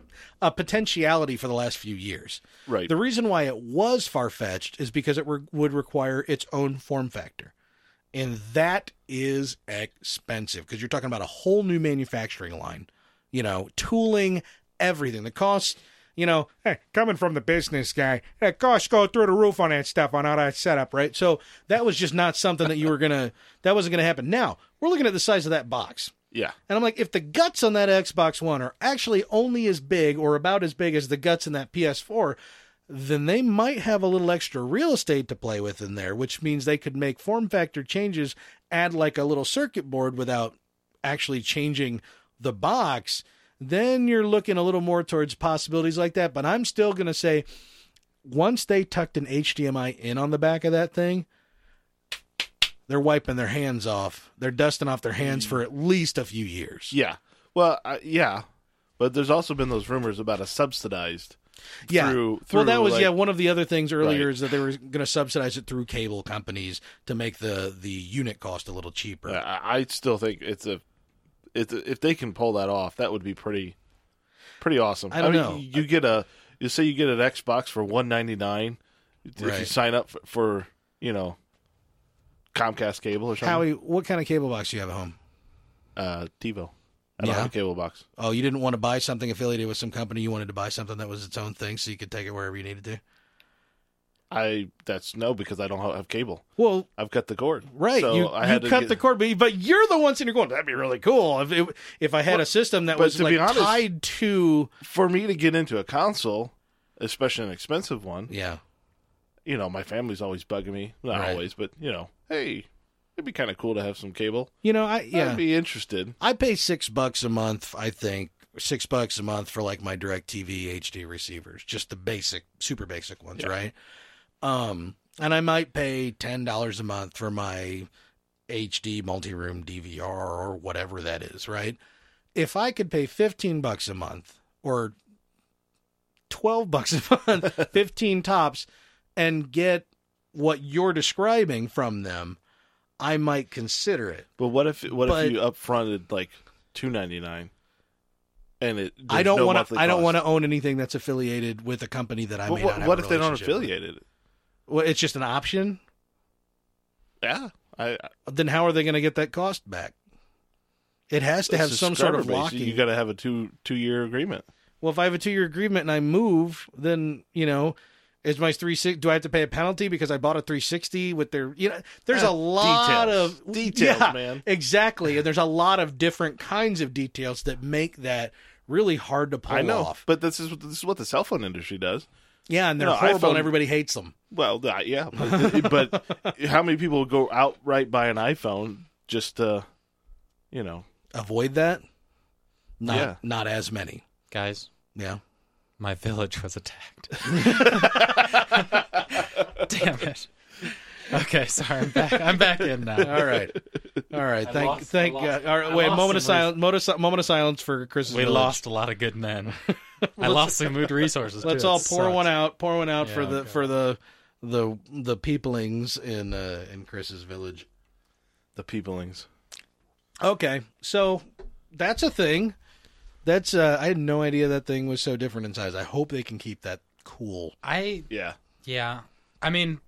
Speaker 3: a potentiality for the last few years.
Speaker 4: right.
Speaker 3: The reason why it was far fetched is because it re- would require its own form factor, and that is expensive because you're talking about a whole new manufacturing line, you know, tooling, everything. The cost, you know,
Speaker 7: Hey, coming from the business guy, hey, costs go through the roof on that stuff, on all that setup, right?
Speaker 3: right? So that was just not something that you were gonna that wasn't gonna happen. Now we're looking at the size of that box.
Speaker 4: yeah,
Speaker 3: And I'm like, if the guts on that Xbox One are actually only as big or about as big as the guts in that PS4, then they might have a little extra real estate to play with in there, which means they could make form factor changes, add like a little circuit board without actually changing the box. Then you're looking a little more towards possibilities like that. But I'm still going to say, once they tucked an HDMI in on the back of that thing, they're wiping their hands off. They're dusting off their hands for at least a few years.
Speaker 4: yeah. Well, I yeah, but there's also been those rumors about a subsidized.
Speaker 3: yeah.
Speaker 4: through-
Speaker 3: well, that
Speaker 4: through,
Speaker 3: was
Speaker 4: like-
Speaker 3: yeah one of the other things earlier
Speaker 4: Right.
Speaker 3: is that they were going to subsidize it through cable companies to make the the unit cost a little cheaper.
Speaker 4: I, I still think it's a, it's a, if they can pull that off, that would be pretty, pretty awesome.
Speaker 3: I don't
Speaker 4: mean,
Speaker 3: know.
Speaker 4: You get a you say you get an Xbox for one ninety nine if you
Speaker 3: Right.
Speaker 4: sign up for, for you know Comcast cable or something.
Speaker 3: Howie, what kind of cable box do you have at home?
Speaker 4: uh, TiVo. I don't
Speaker 3: Yeah.
Speaker 4: have a cable box.
Speaker 3: Oh, you didn't want to buy something affiliated with some company. You wanted to buy something that was its own thing, so you could take it wherever you needed to.
Speaker 4: I that's no because I don't ha- have cable.
Speaker 3: Well,
Speaker 4: I've cut the cord.
Speaker 3: right,
Speaker 4: So
Speaker 3: you,
Speaker 4: I
Speaker 3: you
Speaker 4: had to
Speaker 3: cut
Speaker 4: get-
Speaker 3: the cord, but, but you're the ones in your going. That'd be really cool if it, if I had a system that
Speaker 4: but
Speaker 3: was
Speaker 4: to
Speaker 3: like
Speaker 4: be honest-
Speaker 3: tied to
Speaker 4: For me to get into a console, especially an expensive one,
Speaker 3: yeah.
Speaker 4: you know, my family's always bugging me. Not
Speaker 3: Right.
Speaker 4: always, but you know, hey, it'd be kind of cool to have some cable.
Speaker 3: You know, I yeah.
Speaker 4: I'd be interested.
Speaker 3: I pay six bucks a month, I think, six bucks a month for like my direct TV HD receivers, just the basic, super basic ones, right? Um, and I might pay ten dollars a month for my HD multi room DVR or whatever that is, right? If I could pay fifteen bucks a month or twelve bucks a month, fifteen tops, and get what you're describing from them, I might consider it.
Speaker 4: But what if what
Speaker 3: But-
Speaker 4: if you upfronted like two ninety nine, and it?
Speaker 3: I don't
Speaker 4: there's no
Speaker 3: want to.
Speaker 4: monthly
Speaker 3: I don't
Speaker 4: cost?
Speaker 3: want to own anything that's affiliated with a company that I
Speaker 4: But
Speaker 3: may not
Speaker 4: what
Speaker 3: have
Speaker 4: what
Speaker 3: a
Speaker 4: if they don't
Speaker 3: relationship with.
Speaker 4: affiliate it?
Speaker 3: Well, it's just an option.
Speaker 4: Yeah, I
Speaker 3: Then how are they going to get that cost back? It has to have some sort of
Speaker 4: subscriber base,
Speaker 3: locking.
Speaker 4: You got to have a two two year agreement.
Speaker 3: well, if I have a two-year agreement and I move, then you know, is my three six? Do I have to pay a penalty because I bought a three sixty with their? You know, there's
Speaker 4: Eh,
Speaker 3: a lot
Speaker 4: details.
Speaker 3: of
Speaker 4: Details,
Speaker 3: Yeah,
Speaker 4: man.
Speaker 3: Exactly, and there's a lot of different kinds of details that make that really hard to pull
Speaker 4: I know,
Speaker 3: off.
Speaker 4: but this is what- this is what the cell phone industry does.
Speaker 3: Yeah, and they're
Speaker 4: No,
Speaker 3: horrible,
Speaker 4: iPhone-
Speaker 3: and everybody hates them.
Speaker 4: Well, uh, yeah, but, but how many people go outright buy an iPhone just to, you know,
Speaker 3: avoid that not
Speaker 4: Yeah.
Speaker 3: not as many
Speaker 2: guys,
Speaker 3: yeah
Speaker 2: my village was attacked. Damn it. Okay, sorry, I'm back. I'm back in now.
Speaker 3: all right all right thank
Speaker 2: lost-
Speaker 3: thank
Speaker 2: I lost-
Speaker 3: god all
Speaker 2: I
Speaker 3: right wait
Speaker 2: lost
Speaker 3: moment of
Speaker 2: some reason.
Speaker 3: silence moment of, si- moment of silence for chris
Speaker 2: We lost a lot of good men. I lost some mood resources.
Speaker 3: let's
Speaker 2: too. It
Speaker 3: all pour
Speaker 2: sucks.
Speaker 3: one out pour one out
Speaker 2: Yeah,
Speaker 3: for the
Speaker 2: okay.
Speaker 3: for the the the peoplings in uh in chris's village
Speaker 4: the peoplings.
Speaker 3: okay so that's a thing that's uh i had no idea that thing was so different in size i hope they can keep that cool
Speaker 2: I
Speaker 4: Yeah,
Speaker 2: Yeah. I mean,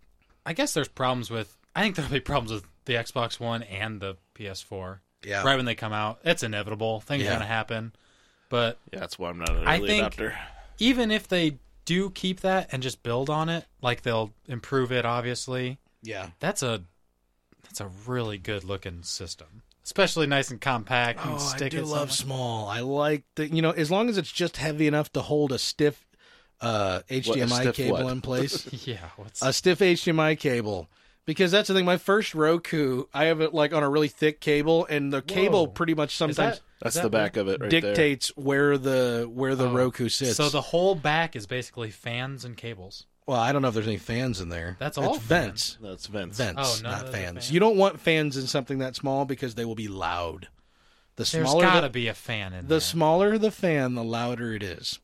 Speaker 2: I guess there's problems with. I think there'll be problems with the Xbox One and the PS4
Speaker 3: yeah
Speaker 2: right when they come out. It's inevitable. Things
Speaker 3: Yeah.
Speaker 2: are going to happen. But
Speaker 4: yeah, that's why I'm not an early
Speaker 2: I think-
Speaker 4: adopter.
Speaker 2: even if they do keep that and just build on it, like they'll improve it, obviously,
Speaker 3: yeah
Speaker 2: that's a that's a really good looking system. Especially nice and compact. You can
Speaker 3: Oh,
Speaker 2: stick
Speaker 3: I do
Speaker 2: it
Speaker 3: love
Speaker 2: somewhere.
Speaker 3: small. I like the you know as long as it's just heavy enough to hold a stiff uh, HDMI
Speaker 4: stiff
Speaker 3: cable
Speaker 4: what?
Speaker 3: in place.
Speaker 2: Yeah. What's,
Speaker 3: a stiff HDMI cable Because that's the thing. My first Roku, I have it like on a really thick cable, and the cable
Speaker 2: Whoa.
Speaker 3: pretty much
Speaker 2: Is
Speaker 3: sometimes
Speaker 2: that,
Speaker 4: That's
Speaker 2: is
Speaker 4: the
Speaker 2: that
Speaker 4: back of it right there.
Speaker 3: dictates where the where the
Speaker 2: Oh.
Speaker 3: Roku
Speaker 2: right?
Speaker 3: sits.
Speaker 2: So the whole back is basically fans and cables.
Speaker 3: well, I don't know if there's any fans in there.
Speaker 2: That's all
Speaker 3: It's vents.
Speaker 4: That's Vince.
Speaker 3: Vents,
Speaker 2: Oh, none of
Speaker 3: not
Speaker 2: those are
Speaker 3: fans.
Speaker 2: fans.
Speaker 3: You don't want fans in something that small because they will be loud. The
Speaker 2: There's
Speaker 3: smaller
Speaker 2: got to
Speaker 3: the,
Speaker 2: be a fan in
Speaker 3: the
Speaker 2: there.
Speaker 3: smaller the fan, the louder it is.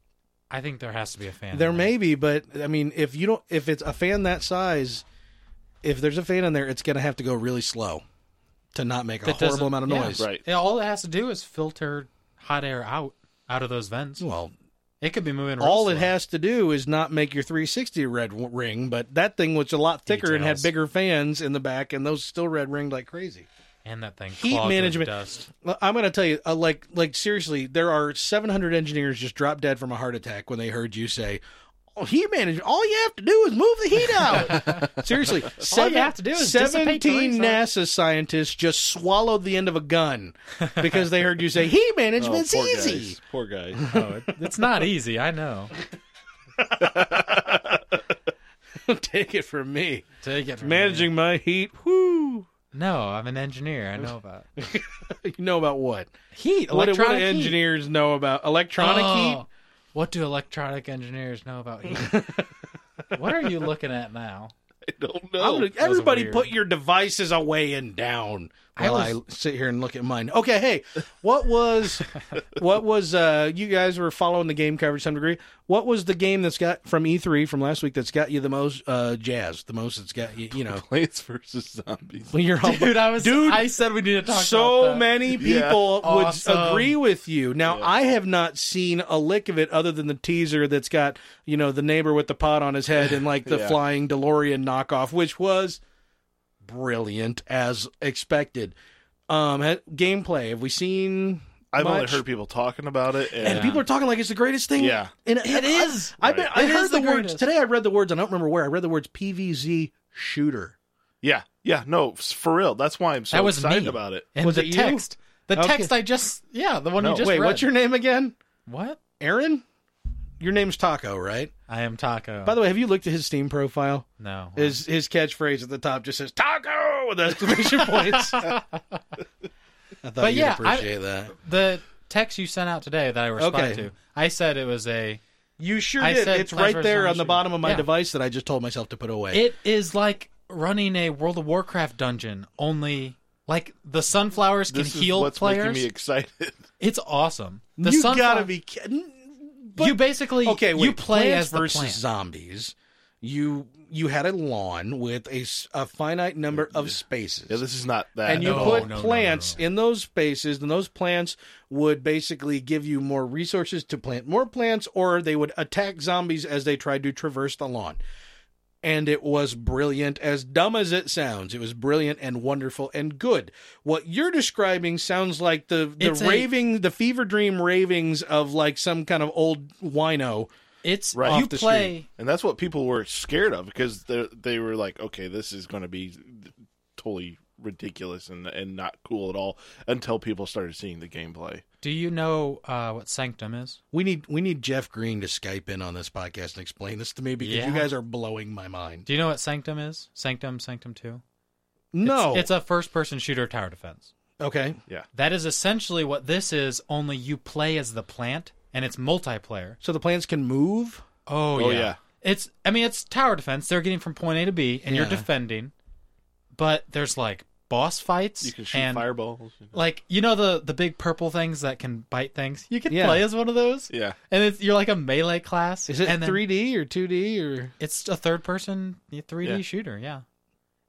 Speaker 2: I think there has to be a fan.
Speaker 3: There
Speaker 2: in
Speaker 3: may be, but I mean, if you don't, if it's a fan that size, if there's a fan in there, it's going to have to go really slow to not make a
Speaker 2: That doesn't-
Speaker 3: horrible amount of
Speaker 2: yeah,
Speaker 3: noise.
Speaker 4: Right.
Speaker 2: Yeah, all it has to do is filter hot air out out of those vents.
Speaker 3: Well,
Speaker 2: It could be moving. real
Speaker 3: all it
Speaker 2: slow.
Speaker 3: has to do is not make your 360 red w- ring, but that thing was a lot thicker and had
Speaker 2: Details.
Speaker 3: bigger fans in the back, and those still red ringed like crazy.
Speaker 2: and that thing
Speaker 3: Heat
Speaker 2: clogged with
Speaker 3: management.
Speaker 2: dust.
Speaker 3: Well, I'm going to tell you, uh, like, like seriously, there are 700 engineers just dropped dead from a heart attack when they heard you say. Oh, heat management. All you have to do is move the heat out. Seriously,
Speaker 2: All you have to do is dissipate the
Speaker 3: seventeen
Speaker 2: resource.
Speaker 3: NASA scientists just swallowed the end of a gun because they heard you say heat
Speaker 4: Oh,
Speaker 3: management's
Speaker 4: poor
Speaker 3: easy.
Speaker 4: guys. Poor guys.
Speaker 2: Oh, it, it's not easy. I know.
Speaker 3: Take it from me.
Speaker 2: Take it from me.
Speaker 3: Managing my heat. Whoo.
Speaker 2: No, I'm an engineer. I know about it.
Speaker 3: You know about what?
Speaker 2: heat.
Speaker 3: What do, what do
Speaker 2: Electronic heat.
Speaker 3: engineers know about electronic
Speaker 2: Oh,
Speaker 3: heat?
Speaker 2: What do electronic engineers know about heat? what are you looking at now?
Speaker 4: I don't
Speaker 3: I'm
Speaker 2: Oh,
Speaker 4: know.
Speaker 3: gonna- everybody,
Speaker 2: weird.
Speaker 3: put your devices away and down.
Speaker 2: I
Speaker 3: While I,
Speaker 2: was-
Speaker 3: sit here and look at mine. Okay, hey, what was, what was? uh You guys were following the game coverage to some degree. What was the game that's got from E3 from last week that's got you the most uh jazz? The most that's got you, you know.
Speaker 4: Plants versus Zombies.
Speaker 3: When you're all,
Speaker 2: Dude, I was.
Speaker 3: Dude,
Speaker 2: I said we need to talk. about
Speaker 3: so
Speaker 2: that.
Speaker 3: many people
Speaker 4: Yeah.
Speaker 3: would
Speaker 2: Awesome.
Speaker 3: agree with you. Now,
Speaker 4: Yeah.
Speaker 3: I have not seen a lick of it other than the teaser that's got, you know, the neighbor with the pot on his head and like the
Speaker 4: Yeah.
Speaker 3: flying DeLorean knockoff, which was brilliant as expected. Um, ha- gameplay, have we seen?
Speaker 4: I've only
Speaker 3: much.
Speaker 4: heard people talking about it, and,
Speaker 3: And people are talking like it's the greatest thing.
Speaker 4: Yeah.
Speaker 3: and it
Speaker 2: is.
Speaker 3: I, have been,
Speaker 4: Right.
Speaker 3: I
Speaker 2: It
Speaker 3: heard
Speaker 2: is
Speaker 3: the,
Speaker 2: the
Speaker 3: words
Speaker 2: greatest.
Speaker 3: today. I read the words. I don't remember where. I read the words PVZ shooter.
Speaker 4: yeah, yeah, no, s- for real. That's why I'm so
Speaker 2: That was
Speaker 4: excited
Speaker 2: me.
Speaker 4: about it.
Speaker 2: And
Speaker 3: Was
Speaker 2: the
Speaker 3: it you?
Speaker 2: text. The
Speaker 3: Okay.
Speaker 2: text I just. Yeah, the one
Speaker 4: No.
Speaker 2: you just
Speaker 3: Wait,
Speaker 2: read.
Speaker 3: what's your name again?
Speaker 2: what?
Speaker 3: Aaron. Your name's Taco, right?
Speaker 2: I am Taco.
Speaker 3: By the way, have you looked at his Steam profile?
Speaker 2: no.
Speaker 3: His his catchphrase at the top just says "Taco" with exclamation points. I thought
Speaker 2: But
Speaker 3: you'd
Speaker 2: yeah, I-
Speaker 3: appreciate that.
Speaker 2: the text you sent out today that I responded
Speaker 3: Okay.
Speaker 2: to, I said it was a.
Speaker 3: You sure
Speaker 2: I
Speaker 3: did.
Speaker 2: said
Speaker 3: It's
Speaker 2: Plants
Speaker 3: right
Speaker 2: vs.
Speaker 3: there on
Speaker 2: Zombies
Speaker 3: the
Speaker 2: shooter.
Speaker 3: bottom of my
Speaker 2: Yeah.
Speaker 3: device that I just told myself to put away.
Speaker 2: It is like running a World of Warcraft dungeon, only like the sunflowers can
Speaker 4: This is
Speaker 2: heal
Speaker 4: what's
Speaker 2: players.
Speaker 4: making me excited.
Speaker 2: It's awesome. The
Speaker 3: you
Speaker 2: sunflow-
Speaker 3: gotta be kidding.
Speaker 2: you basically
Speaker 3: Okay, wait,
Speaker 2: you play
Speaker 3: Plants
Speaker 2: as the
Speaker 3: versus
Speaker 2: plant.
Speaker 3: zombies. You you had a lawn with a, s- a finite number of spaces.
Speaker 4: Yeah, this is not that.
Speaker 3: and you
Speaker 2: Uh, No,
Speaker 3: put
Speaker 2: no, no,
Speaker 3: plants
Speaker 2: no, no.
Speaker 3: in those spaces, and those plants would basically give you more resources to plant more plants, or they would attack zombies as they tried to traverse the lawn. And it was brilliant, as dumb as it sounds. It was brilliant and wonderful and good. What you're describing sounds like the the
Speaker 2: It's a-
Speaker 3: raving, the fever dream ravings of like some kind of old wino.
Speaker 2: It's
Speaker 4: Right.
Speaker 2: you
Speaker 4: Off
Speaker 3: the
Speaker 2: play.
Speaker 4: and that's what people were scared of because they they were like, okay, this is going to be totally ridiculous and and not cool at all until people started seeing the gameplay.
Speaker 2: Do you know uh, what Sanctum is?
Speaker 3: We need we need Jeff Green to Skype in on this podcast and explain this to me because
Speaker 2: Yeah.
Speaker 3: you guys are blowing my mind.
Speaker 2: Do you know what Sanctum is? Sanctum, Sanctum Two.
Speaker 3: No,
Speaker 2: it's, it's a first-person shooter tower defense.
Speaker 3: okay.
Speaker 2: That is essentially what this is. Only you play as the plant, and it's multiplayer.
Speaker 3: So the plants can move.
Speaker 2: Oh,
Speaker 4: Oh,
Speaker 2: yeah.
Speaker 4: yeah.
Speaker 2: It's I mean it's tower defense. They're getting from point A to B and you're
Speaker 3: Yeah.
Speaker 2: defending. But there's like boss fights
Speaker 4: You can shoot
Speaker 2: and
Speaker 4: fireballs.
Speaker 2: like you know the the big purple things that can bite things. You can
Speaker 3: Yeah.
Speaker 2: play as one of those.
Speaker 4: Yeah,
Speaker 2: And it's, you're like a melee class.
Speaker 3: Is it
Speaker 2: and then
Speaker 3: 3D or 2D or?
Speaker 2: It's a third person 3D
Speaker 4: Yeah.
Speaker 2: shooter, yeah.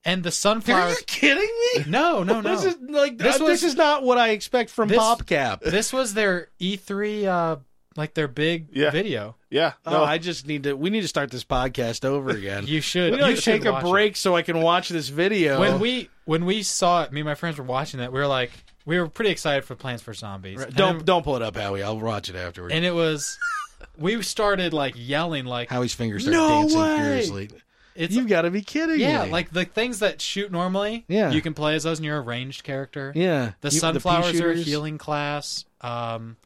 Speaker 2: And the sunflowers
Speaker 3: kidding me?
Speaker 2: No, no, no.
Speaker 3: This is like
Speaker 2: This
Speaker 3: this,
Speaker 2: was-
Speaker 3: this is not what I expect from
Speaker 2: This-
Speaker 3: PopCap.
Speaker 2: this was their E3 uh like their big
Speaker 4: Yeah.
Speaker 2: video.
Speaker 4: yeah. No,
Speaker 3: Oh, I just need to. We need to start this podcast over again.
Speaker 2: You should
Speaker 3: we need
Speaker 2: you
Speaker 3: to
Speaker 2: should
Speaker 3: take a
Speaker 2: watch it.
Speaker 3: break so I can watch this video.
Speaker 2: when we when we saw it, me and my friends were watching that. We were like, we were pretty excited for Plants for Zombies.
Speaker 3: Right,
Speaker 2: and,
Speaker 3: don't
Speaker 2: it-
Speaker 3: don't pull it up, Howie. I'll watch it afterwards.
Speaker 2: and it was, we started like yelling, like
Speaker 3: Howie's fingers start
Speaker 2: No
Speaker 3: dancing
Speaker 2: way!
Speaker 3: furiously.
Speaker 2: it's
Speaker 3: You've got to be kidding
Speaker 2: yeah,
Speaker 3: me.
Speaker 2: like the things that shoot normally.
Speaker 3: Yeah.
Speaker 2: you can play as those, and you're a ranged character.
Speaker 3: yeah.
Speaker 2: the
Speaker 3: You- pea
Speaker 2: sunflowers are a
Speaker 3: shooters?
Speaker 2: healing class. Um,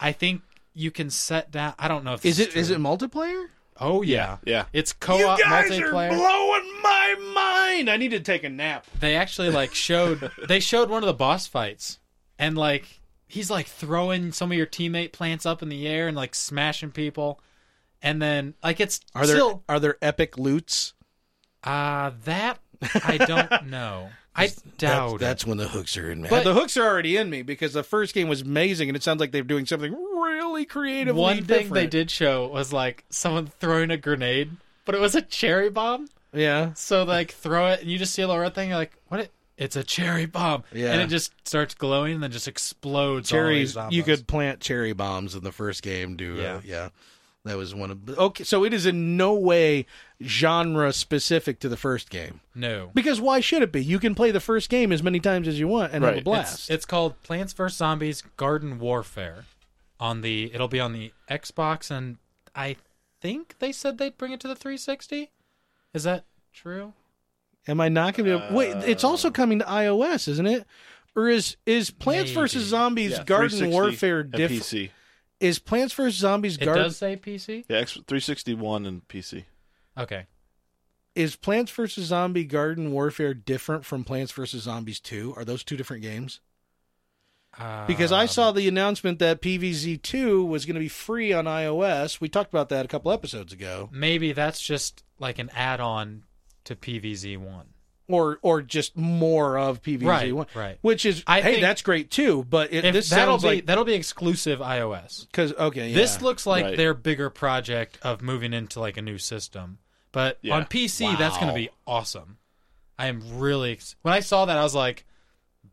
Speaker 2: I think you can set down. I don't know if this
Speaker 3: Is it is it
Speaker 2: true.
Speaker 3: multiplayer?
Speaker 2: Oh yeah,
Speaker 4: Yeah.
Speaker 2: It's co-op multiplayer.
Speaker 6: blowing my mind. I need to take a nap.
Speaker 2: they actually like showed they showed one of the boss fights and like he's like throwing some of your teammate plants up in the air and like smashing people and then like it's
Speaker 3: Are there
Speaker 2: still
Speaker 3: are there epic loots?
Speaker 2: uh that i don't know i
Speaker 3: That's-
Speaker 2: doubt
Speaker 3: that's when the hooks are in. Man.
Speaker 2: But-
Speaker 6: The hooks are already in me because the first game was amazing, and it sounds like they're doing something really
Speaker 2: it.
Speaker 6: creative.
Speaker 2: one thing they did show was like someone throwing a grenade but it was a cherry bomb
Speaker 6: yeah.
Speaker 2: so like throw it and you just see a little red thing you're like what it it's a cherry bomb
Speaker 3: Yeah.
Speaker 2: and it just starts glowing and then just explodes all
Speaker 3: cherries.
Speaker 2: the way to
Speaker 3: You
Speaker 2: zombies.
Speaker 3: could plant cherry bombs in the first game. Do yeah,
Speaker 2: Yeah.
Speaker 3: yeah. That was one of. Okay, so it is in no way genre specific to the first game
Speaker 2: no
Speaker 3: because why should it be? You can play the first game as many times as you want and have a
Speaker 4: Right.
Speaker 3: blast.
Speaker 2: It's, it's called Plants vs Zombies Garden Warfare. On the it'll be on the Xbox and I think they said they'd bring it to the 360. Is that true?
Speaker 3: Am I not going to wait? It's also coming to iOS, isn't it? Or is is Plants
Speaker 2: Maybe.
Speaker 3: vs Zombies
Speaker 4: Yeah,
Speaker 3: Garden
Speaker 4: 360
Speaker 3: Warfare
Speaker 4: and
Speaker 3: different?
Speaker 4: PC.
Speaker 3: Is Plants vs Zombies
Speaker 2: It
Speaker 3: Garden
Speaker 2: does say PC.
Speaker 4: Yeah, X- 361 and PC.
Speaker 2: Okay.
Speaker 3: is Plants vs Zombie Garden Warfare different from Plants vs Zombies Two? Are those two different games?
Speaker 2: Um,
Speaker 3: Because I saw the announcement that PVZ Two was going to be free on iOS. We talked about that a couple episodes ago,
Speaker 2: maybe that's just like an add-on to PVZ one.
Speaker 3: or or just more of PVZ
Speaker 2: Right,
Speaker 3: One,
Speaker 2: right.
Speaker 3: Which is
Speaker 2: I
Speaker 3: hey,
Speaker 2: think-
Speaker 3: that's great too. But it,
Speaker 2: If
Speaker 3: this
Speaker 2: that'll
Speaker 3: sounds
Speaker 2: be
Speaker 3: like
Speaker 2: that'll be exclusive iOS.
Speaker 3: because okay, yeah.
Speaker 2: This looks like
Speaker 4: Right.
Speaker 2: their bigger project of moving into like a new system. But
Speaker 4: Yeah.
Speaker 2: on PC, that's going
Speaker 3: Wow.
Speaker 2: to be awesome. I am really ex- when I saw that, I was like,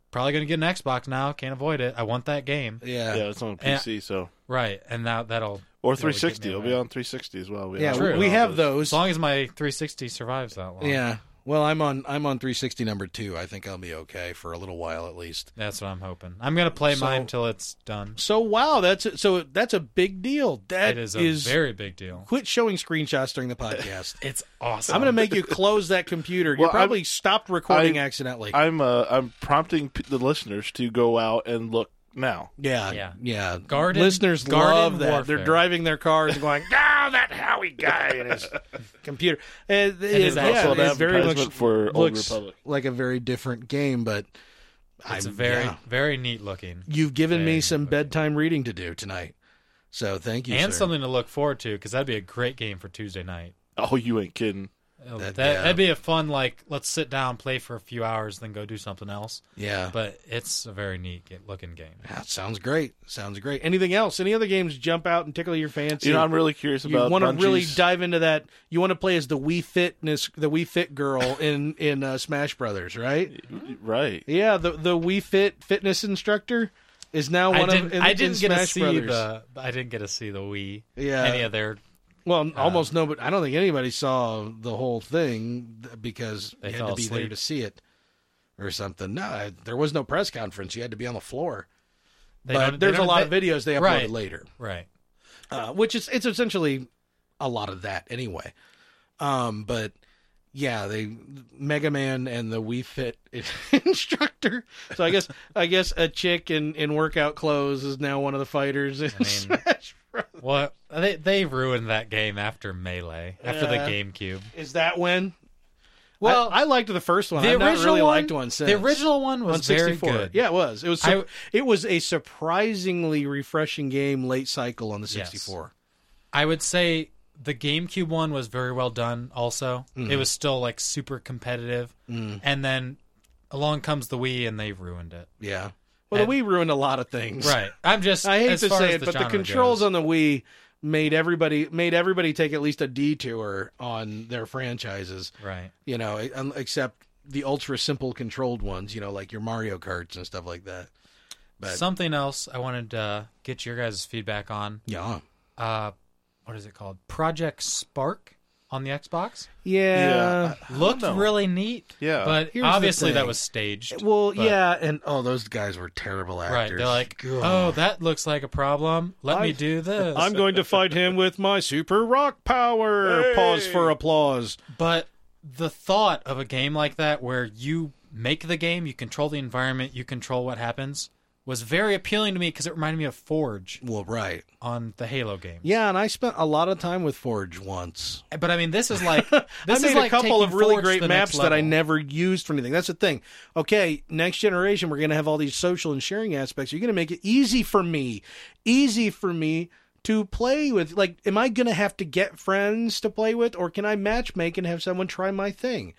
Speaker 2: probably going to get an Xbox now. Can't avoid it. I want that game.
Speaker 3: yeah.
Speaker 4: yeah, it's on
Speaker 2: Yeah.
Speaker 4: PC, so
Speaker 2: Right, and that that'll
Speaker 4: or
Speaker 2: That'll get
Speaker 4: 360.
Speaker 2: me
Speaker 4: It'll
Speaker 2: right.
Speaker 4: be on 360 as well. We
Speaker 3: Yeah,
Speaker 2: True.
Speaker 3: we- we have those.
Speaker 2: as long as my 360 survives that long.
Speaker 3: Yeah. Well, I'm on I'm on 360 number 2. I think I'll be okay for a little while at least.
Speaker 2: that's what I'm hoping. I'm going to play
Speaker 3: So-
Speaker 2: mine till it's done.
Speaker 3: So wow, that's a, so that's a big deal. That
Speaker 2: It is
Speaker 3: is,
Speaker 2: a very big deal.
Speaker 3: quit showing screenshots during the podcast.
Speaker 2: It's awesome.
Speaker 3: I'm going to make you close that computer.
Speaker 4: Well,
Speaker 3: you
Speaker 4: I'm-
Speaker 3: probably stopped recording
Speaker 4: I-
Speaker 3: accidentally.
Speaker 4: I'm uh, I'm prompting p- the listeners to go out and look now.
Speaker 3: yeah. Yeah.
Speaker 2: Yeah.
Speaker 3: Garden,
Speaker 2: Garden-
Speaker 3: Listeners
Speaker 2: garden
Speaker 3: love that. They're
Speaker 2: warfare.
Speaker 3: driving their cars and going, "Ah, that Howie guy and his computer." Uh, It,
Speaker 2: is
Speaker 3: yeah,
Speaker 2: also
Speaker 3: it
Speaker 4: an
Speaker 3: very
Speaker 4: advertisement
Speaker 3: much
Speaker 4: for Old
Speaker 3: looks
Speaker 4: Republic.
Speaker 3: like a very different game, but
Speaker 2: It's
Speaker 3: I'm-
Speaker 2: very
Speaker 3: yeah.
Speaker 2: very neat looking.
Speaker 3: You've given me
Speaker 2: Very
Speaker 3: some bedtime reading to do tonight. So thank you.
Speaker 2: and
Speaker 3: sir.
Speaker 2: something to look forward to because that'd be a great game for Tuesday night.
Speaker 4: Oh, you ain't kidding.
Speaker 2: Oh,
Speaker 3: That-
Speaker 2: That,
Speaker 3: yeah.
Speaker 2: That'd be a fun like let's sit down, play for a few hours, then go do something else.
Speaker 3: Yeah.
Speaker 2: But it's a very neat ga- looking game.
Speaker 3: That sounds great. Sounds great. Anything else? Any other games jump out and tickle your fancy?
Speaker 4: You know, I'm really curious
Speaker 3: you
Speaker 4: about.
Speaker 3: want to
Speaker 4: Bungie's-
Speaker 3: really dive into that. You want to play as the Wii Fitness, the Wii Fit girl in in uh, Smash Brothers, right?
Speaker 4: right?
Speaker 3: Yeah, the the Wii Fit fitness instructor is now
Speaker 2: I
Speaker 3: one
Speaker 2: didn't,
Speaker 3: of in,
Speaker 2: I
Speaker 3: in
Speaker 2: didn't get
Speaker 3: Smash
Speaker 2: to see
Speaker 3: Brothers.
Speaker 2: the I didn't get to see the Wii.
Speaker 3: Yeah.
Speaker 2: Any of their
Speaker 3: well,
Speaker 2: Uh,
Speaker 3: almost no, but I don't think anybody saw the whole thing th- because
Speaker 2: They
Speaker 3: you had
Speaker 2: fell
Speaker 3: to be there
Speaker 2: asleep.
Speaker 3: to see it or something. No, I, there was no press conference. You had to be on the floor.
Speaker 2: they
Speaker 3: but
Speaker 2: don't- they
Speaker 3: there's a
Speaker 2: don't-
Speaker 3: lot
Speaker 2: they-
Speaker 3: of videos they uploaded
Speaker 2: Right.
Speaker 3: later,
Speaker 2: Right.
Speaker 3: uh, which is it's essentially a lot of that anyway. Um, but yeah, they Mega Man and the Wii Fit instructor. So I guess I guess a chick in, in workout clothes is now one of the fighters in
Speaker 2: mean,
Speaker 3: Smash Bros.
Speaker 2: Well, they they ruined that game after Melee, after
Speaker 3: Yeah.
Speaker 2: the GameCube.
Speaker 3: Is that when?
Speaker 2: Well,
Speaker 3: I, I liked the first one.
Speaker 2: the
Speaker 3: I've not
Speaker 2: original
Speaker 3: really
Speaker 2: one-
Speaker 3: liked one since
Speaker 2: The original one was very good.
Speaker 3: Yeah, it was. It was. su-
Speaker 2: I-
Speaker 3: it was a surprisingly refreshing game late cycle on the
Speaker 2: Yes.
Speaker 3: 64.
Speaker 2: I would say the GameCube one was very well done. Also,
Speaker 3: Mm.
Speaker 2: it was still like super competitive, and then along comes the Wii, and they ruined it.
Speaker 3: Yeah. Well, the Wii ruined a lot of things.
Speaker 2: Right. I'm just.
Speaker 3: I hate
Speaker 2: as
Speaker 3: to
Speaker 2: far
Speaker 3: say
Speaker 2: as
Speaker 3: it, but the
Speaker 2: genre
Speaker 3: controls
Speaker 2: goes,
Speaker 3: on the Wii made everybody made everybody take at least a detour on their franchises.
Speaker 2: Right.
Speaker 3: You know, e, un- except the ultra simple controlled ones. You know, like your Mario Karts and stuff like that. But-
Speaker 2: Something else I wanted to uh, get your guys' feedback on.
Speaker 3: Yeah.
Speaker 2: Uh, what is it called? Project Spark on the Xbox
Speaker 3: Yeah.
Speaker 4: I- I don't
Speaker 2: looked
Speaker 4: know.
Speaker 2: really neat.
Speaker 4: Yeah.
Speaker 2: But
Speaker 3: Here's the
Speaker 2: obviously
Speaker 3: thing.
Speaker 2: that was staged.
Speaker 3: Well,
Speaker 2: but-
Speaker 3: yeah, and oh, those guys were terrible
Speaker 2: Right.
Speaker 3: actors.
Speaker 2: They're like,
Speaker 3: God.
Speaker 2: oh, that looks like a problem. Let me
Speaker 3: I've-
Speaker 2: do this.
Speaker 3: I'm going to fight him with my super rock power. Pause for applause.
Speaker 2: But the thought of a game like that, where you make the game, you control the environment, you control what happens, was very appealing to me because it reminded me of Forge
Speaker 3: Well, right.
Speaker 2: on the Halo game.
Speaker 3: Yeah, and I spent a lot of time with Forge once.
Speaker 2: But I mean, this is like this
Speaker 3: I
Speaker 2: is
Speaker 3: made
Speaker 2: like
Speaker 3: a couple
Speaker 2: taking
Speaker 3: of really
Speaker 2: Forge to
Speaker 3: great
Speaker 2: the next
Speaker 3: maps that I
Speaker 2: level.
Speaker 3: never used for anything. That's the thing. Okay, next generation, we're going to have all these social and sharing aspects. You're going to make it easy for me, easy for me to play with. Like, am I going to have to get friends to play with, or can I matchmake and have someone try my thing?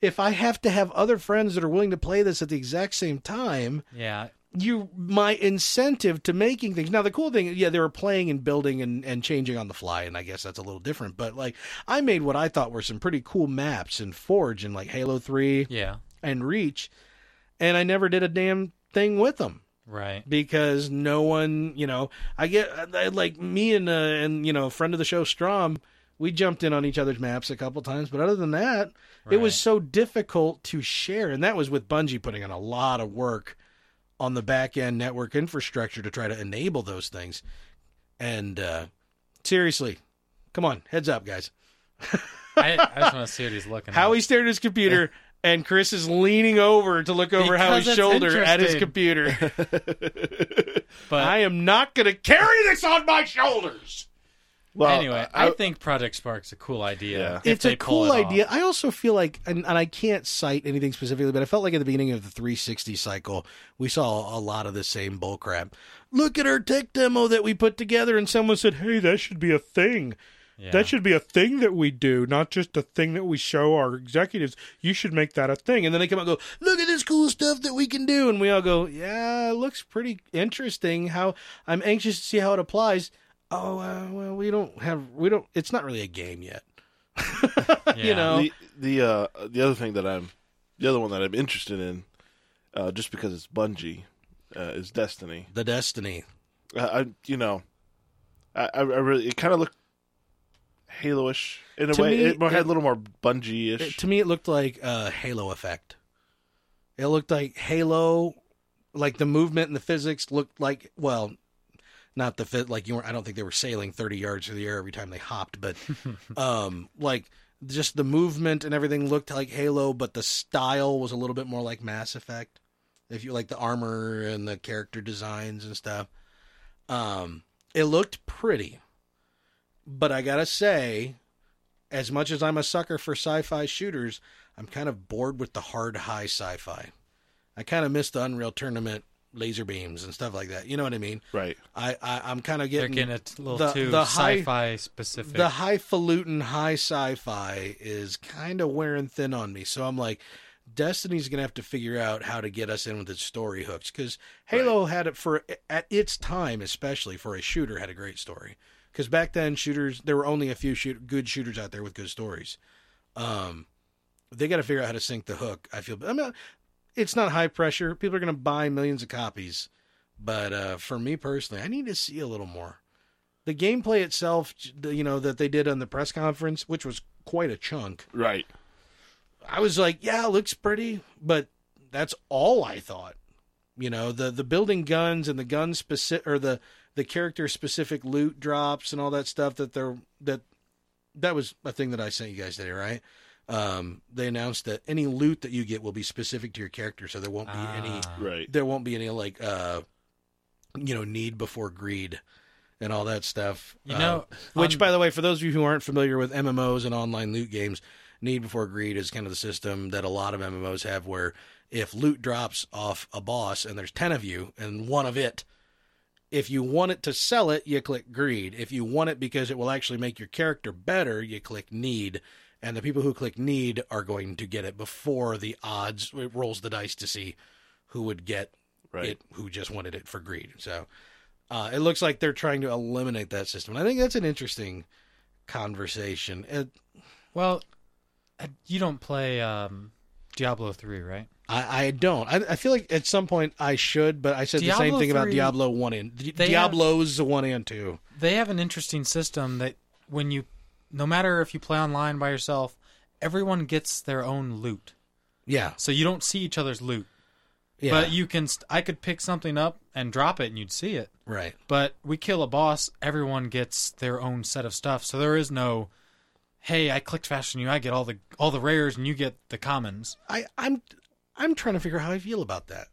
Speaker 3: If I have to have other friends that are willing to play this at the exact same time,
Speaker 2: Yeah,
Speaker 3: you my incentive to making things now the cool thing yeah they were playing and building and, and changing on the fly and i guess that's a little different but like i made what i thought were some pretty cool maps in forge and like halo 3
Speaker 2: yeah,
Speaker 3: and reach and i never did a damn thing with them
Speaker 2: right.
Speaker 3: because no one, you know, I get I- like me and uh, and you know, friend of the show Strom, we jumped in on each other's maps a couple times, but other than that, it
Speaker 2: Right.
Speaker 3: was so difficult to share, and that was with Bungie putting in a lot of work on the back end network infrastructure to try to enable those things. And uh, seriously, come on, heads up, guys.
Speaker 2: I, I just want to see what he's looking.
Speaker 3: How
Speaker 2: at.
Speaker 3: he stared at his computer. And Chris is leaning over to look over how
Speaker 2: Because
Speaker 3: his
Speaker 2: it's
Speaker 3: shoulder at his
Speaker 2: interesting.
Speaker 3: computer.
Speaker 2: but
Speaker 3: I am not going to carry this on my shoulders.
Speaker 4: Well,
Speaker 2: anyway, I, think Project Spark's a cool idea.
Speaker 4: Yeah.
Speaker 2: if
Speaker 3: it's
Speaker 2: they
Speaker 3: a
Speaker 2: pull
Speaker 3: cool
Speaker 2: it off.
Speaker 3: idea. I also feel like, and, and I can't cite anything specifically, but I felt like at the beginning of the 360 cycle, we saw a lot of the same bullcrap. Look at our tech demo that we put together, and someone said, "Hey, that should be a thing.
Speaker 2: Yeah.
Speaker 7: That should be a thing that we do, not just a thing that we show our executives. You should make that a thing.
Speaker 3: thing." And then they come out and go, "Look at this cool stuff that we can do," and we all go, "Yeah, it looks pretty interesting. How I'm anxious to see how it applies." Oh uh, well, we don't have we don't. It's not really a game yet.
Speaker 2: Yeah.
Speaker 3: You know,
Speaker 4: the the uh, the other thing that I'm the other one that I'm interested in, uh, just because it's Bungie, uh, is Destiny.
Speaker 3: the Destiny.
Speaker 4: I, I you know, I I I really it kind of looked Halo-ish in a
Speaker 3: To
Speaker 4: way.
Speaker 3: me,
Speaker 4: it more- had
Speaker 3: it-
Speaker 4: a little more
Speaker 3: It-
Speaker 4: Bungie-ish.
Speaker 3: to me, it looked like a Halo effect. It looked like Halo, like the movement and the physics looked like well, not the fit like you were. I don't think they were sailing thirty yards through the air every time they hopped, but um, like just the movement and everything looked like Halo, but the style was a little bit more like Mass Effect. If you like the armor and the character designs and stuff, um, it looked pretty. But I gotta say, as much as I'm a sucker for sci-fi shooters, I'm kind of bored with the hard high sci-fi. I kind of miss the Unreal Tournament laser beams and stuff like that. You know what I mean?
Speaker 4: right.
Speaker 3: I, I I'm kind of
Speaker 2: they're
Speaker 3: getting,
Speaker 2: getting a t- little
Speaker 3: the-
Speaker 2: too
Speaker 3: the high-
Speaker 2: sci-fi specific.
Speaker 3: the highfalutin high sci-fi is kind of wearing thin on me. So I'm like, Destiny's gonna have to figure out how to get us in with its story hooks because Halo had it for at its time, especially for a shooter, had a great story. Because back then, shooters there were only a few shoot, good shooters out there with good stories. Um, they got to figure out how to sync the hook. I feel, I mean, it's not high pressure. People are gonna buy millions of copies, but uh, for me personally, I need to see a little more the gameplay itself, the- you know, that they did on the press conference, which was quite a chunk.
Speaker 4: Right.
Speaker 3: I was like, yeah, it looks pretty, but that's all I thought. You know, the the building guns and the gun specific or the the character specific loot drops and all that stuff that they're that that was a thing that I sent you guys today, right? Um, they announced that any loot that you get will be specific to your character, so there won't be any
Speaker 2: Ah.
Speaker 4: Right.
Speaker 3: there won't be any like uh you know need before greed and all that stuff
Speaker 2: You
Speaker 3: Uh,
Speaker 2: know, um,
Speaker 3: which
Speaker 2: on-
Speaker 3: by the way for those of you who aren't familiar with mmos and online loot games need before greed is kind of the system that a lot of mmos have where if loot drops off a boss and there's 10 of you and one of it if you want it to sell it you click greed if you want it because it will actually make your character better you click need and the people who click need are going to get it before the odds it rolls the dice to see who would get
Speaker 4: Right.
Speaker 3: it who just wanted it for greed. So uh, it looks like they're trying to eliminate that system. And I think that's an interesting conversation. It,
Speaker 2: Well, uh, you don't play um, Diablo three, right?
Speaker 3: I, I don't. I, I feel like at some point I should, but I said the same
Speaker 2: Diablo
Speaker 3: thing about
Speaker 2: 3
Speaker 3: Diablo one and Di-
Speaker 2: they have-
Speaker 3: Diablo's the one and two.
Speaker 2: They have an interesting system that when you, no matter if you play online by yourself, everyone gets their own loot,
Speaker 3: Yeah,
Speaker 2: so you don't see each other's loot.
Speaker 3: yeah,
Speaker 2: But you can. St- I could pick something up and drop it, and you'd see it.
Speaker 3: right.
Speaker 2: But we kill a boss, everyone gets their own set of stuff. So there is no, hey, I clicked faster than you, I get all the all the rares, and you get the commons.
Speaker 3: I, I'm I'm trying to figure out how I feel about that.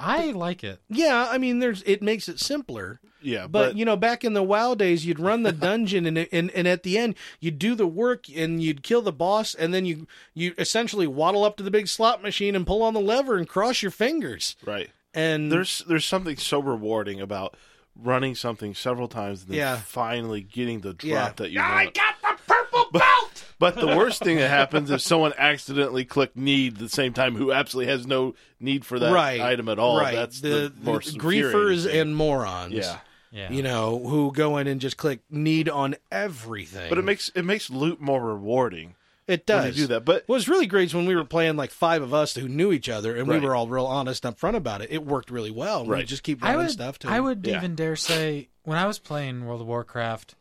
Speaker 2: I like it.
Speaker 3: Yeah, I mean, there's it makes it simpler.
Speaker 4: Yeah,
Speaker 3: But, you know, back in the WoW days, you'd run the dungeon, and it- and and at the end, you'd do the work, and you'd kill the boss, and then you you essentially waddle up to the big slot machine and pull on the lever and cross your fingers.
Speaker 4: right.
Speaker 3: And
Speaker 4: There's there's something so rewarding about running something several times and then
Speaker 3: Yeah.
Speaker 4: finally getting the drop
Speaker 3: Yeah.
Speaker 4: that you want.
Speaker 7: got the purple belt.
Speaker 4: But the worst thing that happens if someone accidentally clicked need the same time who absolutely has no need for that
Speaker 3: Right,
Speaker 4: item at all.
Speaker 3: right,
Speaker 4: That's the, more infuriating
Speaker 3: griefers
Speaker 4: thing.
Speaker 3: and morons.
Speaker 4: yeah.
Speaker 2: Yeah.
Speaker 3: you know, who go in and just click need on everything.
Speaker 4: But it makes it makes loot more rewarding
Speaker 3: it
Speaker 4: when you
Speaker 3: does
Speaker 4: do that. But
Speaker 3: What was really great is when we were playing like five of us who knew each other, and
Speaker 4: Right.
Speaker 3: we were all real honest and upfront about it. It worked really well. We
Speaker 4: Right.
Speaker 3: just keep
Speaker 2: I
Speaker 3: running
Speaker 2: would,
Speaker 3: stuff to.
Speaker 2: I
Speaker 3: them.
Speaker 2: would
Speaker 4: Yeah.
Speaker 2: even dare say when I was playing World of Warcraft,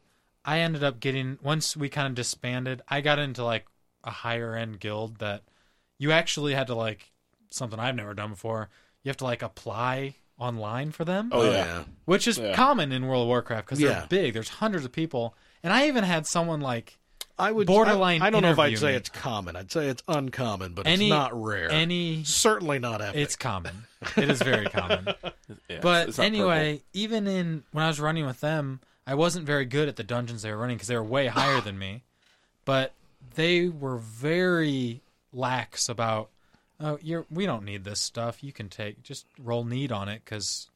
Speaker 2: I ended up getting once we kind of disbanded. I got into like a higher end guild that you actually had to like something I've never done before. You have to like apply online for them,
Speaker 4: oh,
Speaker 3: Oh,
Speaker 4: yeah.
Speaker 3: yeah.
Speaker 2: which is
Speaker 4: yeah.
Speaker 2: common in World of Warcraft because
Speaker 3: Yeah.
Speaker 2: they're big. There's hundreds of people, and I even had someone like
Speaker 3: I would
Speaker 2: borderline
Speaker 3: I, I don't know if I'd
Speaker 2: interview
Speaker 3: say
Speaker 2: me.
Speaker 3: it's common. I'd say it's uncommon, but
Speaker 2: Any-
Speaker 3: it's not rare.
Speaker 2: any.
Speaker 3: Certainly not epic.
Speaker 2: It's common. It is very common.
Speaker 4: Yeah,
Speaker 2: But
Speaker 4: it's not
Speaker 2: anyway, even in when I was running with them, I wasn't very good at the dungeons they were running because they were way higher than me. But they were very lax about, oh, you're we don't need this stuff. You can take just roll need on it because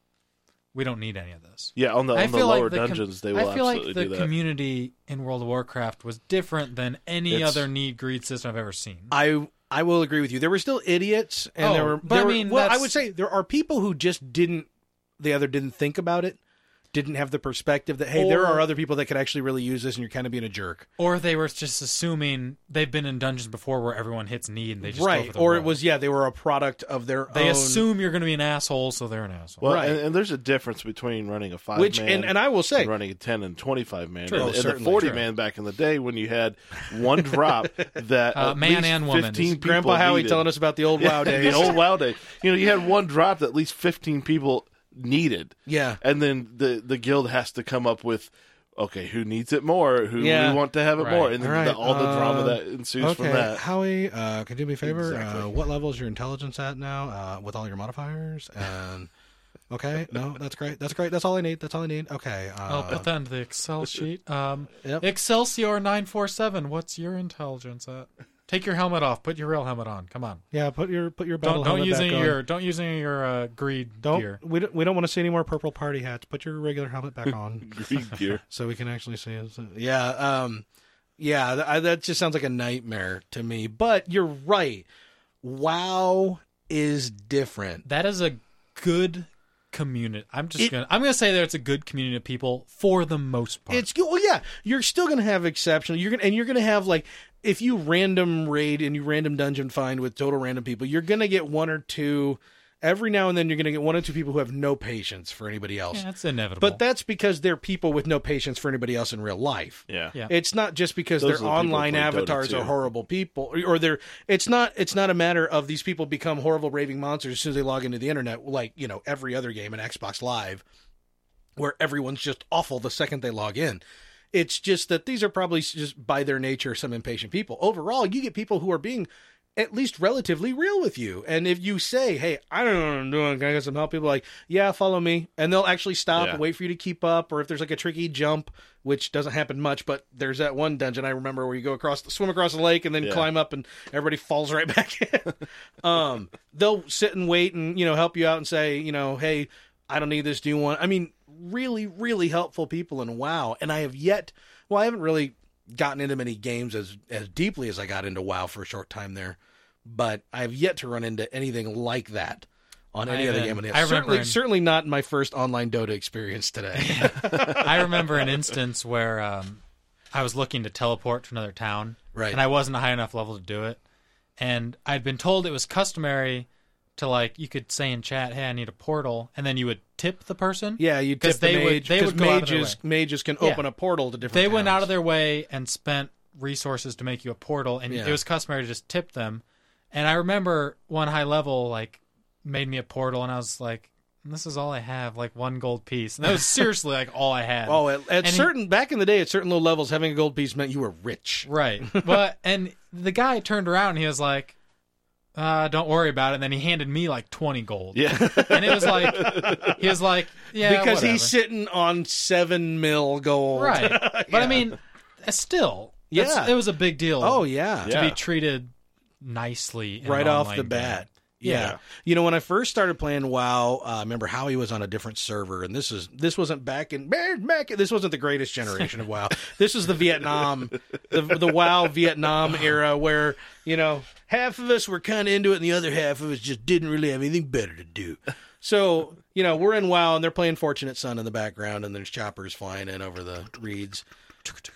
Speaker 2: we don't need any of this.
Speaker 4: Yeah, on the,
Speaker 2: I
Speaker 4: on the
Speaker 2: feel
Speaker 4: lower
Speaker 2: like the com-
Speaker 4: dungeons, they will
Speaker 2: I feel
Speaker 4: absolutely
Speaker 2: like the
Speaker 4: do that.
Speaker 2: community in World of Warcraft was different than any
Speaker 4: It's-
Speaker 2: other need greed system I've ever seen.
Speaker 3: I I will agree with you. There were still idiots, and
Speaker 2: Oh,
Speaker 3: there were.
Speaker 2: but
Speaker 3: there
Speaker 2: I
Speaker 3: were-
Speaker 2: mean,
Speaker 3: well, I
Speaker 2: that's-
Speaker 3: would say there are people who just didn't. The other didn't think about it, didn't have the perspective that hey, there
Speaker 2: Or-
Speaker 3: are other people that could actually really use this, and you're kind of being a jerk,
Speaker 2: or they were just assuming they've been in dungeons before where everyone hits need and they just go
Speaker 3: right?
Speaker 2: for the
Speaker 3: Or it
Speaker 2: roll.
Speaker 3: was yeah, they were a product of their
Speaker 2: They
Speaker 3: own.
Speaker 2: assume you're going to be an asshole, so they're an asshole.
Speaker 4: well,
Speaker 3: Right.
Speaker 4: and, and there's a difference between running a five
Speaker 3: which
Speaker 4: man
Speaker 3: and, and I will say
Speaker 4: and running a 10 and 25 man
Speaker 2: True.
Speaker 4: and,
Speaker 3: Oh,
Speaker 4: and the
Speaker 3: certainly,
Speaker 4: 40
Speaker 3: true.
Speaker 4: man back in the day when you had one drop that
Speaker 2: Uh,
Speaker 4: at
Speaker 2: man
Speaker 4: least
Speaker 2: and woman.
Speaker 4: 15 people
Speaker 3: Grandpa Howie
Speaker 4: needed.
Speaker 3: telling us about the old WoW days.
Speaker 4: the old wow day you know you had one drop that at least 15 people needed
Speaker 3: yeah,
Speaker 4: and then the the guild has to come up with okay who needs it more who
Speaker 3: Yeah.
Speaker 4: we want to have it
Speaker 2: Right.
Speaker 4: more and then
Speaker 3: All right,
Speaker 4: the, all the drama
Speaker 3: um,
Speaker 4: that ensues
Speaker 3: okay,
Speaker 4: from that
Speaker 3: Howie, uh, can you do me a favor?
Speaker 4: Exactly.
Speaker 3: Uh, what level is your intelligence at now uh, with all your modifiers? And okay, no, that's great. That's great. That's all I need. That's all I need. Okay. Uh,
Speaker 2: I'll put that into Oh, the Excel sheet. Um,
Speaker 3: Yep.
Speaker 2: Excelsior nine four seven. What's your intelligence at? Take your helmet off. Put your real helmet on. Come on.
Speaker 3: Yeah, put your put your
Speaker 2: Don't
Speaker 3: battle
Speaker 2: don't
Speaker 3: helmet
Speaker 2: use
Speaker 3: back
Speaker 2: any
Speaker 3: on.
Speaker 2: of your don't use any of your uh, greed
Speaker 3: don't
Speaker 2: gear.
Speaker 3: we don't we don't want to see any more purple party hats. Put your regular helmet back on
Speaker 4: green gear
Speaker 3: so we can actually see. It. Yeah, um, yeah, th- I, that just sounds like a nightmare to me. But you're right. WoW is different.
Speaker 2: That is a good community. I'm just
Speaker 3: It-
Speaker 2: gonna I'm gonna say that it's a good community of people for the most part.
Speaker 3: It's well, yeah. You're still gonna have exceptional. You're gonna and you're gonna have like if you random raid and you random dungeon find with total random people, you're gonna get one or two. Every now and then, you're gonna get one or two people who have no patience for anybody else.
Speaker 2: yeah, it's inevitable.
Speaker 3: But that's because they're people with no patience for anybody else in real life.
Speaker 4: yeah
Speaker 2: Yeah.
Speaker 3: It's not just because
Speaker 4: Those are the
Speaker 3: their
Speaker 4: people who
Speaker 3: online
Speaker 4: play Dota
Speaker 3: avatars
Speaker 4: too.
Speaker 3: are horrible people, or- or they're. It's not. It's not a matter of these people become horrible raving monsters as soon as they log into the internet, like you know every other game in Xbox Live, where everyone's just awful the second they log in. It's just that these are probably just by their nature some impatient people. Overall, you get people who are being at least relatively real with you. And if you say, "Hey, I don't know what I'm doing. Can I get some help?" People are like, "Yeah, follow me," and they'll actually stop
Speaker 4: Yeah.
Speaker 3: and wait for you to keep up. Or if there's like a tricky jump, which doesn't happen much, but there's that one dungeon I remember where you go across, swim across the lake, and then
Speaker 4: Yeah.
Speaker 3: climb up, and everybody falls right back in. um, they'll sit and wait, and you know, help you out and say, you know, "Hey, I don't need this. Do you want?" I mean, really, really helpful people. And wow, and I have yet. Well, I haven't really gotten into many games as as deeply as I got into WoW for a short time there but I have yet to run into anything like that on any
Speaker 2: I
Speaker 3: other
Speaker 2: haven't.
Speaker 3: game. on the-
Speaker 2: I remember
Speaker 3: certainly,
Speaker 2: in-
Speaker 3: certainly not in my first online Dota experience today.
Speaker 2: I remember an instance where um, I was looking to teleport to another town,
Speaker 3: Right.
Speaker 2: And I wasn't a high enough level to do it, and I'd been told it was customary to like you could say in chat, "Hey, I need a portal," and then you would tip the person.
Speaker 3: yeah, you tip
Speaker 2: 'Cause
Speaker 3: the
Speaker 2: they would-
Speaker 3: mage
Speaker 2: they
Speaker 3: 'cause
Speaker 2: would go out of their
Speaker 3: mages mages can
Speaker 2: Yeah.
Speaker 3: open a portal to different.
Speaker 2: they went out of their way and spent resources to make you a portal, and
Speaker 3: Yeah.
Speaker 2: it was customary to just tip them. And I remember one high level like made me a portal, and I was like. This is all I have, like one gold piece, and that was seriously like all I had.
Speaker 3: Oh, at, at
Speaker 2: And he-
Speaker 3: certain back in the day, at certain low levels, having a gold piece meant you were rich.
Speaker 2: Right. But and the guy turned around and he was like, uh, don't worry about it. And then he handed me like 20 gold.
Speaker 4: Yeah.
Speaker 2: And it was like, he was like, yeah,
Speaker 3: because
Speaker 2: whatever.
Speaker 3: he's sitting on seven mil gold.
Speaker 2: right. But I mean, uh, still, that's-
Speaker 3: Yeah.
Speaker 2: it was a big deal
Speaker 3: Oh yeah.
Speaker 2: to
Speaker 4: Yeah.
Speaker 2: be treated nicely in an
Speaker 3: Right off
Speaker 2: online
Speaker 3: the
Speaker 2: game.
Speaker 3: bat. Yeah.
Speaker 2: Yeah.
Speaker 3: You know, when I first started playing WoW, uh, I remember Howie was on a different server, and this is this wasn't back in back. This wasn't the greatest generation of WoW. This is the Vietnam, the the WoW Vietnam era, where you know half of us were kind of into it, and the other half of us just didn't really have anything better to do. So you know, we're in WoW, and they're playing Fortunate Son in the background, and there's choppers flying in over the reeds.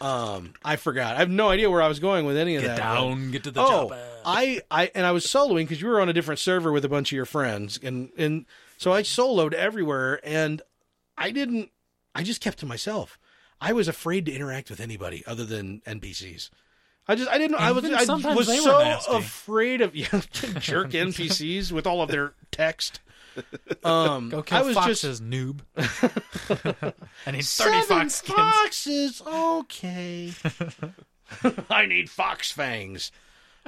Speaker 3: Um, I forgot. I have no idea where I was going with any of that.
Speaker 2: Get
Speaker 3: but-
Speaker 2: down, get to the
Speaker 3: oh,
Speaker 2: job.
Speaker 3: I, I and I was soloing because you were on a different server with a bunch of your friends, and and so I soloed everywhere, and I didn't. I just kept to myself. I was afraid to interact with anybody other than NPCs. I just I didn't. I
Speaker 2: And
Speaker 3: was
Speaker 2: even
Speaker 3: I
Speaker 2: sometimes
Speaker 3: was
Speaker 2: they were
Speaker 3: so
Speaker 2: nasty.
Speaker 3: afraid of yeah, jerk NPCs with all of their text. Um,
Speaker 2: Go kill
Speaker 3: I was
Speaker 2: foxes,
Speaker 3: just
Speaker 2: noob. I need 30
Speaker 3: seven
Speaker 2: fox skins.
Speaker 3: foxes. Okay, I need fox fangs.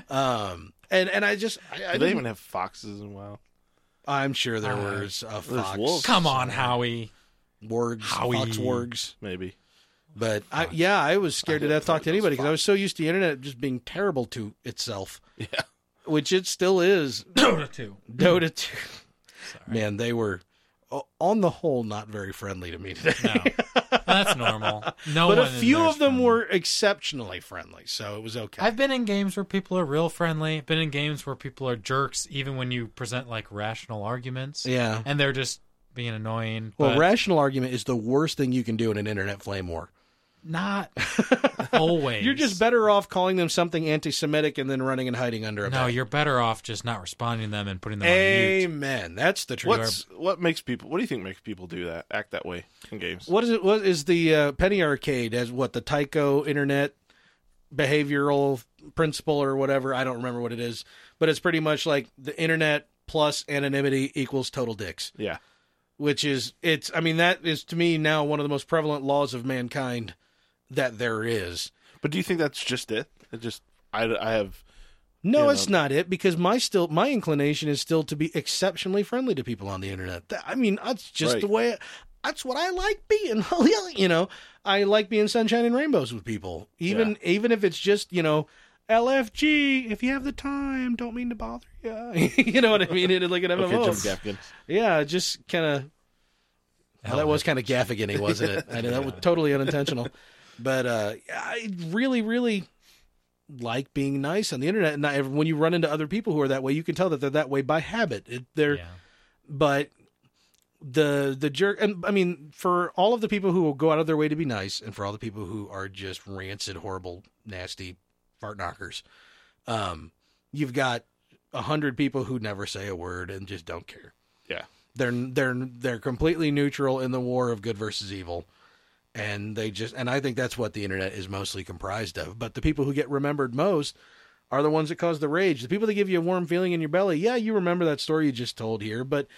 Speaker 3: Um, and and I just I, I
Speaker 4: Do
Speaker 3: didn't-
Speaker 4: they even have foxes in WoW?
Speaker 3: I'm sure there
Speaker 2: Uh,
Speaker 3: was a fox,
Speaker 4: wolves.
Speaker 2: Come on, Howie.
Speaker 3: wargs,
Speaker 2: Howie.
Speaker 3: fox wargs.
Speaker 4: Maybe.
Speaker 3: But I, yeah, I was scared to death to talk to anybody because I was so used to the internet just being terrible to itself. Yeah, which it still is.
Speaker 2: Dota 2.
Speaker 3: Dota two. Man, they were o- on the whole not very friendly to me today.
Speaker 2: No. That's normal. No
Speaker 3: But a
Speaker 2: one in
Speaker 3: few
Speaker 2: there's
Speaker 3: of them
Speaker 2: friendly.
Speaker 3: were exceptionally friendly, so it was okay.
Speaker 2: I've been in games where people are real friendly. Been in games where people are jerks, even when you present like rational arguments.
Speaker 3: yeah.
Speaker 2: and they're just being annoying.
Speaker 3: Well,
Speaker 2: but
Speaker 3: rational argument is the worst thing you can do in an internet flame war.
Speaker 2: not always.
Speaker 3: You're just better off calling them something anti-Semitic and then running and hiding under a
Speaker 2: No,
Speaker 3: bed.
Speaker 2: you're better off just not responding to them and putting them on mute.
Speaker 3: Amen. That's the truth.
Speaker 4: What's what makes people? What do you think makes people do that? Act that way in games?
Speaker 3: What is it? What is the uh, penny arcade as what the Tyco internet behavioral principle or whatever? I don't remember what it is, but it's pretty much like the internet plus anonymity equals total dicks,
Speaker 4: Yeah.
Speaker 3: which is it's. I mean, that is to me now one of the most prevalent laws of mankind that there is.
Speaker 4: But do you think that's just it? It just I, I have
Speaker 3: No,
Speaker 4: Yeah,
Speaker 3: it's not it because my still my inclination is still to be exceptionally friendly to people on the internet. Th- I mean, that's just
Speaker 4: Right.
Speaker 3: the way. that's what I like being. you know, I like being sunshine and rainbows with people, even even if it's just you know, LFG. If you have the time, don't mean to bother you. you know what I mean? It's like an
Speaker 4: okay,
Speaker 3: MMO.
Speaker 4: Jim Gaffigan.
Speaker 3: yeah, just kind of. Well, that was kind of gaffigany, wasn't it? I know that was totally unintentional, but uh, I really, really like being nice on the internet. And I, when you run into other people who are that way, you can tell that they're that way by habit. It, they're
Speaker 2: Yeah.
Speaker 3: but the the jerk. And I mean, for all of the people who will go out of their way to be nice, and for all the people who are just rancid, horrible, nasty fart knockers, um, you've got a hundred people who never say a word and just don't care they're they're they're completely neutral in the war of good versus evil and they just and i think that's what the internet is mostly comprised of but the people who get remembered most are the ones that cause the rage the people that give you a warm feeling in your belly yeah you remember that story you just told here but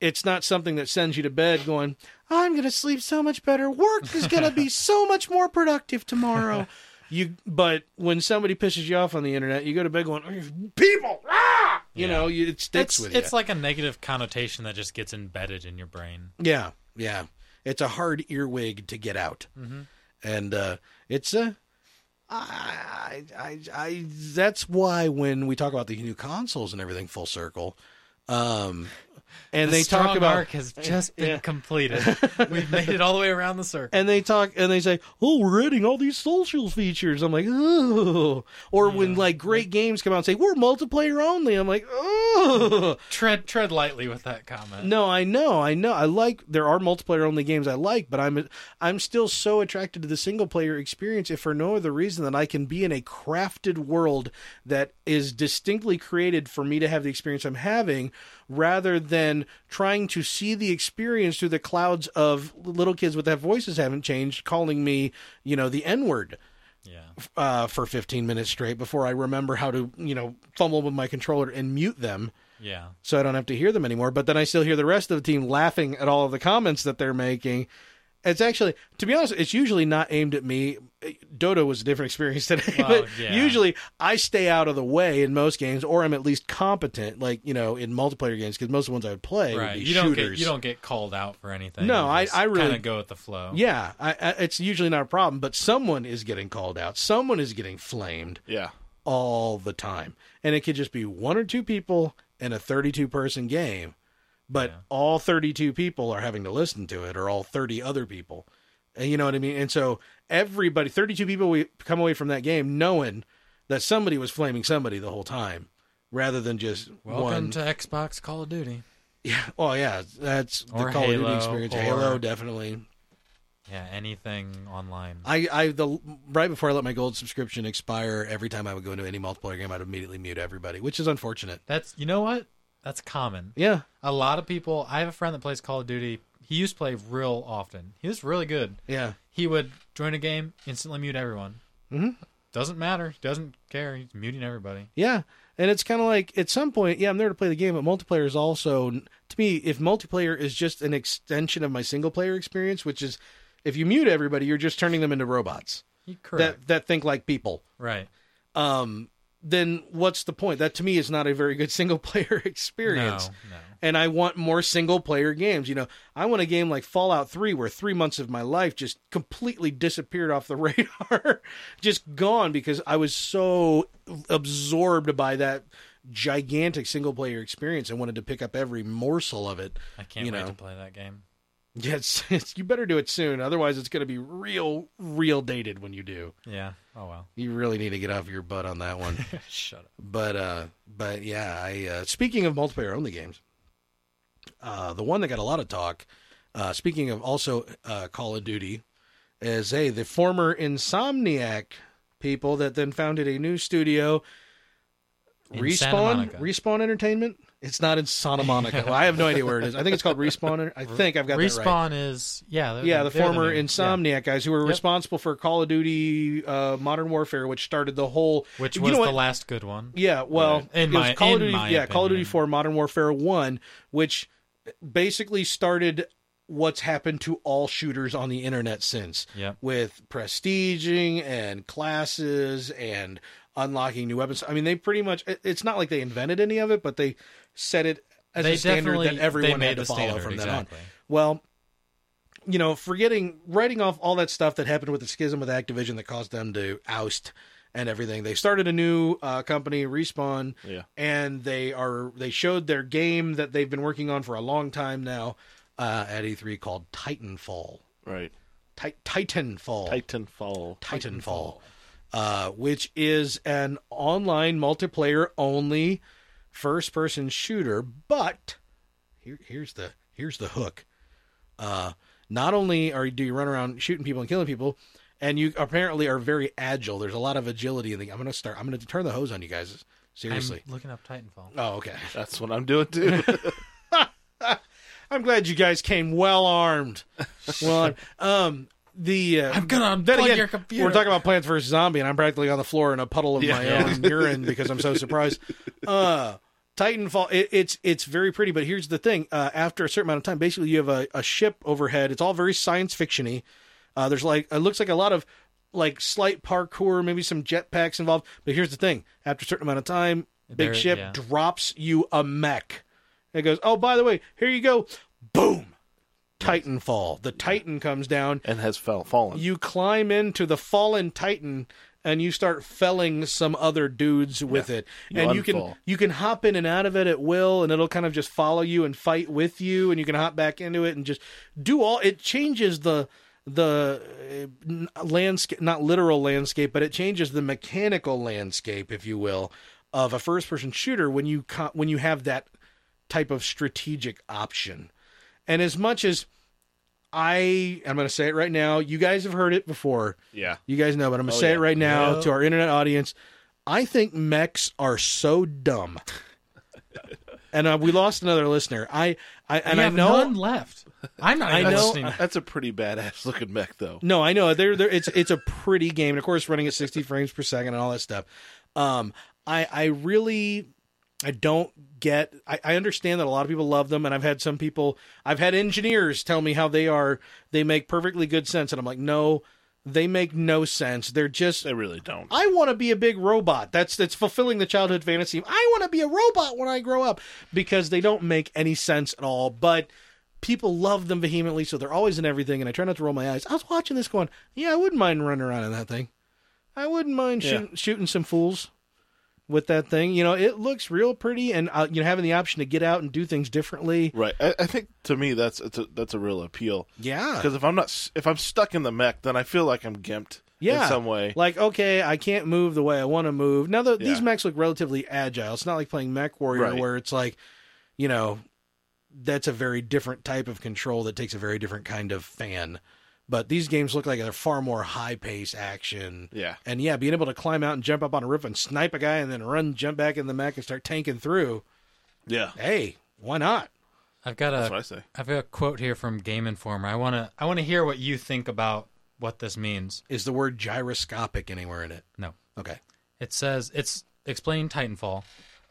Speaker 3: it's not something that sends you to bed going i'm going to sleep so much better work is going to be so much more productive tomorrow you but when somebody pisses you off on the internet you go to bed going people ah! you
Speaker 2: Yeah.
Speaker 3: know you, it sticks
Speaker 2: It's
Speaker 3: with you
Speaker 2: it's like a negative connotation that just gets embedded in your brain.
Speaker 3: yeah, yeah. It's a hard earwig to get out,
Speaker 2: Mm-hmm.
Speaker 3: and uh, it's a. I, I, I, I. That's why when we talk about the new consoles and everything, full circle, um, and
Speaker 2: The
Speaker 3: they talk
Speaker 2: strong
Speaker 3: about
Speaker 2: arc has just been completed. We've made it all the way around the circle.
Speaker 3: and they talk and they say, "Oh, we're adding all these social features." I'm like, "Ooh," or when like great games come out and say, "We're multiplayer only," I'm like, "Ooh."
Speaker 2: Tread tread lightly with that comment.
Speaker 3: No, I know, I know. I like there are multiplayer only games I like, but I'm I'm still so attracted to the single player experience if for no other reason than I can be in a crafted world that is distinctly created for me to have the experience I'm having rather than trying to see the experience through the clouds of little kids with their voices haven't changed calling me, you know, the n-word
Speaker 2: Yeah.
Speaker 3: uh, for 15 minutes straight before I remember how to, you know, fumble with my controller and mute them
Speaker 2: Yeah.
Speaker 3: so I don't have to hear them anymore. But then I still hear the rest of the team laughing at all of the comments that they're making. It's actually, to be honest, it's usually not aimed at me. Dodo was a different experience today,
Speaker 2: Well,
Speaker 3: but
Speaker 2: yeah.
Speaker 3: usually I stay out of the way in most games, or I'm at least competent, like you know, in multiplayer games, because most of the ones I would play
Speaker 2: right.
Speaker 3: would be
Speaker 2: You don't
Speaker 3: shooters.
Speaker 2: get you don't get called out for anything.
Speaker 3: No, I- I really-
Speaker 2: kind of go with the flow.
Speaker 3: Yeah, I, I, it's usually not a problem, but someone is getting called out. Someone is getting flamed
Speaker 4: Yeah.
Speaker 3: all the time. And it could just be one or two people in a 32 person game, but all 32 people are having to listen to it or all 30 other people. And you know what I mean? And so everybody, 32 people, we come away from that game knowing that somebody was flaming somebody the whole time rather than just
Speaker 2: Welcome
Speaker 3: one.
Speaker 2: to Xbox Call of Duty.
Speaker 3: yeah. Oh, yeah. That's the
Speaker 2: Or
Speaker 3: Call of Duty
Speaker 2: Halo,
Speaker 3: experience.
Speaker 2: or-
Speaker 3: Halo, definitely.
Speaker 2: Yeah, anything online.
Speaker 3: I, I the right before I let my gold subscription expire, every time I would go into any multiplayer game, I'd immediately mute everybody, which is unfortunate.
Speaker 2: That's you know what? That's common.
Speaker 3: Yeah,
Speaker 2: A lot of people. I have a friend that plays Call of Duty. He used to play real often. He was really good.
Speaker 3: yeah.
Speaker 2: He would join a game, instantly mute everyone.
Speaker 3: Mhm.
Speaker 2: Doesn't matter. Doesn't care. He's muting everybody.
Speaker 3: Yeah, and it's kind of like at some point, yeah, I'm there to play the game, but multiplayer is also to me. If multiplayer is just an extension of my single player experience, which is if you mute everybody, you're just turning them into robots
Speaker 2: You correct.
Speaker 3: that that think like people.
Speaker 2: right.
Speaker 3: Um, then what's the point? That to me is not a very good single player experience.
Speaker 2: No,
Speaker 3: And I want more single player games. You know, I want a game like Fallout 3 where three months of my life just completely disappeared off the radar, just gone because I was so absorbed by that gigantic single player experience and wanted to pick up every morsel of it.
Speaker 2: I can't
Speaker 3: You
Speaker 2: wait
Speaker 3: know.
Speaker 2: to play that game.
Speaker 3: Yeah, it's, it's, you better do it soon. Otherwise, it's going to be real, real dated when you do.
Speaker 2: Yeah. Oh well.
Speaker 3: You really need to get off your butt on that one.
Speaker 2: Shut up.
Speaker 3: But uh but yeah, I uh speaking of multiplayer only games, uh the one that got a lot of talk, uh speaking of also uh Call of Duty, is hey, the former Insomniac people that then founded a new studio
Speaker 2: In Santa
Speaker 3: Respawn
Speaker 2: Monica.
Speaker 3: Respawn Entertainment. It's not in Santa Monica. well, I have no idea where it is. I think it's called Respawn. I think I've got that right.
Speaker 2: Respawn is yeah. they're-
Speaker 3: Yeah, the
Speaker 2: they're
Speaker 3: former
Speaker 2: main-
Speaker 3: Insomniac guys who were responsible for Call of Duty uh, Modern Warfare, which started the whole.
Speaker 2: yeah. which
Speaker 3: you
Speaker 2: was
Speaker 3: know
Speaker 2: the
Speaker 3: what?
Speaker 2: last good one.
Speaker 3: Yeah, well,
Speaker 2: Right. In
Speaker 3: it was
Speaker 2: my-
Speaker 3: Call of
Speaker 2: in
Speaker 3: Duty,
Speaker 2: my
Speaker 3: yeah, Call of Duty
Speaker 2: opinion.
Speaker 3: 4 Modern Warfare 1, which basically started what's happened to all shooters on the internet since
Speaker 2: Yep.
Speaker 3: with prestiging and classes and unlocking new weapons. I mean, they pretty much it- it's not like they invented any of it, but they set it as
Speaker 2: They
Speaker 3: a standard that
Speaker 2: definitely- they
Speaker 3: everyone
Speaker 2: made
Speaker 3: had to
Speaker 2: the
Speaker 3: follow
Speaker 2: standard,
Speaker 3: from
Speaker 2: exactly.
Speaker 3: then on. Well, you know, forgetting writing off all that stuff that happened with the schism with Activision that caused them to oust and everything. They started a new uh, company, Respawn,
Speaker 4: Yeah.
Speaker 3: and they are they showed their game that they've been working on for a long time now uh, at E3 called Titanfall.
Speaker 4: Right.
Speaker 3: Ti- Titanfall.
Speaker 4: Titanfall.
Speaker 3: Titanfall, uh, which is an online multiplayer only first person shooter. But here, here's the here's the hook. Uh, not only are do you run around shooting people and killing people, and you apparently are very agile. There's a lot of agility in the. I'm gonna start. I'm gonna turn the hose on you guys. Seriously.
Speaker 2: I'm looking up Titanfall.
Speaker 3: oh, okay.
Speaker 4: That's what I'm doing too.
Speaker 3: I'm glad you guys came well armed. Well, armed. um, the uh,
Speaker 2: I'm gonna
Speaker 3: Then
Speaker 2: unplug
Speaker 3: again,
Speaker 2: your computer.
Speaker 3: we're talking about Plants vs. Zombie, and I'm practically on the floor in a puddle of my own urine because I'm so surprised. Uh, Titanfall, it, it's it's very pretty, but here's the thing: uh, after a certain amount of time, basically you have a, a ship overhead. It's all very science fictiony. Uh, there's like it looks like a lot of like slight parkour, maybe some jetpacks involved. But here's the thing: after a certain amount of time, big
Speaker 2: There-
Speaker 3: ship
Speaker 2: yeah.
Speaker 3: drops you a mech. It goes, oh by the way, here you go, boom. Titanfall. The Titan comes down
Speaker 4: and has fell, fallen.
Speaker 3: you climb into the fallen titan and you start felling some other dudes with it
Speaker 4: You
Speaker 3: and you can
Speaker 4: unfall.
Speaker 3: you can hop in and out of it at will and it'll kind of just follow you and fight with you and you can hop back into it and just do all it changes the the uh, landscape not literal landscape but it changes the mechanical landscape if you will of a first person shooter when you co- when you have that type of strategic option and as much as I I'm going to say it right now. You guys have heard it before.
Speaker 4: yeah. Oh,
Speaker 3: You guys know, but I'm going to say
Speaker 4: yeah.
Speaker 3: it right now
Speaker 2: Yeah.
Speaker 3: to our internet audience. I think mechs are so dumb. and uh, we lost another listener. I I and
Speaker 2: we
Speaker 3: I
Speaker 2: have
Speaker 3: know
Speaker 2: none left. I'm not
Speaker 3: I
Speaker 2: even
Speaker 3: know-
Speaker 2: listening.
Speaker 4: That's a pretty badass looking mech though.
Speaker 3: No, I know. They're, they're, it's it's a pretty game, and of course, running at sixty frames per second and all that stuff. Um, I I really I don't get. I, I understand that a lot of people love them, and I've had some people. I've had engineers tell me how they are. They make perfectly good sense, and I'm like, no, they make no sense. They're just.
Speaker 4: They really don't.
Speaker 3: I want to be a big robot. That's that's fulfilling the childhood fantasy. I want to be a robot when I grow up because they don't make any sense at all. But people love them vehemently, so they're always in everything. And I try not to roll my eyes. I was watching this going, yeah, I wouldn't mind running around in that thing. I wouldn't mind shoot, shooting some fools with that thing. You know, it looks real pretty, and uh, you know, having the option to get out and do things differently.
Speaker 4: Right. I, I think to me that's it's a, that's a real appeal
Speaker 3: Yeah,
Speaker 4: because if I'm not s- if I'm stuck in the mech, then I feel like I'm gimped
Speaker 3: Yeah.
Speaker 4: in some way.
Speaker 3: like okay, I can't move the way I want to move. Now the,
Speaker 4: Yeah.
Speaker 3: these mechs look relatively agile. It's not like playing Mech Warrior
Speaker 4: Right.
Speaker 3: where it's like, you know, that's a very different type of control that takes a very different kind of fan. But these games look like they're far more high pace action.
Speaker 4: Yeah.
Speaker 3: And yeah, being able to climb out and jump up on a roof and snipe a guy and then run, jump back in the mech and start tanking through.
Speaker 4: Yeah.
Speaker 3: Hey, why not?
Speaker 2: I've got
Speaker 4: That's what I
Speaker 2: a
Speaker 4: say.
Speaker 2: I've got a quote here from Game Informer. I wanna I wanna hear what you think about what this means.
Speaker 3: Is the word gyroscopic anywhere in it?
Speaker 2: No.
Speaker 3: Okay.
Speaker 2: It says it's explaining Titanfall,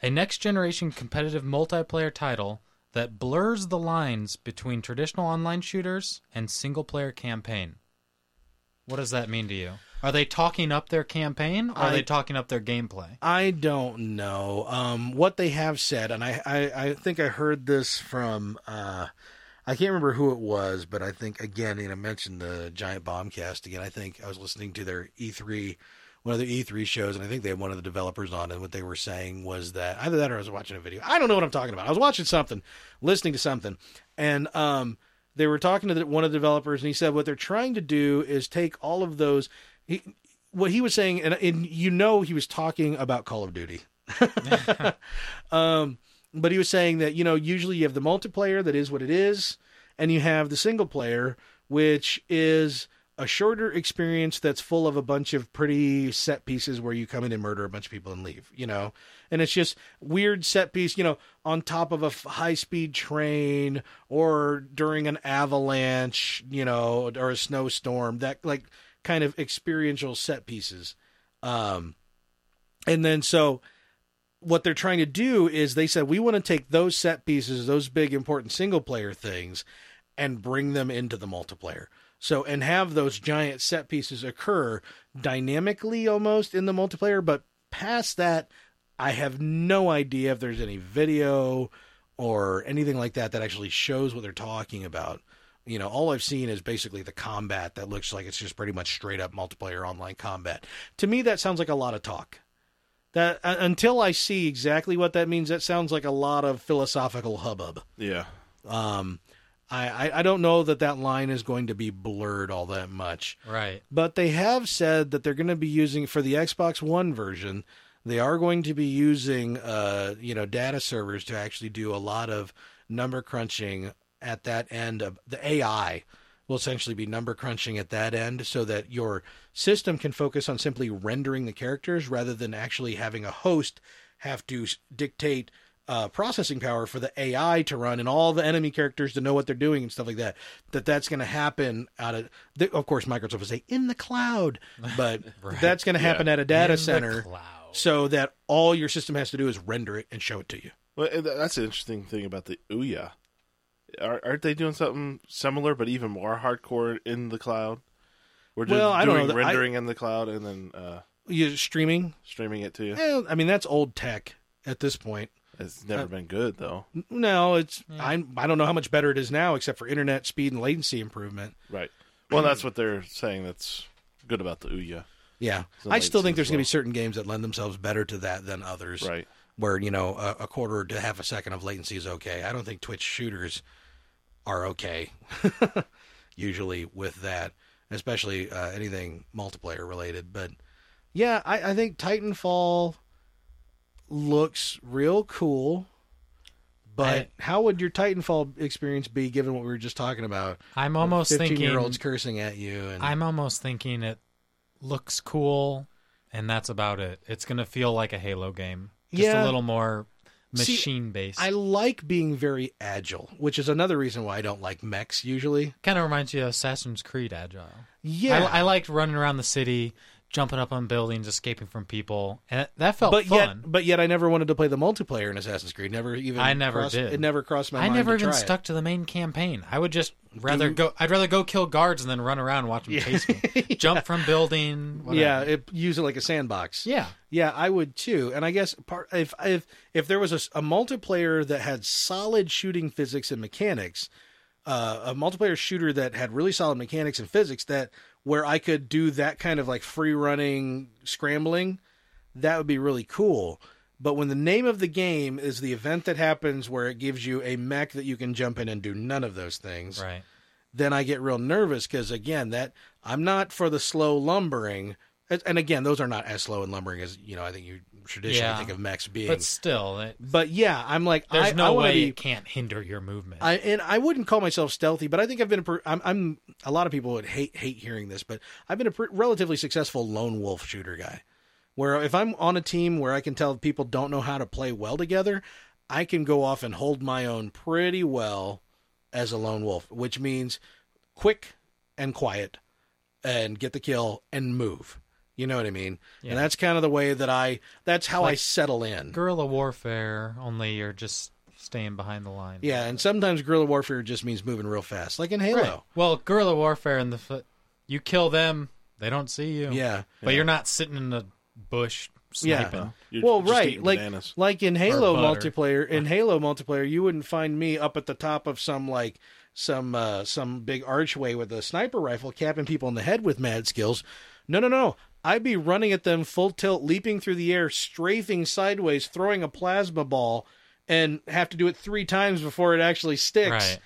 Speaker 2: a next generation competitive multiplayer title that blurs the lines between traditional online shooters and single player campaign. What does that mean to you? Are they talking up their campaign or are
Speaker 3: I-
Speaker 2: they talking up their gameplay?
Speaker 3: I don't know um, what they have said, and I, I, I think I heard this from uh, I can't remember who it was, but I think again, you know, mentioned the Giant Bombcast again. I think I was listening to their E3, one of their E3 shows, and I think they had one of the developers on, and what they were saying was that either that or I was watching a video. I don't know what I'm talking about. I was watching something, listening to something, and um, they were talking to the, one of the developers, and he said what they're trying to do is take all of those. He, what he was saying, and, and you know, he was talking about Call of Duty. um, but he was saying that you know usually you have the multiplayer that is what it is, and you have the single player which is a shorter experience that's full of a bunch of pretty set pieces where you come in and murder a bunch of people and leave. You know, and it's just weird set piece. You know, on top of a high speed train or during an avalanche. You know, or a snowstorm. That like kind of experiential set pieces. Um, and then so what they're trying to do is they said we want to take those set pieces, those big important single player things, and bring them into the multiplayer. So and have those giant set pieces occur dynamically almost in the multiplayer, but past that, I have no idea if there's any video or anything like that that actually shows what they're talking about. You know, all I've seen is basically the combat that looks like it's just pretty much straight up multiplayer online combat. To me, that sounds like a lot of talk. That uh, until I see exactly what that means, that sounds like a lot of philosophical hubbub.
Speaker 4: Yeah.
Speaker 3: Um, I, I I don't know that that line is going to be blurred all that much.
Speaker 2: Right.
Speaker 3: But they have said that they're going to be using for the Xbox One version. They are going to be using, uh, you know, data servers to actually do a lot of number crunching at that end of the AI will essentially be number crunching at that end so that your system can focus on simply rendering the characters rather than actually having a host have to s- dictate uh, processing power for the AI to run and all the enemy characters to know what they're doing and stuff like that. That that's going to happen out of, the, of course, Microsoft would say in the cloud, but that's going to happen at a data
Speaker 2: In the
Speaker 3: center
Speaker 2: cloud.
Speaker 3: so that all your system has to do is render it and show it to you.
Speaker 4: Well, and tha- that's an interesting thing about the Ouya. Are, aren't they doing something similar, but even more hardcore in the cloud? We're just
Speaker 3: Well, I don't
Speaker 4: doing
Speaker 3: know that I-
Speaker 4: rendering in the cloud and then uh,
Speaker 3: You streaming?
Speaker 4: streaming it to you.
Speaker 3: Eh, I mean, that's old tech at this point.
Speaker 4: It's never been good though.
Speaker 3: No, it's I'm- I don't know how much better it is now, except for internet speed and latency improvement.
Speaker 4: Right. Well, that's what they're saying. That's good about the Ouya.
Speaker 3: Yeah,
Speaker 4: So
Speaker 3: I still
Speaker 4: latency
Speaker 3: think there's
Speaker 4: as
Speaker 3: going to be
Speaker 4: well.
Speaker 3: certain games that lend themselves better to that than others.
Speaker 4: Right.
Speaker 3: Where you know a, a quarter to half a second of latency is okay. I don't think Twitch shooters are okay usually with that, especially uh, anything multiplayer related. But yeah, I, I think Titanfall looks real cool. But
Speaker 2: I-
Speaker 3: how would your Titanfall experience be given what we were just talking about?
Speaker 2: I'm almost
Speaker 3: Fifteen
Speaker 2: thinking
Speaker 3: year olds cursing at you, and
Speaker 2: I'm almost thinking it looks cool, and that's about it. It's gonna feel like a Halo game, just
Speaker 3: Yeah.
Speaker 2: a little more
Speaker 3: See,
Speaker 2: machine based.
Speaker 3: I like being very agile, which is another reason why I don't like mechs usually.
Speaker 2: Kind of reminds you of Assassin's Creed Agile.
Speaker 3: Yeah,
Speaker 2: I, I liked running around the city, jumping up on buildings, escaping from people, and that- that felt
Speaker 3: but
Speaker 2: fun.
Speaker 3: yet, but yet, I never wanted to play the multiplayer in Assassin's Creed. Never even.
Speaker 2: I never
Speaker 3: crossed,
Speaker 2: did.
Speaker 3: It never crossed my
Speaker 2: I
Speaker 3: mind.
Speaker 2: never
Speaker 3: to
Speaker 2: even
Speaker 3: try it.
Speaker 2: stuck to the main campaign. I would just rather go. I'd rather go kill guards and then run around and watch them chase me, jump from building. Whatever.
Speaker 3: Yeah, it, use it like a sandbox.
Speaker 2: yeah.
Speaker 3: Yeah, I would too. And I guess part if if if there was a, s- a multiplayer that had solid shooting physics and mechanics, uh, a multiplayer shooter that had really solid mechanics and physics that where I could do that kind of like free running scrambling, that would be really cool. But when the name of the game is the event that happens where it gives you a mech that you can jump in and do none of those things,
Speaker 2: Right.
Speaker 3: then I get real nervous because again, that I'm not for the slow lumbering. And- And again, those are not as slow and lumbering as you know. I think you traditionally
Speaker 2: Yeah.
Speaker 3: think of mechs being.
Speaker 2: But
Speaker 3: But,
Speaker 2: still, it,
Speaker 3: yeah, I'm like
Speaker 2: there's
Speaker 3: I, I
Speaker 2: no
Speaker 3: wanna
Speaker 2: way
Speaker 3: Be,
Speaker 2: it can't hinder your movement.
Speaker 3: I and I wouldn't call myself stealthy, but I think I've been. a per- I'm, I'm a lot of people would hate hate hearing this, but I've been a pr relatively successful lone wolf shooter guy. Where if I'm on a team where I can tell people don't know how to play well together, I can go off and hold my own pretty well as a lone wolf, which means quick and quiet and get the kill and move. You know what I mean?
Speaker 2: Yeah.
Speaker 3: And that's kind of the way that I. That's how I
Speaker 2: Like-
Speaker 3: settle in.
Speaker 2: Guerrilla warfare. Only you're just staying behind the line.
Speaker 3: Yeah, and sometimes guerrilla warfare just means moving real fast, like in Halo.
Speaker 2: Right. Well, guerrilla warfare in the f- you kill them, they don't see you.
Speaker 3: Yeah.
Speaker 2: But you're not sitting in the bush
Speaker 3: Yeah.
Speaker 2: sniping.
Speaker 4: You're
Speaker 3: well,
Speaker 4: just
Speaker 3: right,
Speaker 4: eating
Speaker 3: like
Speaker 4: bananas.
Speaker 3: like in Halo
Speaker 2: butter.
Speaker 3: multiplayer. In Halo multiplayer, you wouldn't find me up at the top of some like some uh, some big archway with a sniper rifle, capping people in the head with mad skills. No, no, no. I'd be running at them full tilt, leaping through the air, strafing sideways, throwing a plasma ball, and have to do it three times before it actually sticks.
Speaker 2: Right.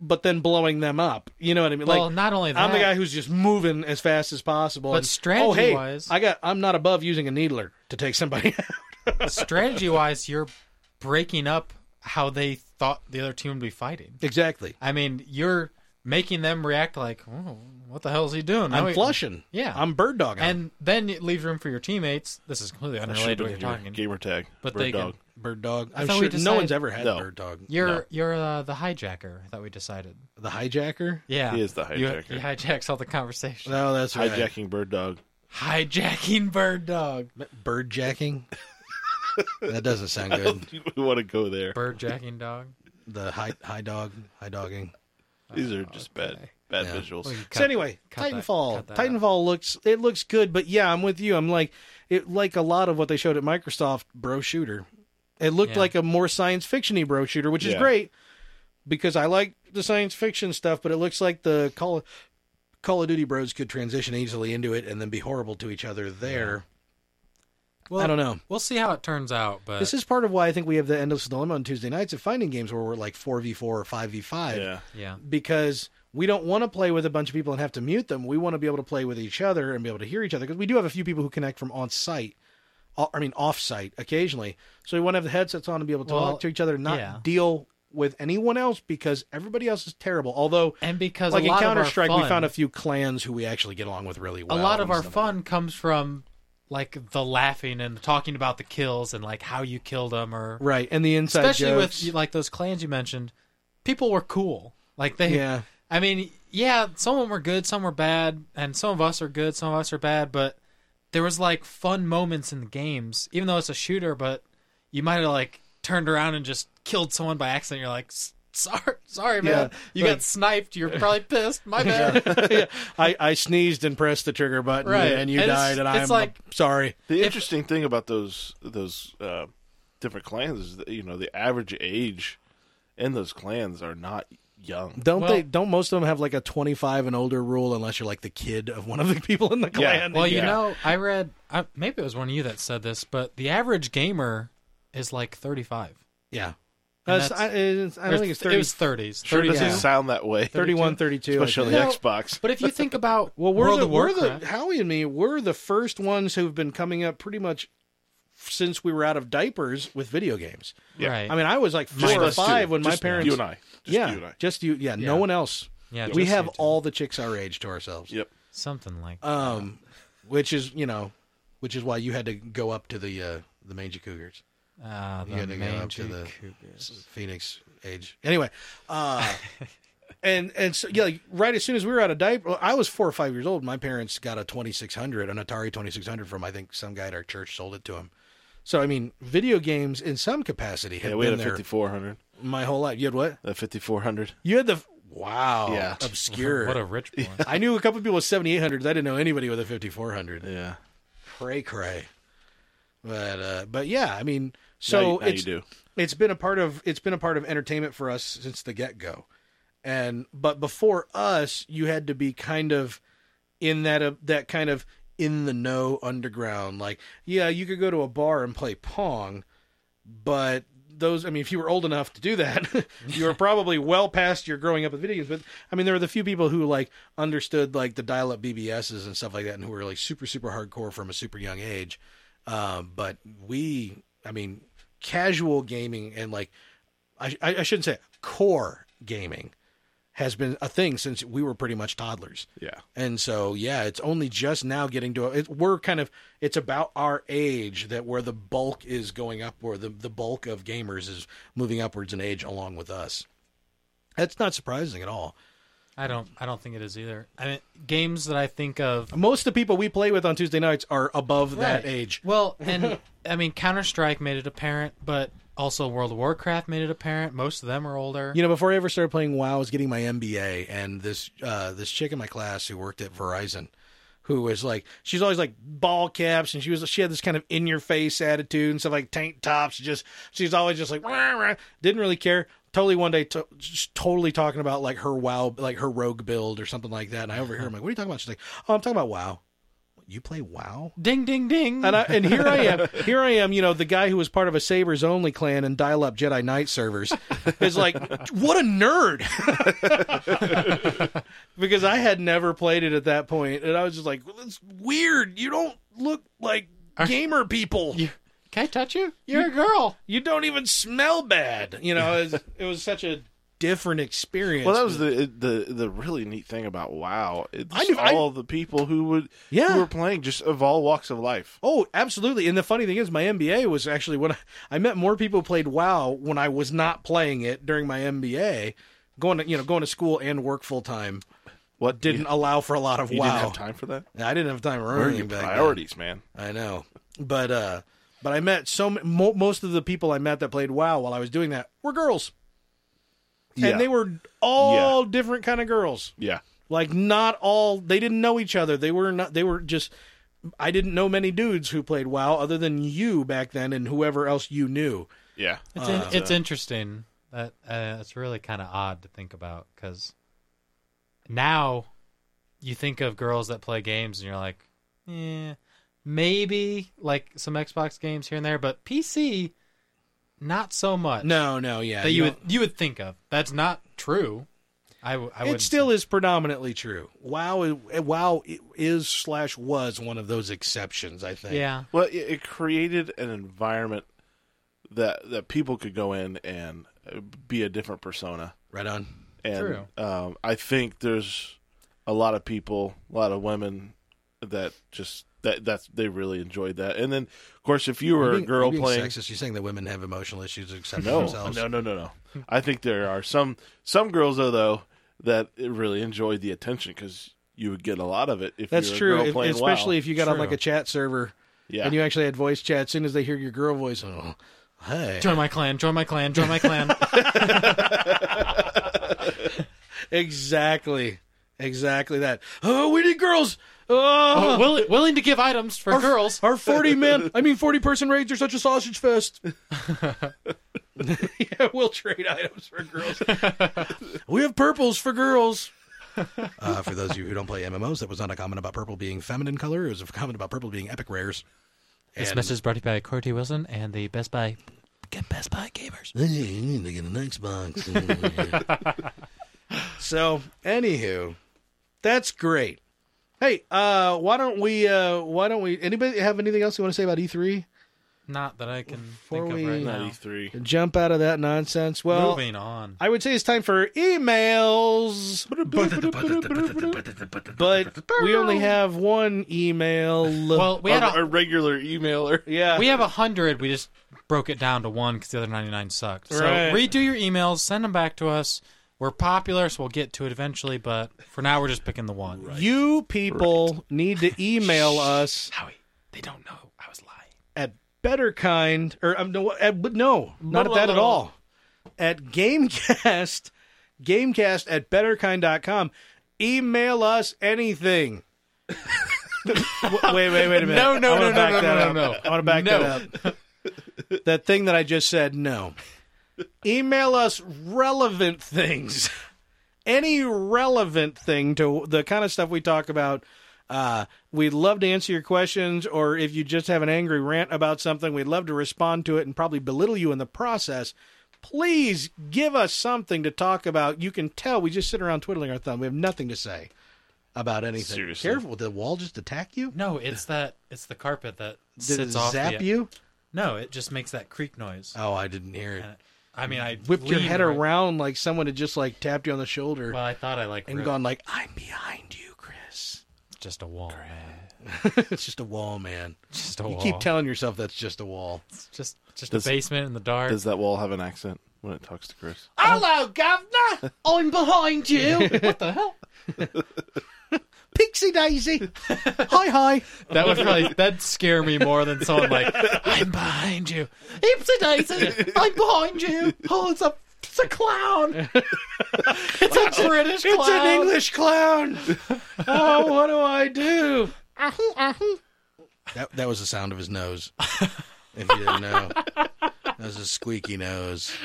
Speaker 3: But then blowing them up. You know what I mean?
Speaker 2: well,
Speaker 3: like
Speaker 2: not only that,
Speaker 3: I'm the guy who's just moving as fast as possible.
Speaker 2: But
Speaker 3: and, oh, hey,
Speaker 2: strategy-wise-
Speaker 3: I got I'm not above using a needler to take somebody out.
Speaker 2: strategy wise, you're breaking up how they thought the other team would be fighting.
Speaker 3: Exactly.
Speaker 2: I mean, you're making them react like, oh, what the hell is he doing? Now
Speaker 3: I'm
Speaker 2: he-
Speaker 3: flushing.
Speaker 2: Yeah.
Speaker 3: I'm bird dogging.
Speaker 2: And then it leaves room for your teammates. This is completely unrelated to what you're talking.
Speaker 4: gamer tag.
Speaker 2: But
Speaker 4: bird
Speaker 2: they can-
Speaker 4: dog.
Speaker 3: bird dog.
Speaker 2: I
Speaker 3: I'm
Speaker 2: thought
Speaker 3: sure
Speaker 2: we
Speaker 3: no
Speaker 2: decided-
Speaker 3: one's ever had
Speaker 4: No.
Speaker 3: bird dog.
Speaker 2: You're
Speaker 4: No.
Speaker 2: you're uh, the hijacker that we decided.
Speaker 3: The hijacker?
Speaker 2: Yeah,
Speaker 4: He is the
Speaker 2: You-
Speaker 4: hijacker.
Speaker 2: he hijacks all the conversation.
Speaker 3: No, that's right.
Speaker 4: Hijacking bird dog.
Speaker 2: Hijacking bird dog.
Speaker 3: Bird jacking. that doesn't sound good.
Speaker 4: You want to go there?
Speaker 2: Bird jacking dog.
Speaker 3: The high high dog, high dogging.
Speaker 4: These are just bad, bad
Speaker 3: Yeah.
Speaker 4: visuals.
Speaker 3: so anyway,
Speaker 2: cut that-
Speaker 3: Titanfall.
Speaker 2: cut that out.
Speaker 3: Titanfall looks it looks good, but yeah, I'm with you. I'm like it like a lot of what they showed at Microsoft, bro shooter. It looked
Speaker 2: Yeah.
Speaker 3: like a more science fictiony bro shooter, which is
Speaker 4: Yeah.
Speaker 3: great because I like the science fiction stuff, but it looks like the Call Call of Duty bros could transition easily into it and then be horrible to each other there.
Speaker 2: Well,
Speaker 3: I don't know.
Speaker 2: We'll see how it turns out, but
Speaker 3: This is part of why I think we have the endless dilemma on Tuesday nights at finding games where we're like four v four or five v five
Speaker 4: Yeah,
Speaker 2: yeah,
Speaker 3: because we don't want to play with a bunch of people and have to mute them. We want to be able to play with each other and be able to hear each other because we do have a few people who connect from on site, o- I mean off site occasionally. So we want to have the headsets on and be able to
Speaker 2: Well,
Speaker 3: talk to each other, and not
Speaker 2: yeah.
Speaker 3: deal with anyone else because everybody else is terrible. Although,
Speaker 2: and because
Speaker 3: like
Speaker 2: a
Speaker 3: in
Speaker 2: lot of
Speaker 3: Counter
Speaker 2: our
Speaker 3: Strike, we
Speaker 2: fun-
Speaker 3: found a few clans who we actually get along with really
Speaker 2: a
Speaker 3: well.
Speaker 2: lot of
Speaker 3: and
Speaker 2: our
Speaker 3: stuff.
Speaker 2: fun comes from like the laughing and talking about the kills and like how you killed them or
Speaker 3: right? And the inside
Speaker 2: especially
Speaker 3: jokes.
Speaker 2: with like those clans you mentioned people were cool like they
Speaker 3: yeah,
Speaker 2: i mean yeah some of them were good some were bad and some of us are good some of us are bad but there was like fun moments in the games even though it's a shooter but you might have like turned around and just killed someone by accident you're like "S- sorry sorry man
Speaker 3: Yeah.
Speaker 2: you got sniped you're probably pissed my bad
Speaker 3: I, I sneezed and pressed the trigger button,
Speaker 2: Right.
Speaker 3: and you
Speaker 2: And it's-
Speaker 3: died, and
Speaker 2: it's
Speaker 3: I'm
Speaker 2: like-
Speaker 3: sorry.
Speaker 4: the interesting thing about those those uh, different clans is that you know the average age in those clans are not young.
Speaker 3: Don't
Speaker 2: Well-
Speaker 3: they? Don't most of them have like a twenty-five and older rule unless you're like the kid of one of the people in the clan?
Speaker 2: Well, you
Speaker 4: Yeah.
Speaker 2: know, I read I, maybe it was one of you that said this, but the average gamer is like 35.
Speaker 3: yeah.
Speaker 2: And
Speaker 3: Uh,
Speaker 2: that's-
Speaker 3: I, it's- I don't think it's 30,
Speaker 2: It was 30s.
Speaker 4: Sure
Speaker 2: 32.
Speaker 4: doesn't sound that way,
Speaker 3: 31, 32. I
Speaker 4: especially on
Speaker 3: think.
Speaker 4: the Xbox.
Speaker 2: But if you think about
Speaker 3: Well, we're
Speaker 2: World
Speaker 3: the,
Speaker 2: of
Speaker 3: we're
Speaker 2: Warcraft,
Speaker 3: the Howie and me. We're the first ones who've been coming up pretty much since we were out of diapers with video games.
Speaker 4: Yeah.
Speaker 2: right?
Speaker 3: I mean, I was like four
Speaker 4: Just
Speaker 3: or
Speaker 4: us two.
Speaker 3: five when my
Speaker 4: Just
Speaker 3: parents.
Speaker 4: you and I, just
Speaker 3: yeah,
Speaker 4: you and I.
Speaker 3: just you. Yeah, no
Speaker 2: Yeah.
Speaker 3: one else.
Speaker 2: yeah,
Speaker 3: we
Speaker 2: just
Speaker 3: have
Speaker 2: you two.
Speaker 3: all the chicks our age to ourselves.
Speaker 4: Yep.
Speaker 2: something like that.
Speaker 3: Um, which is you know, which is why you had to go up to the uh, the mangy cougars.
Speaker 2: Ah, the
Speaker 3: you gotta go up
Speaker 2: mangy
Speaker 3: to the-
Speaker 2: cougars.
Speaker 3: Phoenix age. Anyway, uh, and and so yeah, like, right as soon as we were out of diaper, well, I was four or five years old. My parents got a twenty six hundred, an Atari twenty six hundred from I think some guy at our church sold it to him. So I mean, video games in some capacity have
Speaker 4: Yeah, we had
Speaker 3: been
Speaker 4: a
Speaker 3: there
Speaker 4: 5400.
Speaker 3: my whole life. You had what?
Speaker 4: A 5400.
Speaker 3: You had the wow,
Speaker 4: Yeah.
Speaker 3: obscure.
Speaker 2: What a rich boy.
Speaker 3: I knew a couple of people with 7800s. I didn't know anybody with a 5400.
Speaker 4: Yeah.
Speaker 3: Cray cray. But uh but yeah, I mean,
Speaker 4: now
Speaker 3: so
Speaker 4: you, now
Speaker 3: it's
Speaker 4: you do.
Speaker 3: it's been a part of it's been a part of entertainment for us since the get-go. And but before us, you had to be kind of in that uh, that kind of in the know underground like yeah, you could go to a bar and play pong, but those I mean, if you were old enough to do that, you were probably well past your growing up with video games. But I mean, there were the few people who like understood like the dial-up BBSs and stuff like that, and who were like super super hardcore from a super young age. Um, but we, I mean, casual gaming and like I, I I shouldn't say core gaming has been a thing since we were pretty much toddlers.
Speaker 4: Yeah.
Speaker 3: And so, yeah, it's only just now getting to it. We're kind of it's about our age that where the bulk is going up, where the the bulk of gamers is moving upwards in age along with us. That's not surprising at all.
Speaker 2: I don't. I don't think it is either. I mean, games that I think of
Speaker 3: Most of the people we play with on Tuesday nights are above that
Speaker 2: Right.
Speaker 3: age.
Speaker 2: Well, and I mean, Counter Strike made it apparent, but also World of Warcraft made it apparent. Most of them are older.
Speaker 3: You know, before I ever started playing WoW, I was getting my MBA, and this uh, this chick in my class who worked at Verizon, who was like, she's always like ball caps, and she was she had this kind of in your face attitude and stuff like tank tops. Just she's always just like "Rah, rah," didn't really care. Totally one day, to, just totally talking about like her WoW, like her rogue build or something like that. And I overhear, I'm like, what are you talking about? She's like, oh, I'm talking about WoW. You play WoW?
Speaker 2: Ding, ding, ding.
Speaker 3: And, I, and here I am, here I am, you know, the guy who was part of a Sabers only clan and dial up Jedi Knight servers is like, what a nerd. because I had never played it at that point, And I was just like, well, that's weird. You don't look like gamer people.
Speaker 2: You- can I touch you? You're a girl.
Speaker 3: You don't even smell bad. You know, it was, it was such a different experience.
Speaker 4: Well, that was the the the really neat thing about WoW. It's
Speaker 3: I knew- I-
Speaker 4: all the people who would
Speaker 3: Yeah.
Speaker 4: who were playing just of all walks of life.
Speaker 3: Oh, absolutely. And the funny thing is, my MBA was actually when I, I met more people who played WoW when I was not playing it during my MBA, going to you know going to school and work full time
Speaker 4: What
Speaker 3: didn't allow for a lot of
Speaker 4: you, you
Speaker 3: WoW.
Speaker 4: didn't have time for that?
Speaker 3: I didn't have time for
Speaker 4: Where are your
Speaker 3: anything back then.
Speaker 4: priorities, man?
Speaker 3: I know, but uh, but I met so m- mo- most of the people I met that played WoW while I was doing that were girls, and they were all different kind of girls
Speaker 4: yeah.
Speaker 3: like not all they didn't know each other they were not they were just i didn't know many dudes who played wow other than you back then and whoever else you knew
Speaker 4: Yeah.
Speaker 2: It's
Speaker 3: Uh,
Speaker 2: in, it's interesting. That uh, it's really kind of odd to think about because now you think of girls that play games and you're like, eh, maybe like some Xbox games here and there, but PC, not so much.
Speaker 3: no no yeah
Speaker 2: that you
Speaker 3: no.
Speaker 2: would you would think of. That's not true. I, w- I
Speaker 3: it
Speaker 2: would
Speaker 3: still is predominantly true wow i- wow i- is slash was one of those exceptions i think
Speaker 2: yeah.
Speaker 4: Well, it, it created an environment that that people could go in and uh, be a different persona.
Speaker 3: right on
Speaker 4: And
Speaker 2: True.
Speaker 4: Um, I think there's a lot of people, a lot of women that just that that's they really enjoyed that. And then, of course, if you were
Speaker 3: You're
Speaker 4: a
Speaker 3: being-
Speaker 4: girl
Speaker 3: you're being
Speaker 4: playing,
Speaker 3: sexist you're saying that women have emotional issues except
Speaker 4: no,
Speaker 3: themselves
Speaker 4: no, no, no, no. I think there are some some girls though though that really enjoyed the attention because you would get a lot of it if
Speaker 3: that's
Speaker 4: you were
Speaker 3: true
Speaker 4: a girl
Speaker 3: if-
Speaker 4: playing
Speaker 3: especially
Speaker 4: WoW.
Speaker 3: if you got on like
Speaker 2: True.
Speaker 3: a chat server
Speaker 4: yeah.
Speaker 3: and you actually had voice chat as soon as they hear your girl voice oh hey
Speaker 2: Join my clan. Join my clan. Join my clan.
Speaker 3: Exactly. Exactly that. Oh, we need girls. Oh,
Speaker 2: oh, will, willing to give items for girls.
Speaker 3: Our 40 man, I mean 40 person raids are such a sausage fest. yeah, we'll trade items for girls. we have purples for girls. Uh, for those of you who don't play MMOs, that was not a comment about purple being feminine color. It was a comment about purple being epic rares.
Speaker 2: This
Speaker 3: And-
Speaker 2: message brought to you by Corty Wilson and the Best Buy Get Best Buy Gamers.
Speaker 3: They need to get an Xbox. so, anywho, that's great. Hey, uh, why don't we? Uh, why don't we? Anybody have anything else you want to say about E three?
Speaker 2: Not that I can
Speaker 3: Before
Speaker 2: think
Speaker 3: we-
Speaker 2: of right now.
Speaker 4: ninety three.
Speaker 3: Jump out of that nonsense. Well,
Speaker 2: Moving on.
Speaker 3: I would say it's time for emails, but we only have one email.
Speaker 2: Well, we had
Speaker 4: Our- our
Speaker 2: a,
Speaker 4: regular emailer.
Speaker 3: yeah,
Speaker 2: we have a hundred. We just broke it down to one because the other ninety nine sucked. So
Speaker 3: Right.
Speaker 2: redo your emails. Send them back to us. we're popular, so we'll get to it eventually. But for now, we're just picking the one.
Speaker 3: You people need to email us
Speaker 2: Howie, they don't know I was lying.
Speaker 3: at betterkind or um, no, at, but no, not
Speaker 2: no,
Speaker 3: at that
Speaker 2: no,
Speaker 3: at
Speaker 2: no.
Speaker 3: all. At Gamecast, Gamecast at betterkind.com. Email us anything. W- wait, wait, wait a minute.
Speaker 2: No, no,
Speaker 3: I wanna
Speaker 2: no, no,
Speaker 3: back
Speaker 2: no,
Speaker 3: that
Speaker 2: no,
Speaker 3: up.
Speaker 2: no, no.
Speaker 3: I want to back
Speaker 2: No.
Speaker 3: that up. That thing that I just said, no. Email us relevant things. Any relevant thing to the kind of stuff we talk about. Uh, we'd love to answer your questions, or if you just have an angry rant about something, we'd love to respond to it and probably belittle you in the process. Please give us something to talk about. You can tell we just sit around twiddling our thumb. We have nothing to say about anything.
Speaker 4: Seriously.
Speaker 3: Careful, did the wall just attack you?
Speaker 2: No, it's that it's the carpet that
Speaker 3: Did
Speaker 2: sits
Speaker 3: it
Speaker 2: off.
Speaker 3: zap
Speaker 2: the,
Speaker 3: you?
Speaker 2: No, it just makes that creak noise.
Speaker 3: Oh, I didn't hear it.
Speaker 2: And it- I mean, I
Speaker 3: Whipped your
Speaker 2: lean
Speaker 3: head
Speaker 2: right-
Speaker 3: around like someone had just like tapped you on the shoulder
Speaker 2: Well, I thought I like
Speaker 3: and
Speaker 2: ripped
Speaker 3: gone like, "I'm behind you, Chris."
Speaker 2: just a wall, man.
Speaker 3: it's just a wall, man.
Speaker 2: Just a
Speaker 3: You
Speaker 2: wall.
Speaker 3: keep telling yourself that's just a wall.
Speaker 2: It's just just
Speaker 4: Does-
Speaker 2: a basement in the dark.
Speaker 4: Does that wall have an accent when it talks to Chris?
Speaker 3: Hello, Governor. I'm behind you. what the hell? Pixie Daisy. hi, hi.
Speaker 2: that would probably that'd scare me more than someone like I'm behind you. Ipsy daisy, I'm behind you. Oh, it's a it's a clown. It's a British clown.
Speaker 3: It's an English clown. oh, what do I do? That, that was the sound of his nose. If you didn't know, that was a squeaky nose.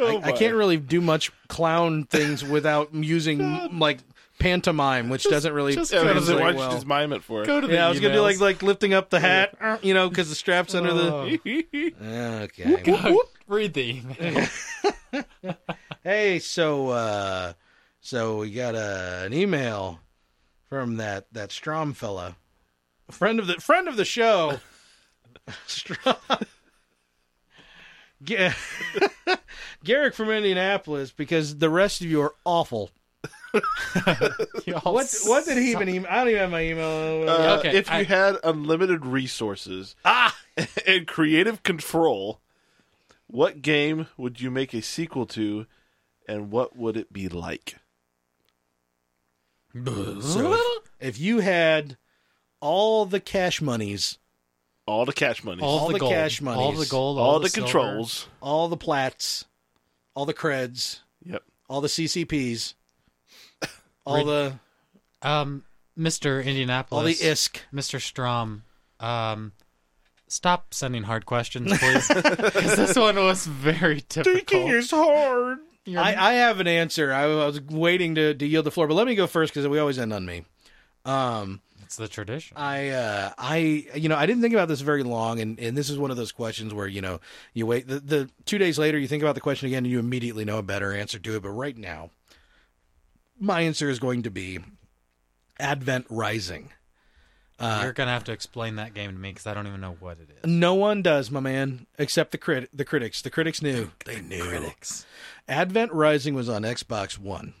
Speaker 4: Oh
Speaker 3: I, I can't really do much clown things without using like pantomime, which doesn't really.
Speaker 2: just
Speaker 4: Yeah,
Speaker 2: go
Speaker 4: I
Speaker 2: to
Speaker 4: was
Speaker 2: the,
Speaker 4: like, why don't
Speaker 3: well.
Speaker 4: you just mime it for us?
Speaker 2: go to the
Speaker 3: yeah, I was gonna do
Speaker 2: emails.
Speaker 3: like like lifting up the hat, uh, you know, because the straps under the. Oh. Okay.
Speaker 2: read the email.
Speaker 3: Hey, so uh so we got uh an email from that that Strom fella, friend of the friend of the show. Strom. Ga- Garrick from Indianapolis, because the rest of you are awful.
Speaker 2: Y'all
Speaker 3: What what did he even? Email? I don't even have my email.
Speaker 4: Uh,
Speaker 2: Okay,
Speaker 4: if you
Speaker 2: I-
Speaker 4: had unlimited resources and creative control, what game would you make a sequel to, and what would it be like?
Speaker 3: So if you had all the cash monies,
Speaker 4: All the cash money, all,
Speaker 3: All the
Speaker 2: gold,
Speaker 3: cash monies.
Speaker 2: all the gold, all,
Speaker 4: the,
Speaker 2: silver.
Speaker 4: controls.
Speaker 3: all the plats, all the creds,
Speaker 4: Yep.
Speaker 3: all the CCPs, all
Speaker 2: Rid-
Speaker 3: the
Speaker 2: Um, Mr. Indianapolis,
Speaker 3: all the ISK.
Speaker 2: Mr. Strom, um, stop sending hard questions, please, because this one was very
Speaker 7: Thinking
Speaker 2: typical.
Speaker 7: is hard.
Speaker 2: You're-
Speaker 3: I, I have an answer. I was waiting to, to yield the floor, but let me go first because we always end on me. Um,
Speaker 2: it's the tradition.
Speaker 3: I, uh, I, you know, I didn't think about this very long, and, and this is one of those questions where you know you wait the, the two days later you think about the question again and you immediately know a better answer to it. But right now, my answer is going to be Advent Rising. Uh,
Speaker 2: You're gonna have to explain that game to me because I don't even know what it is.
Speaker 3: No one does, my man, except the crit the critics. The critics knew. They knew.
Speaker 2: Critics.
Speaker 3: Advent Rising was on Xbox One,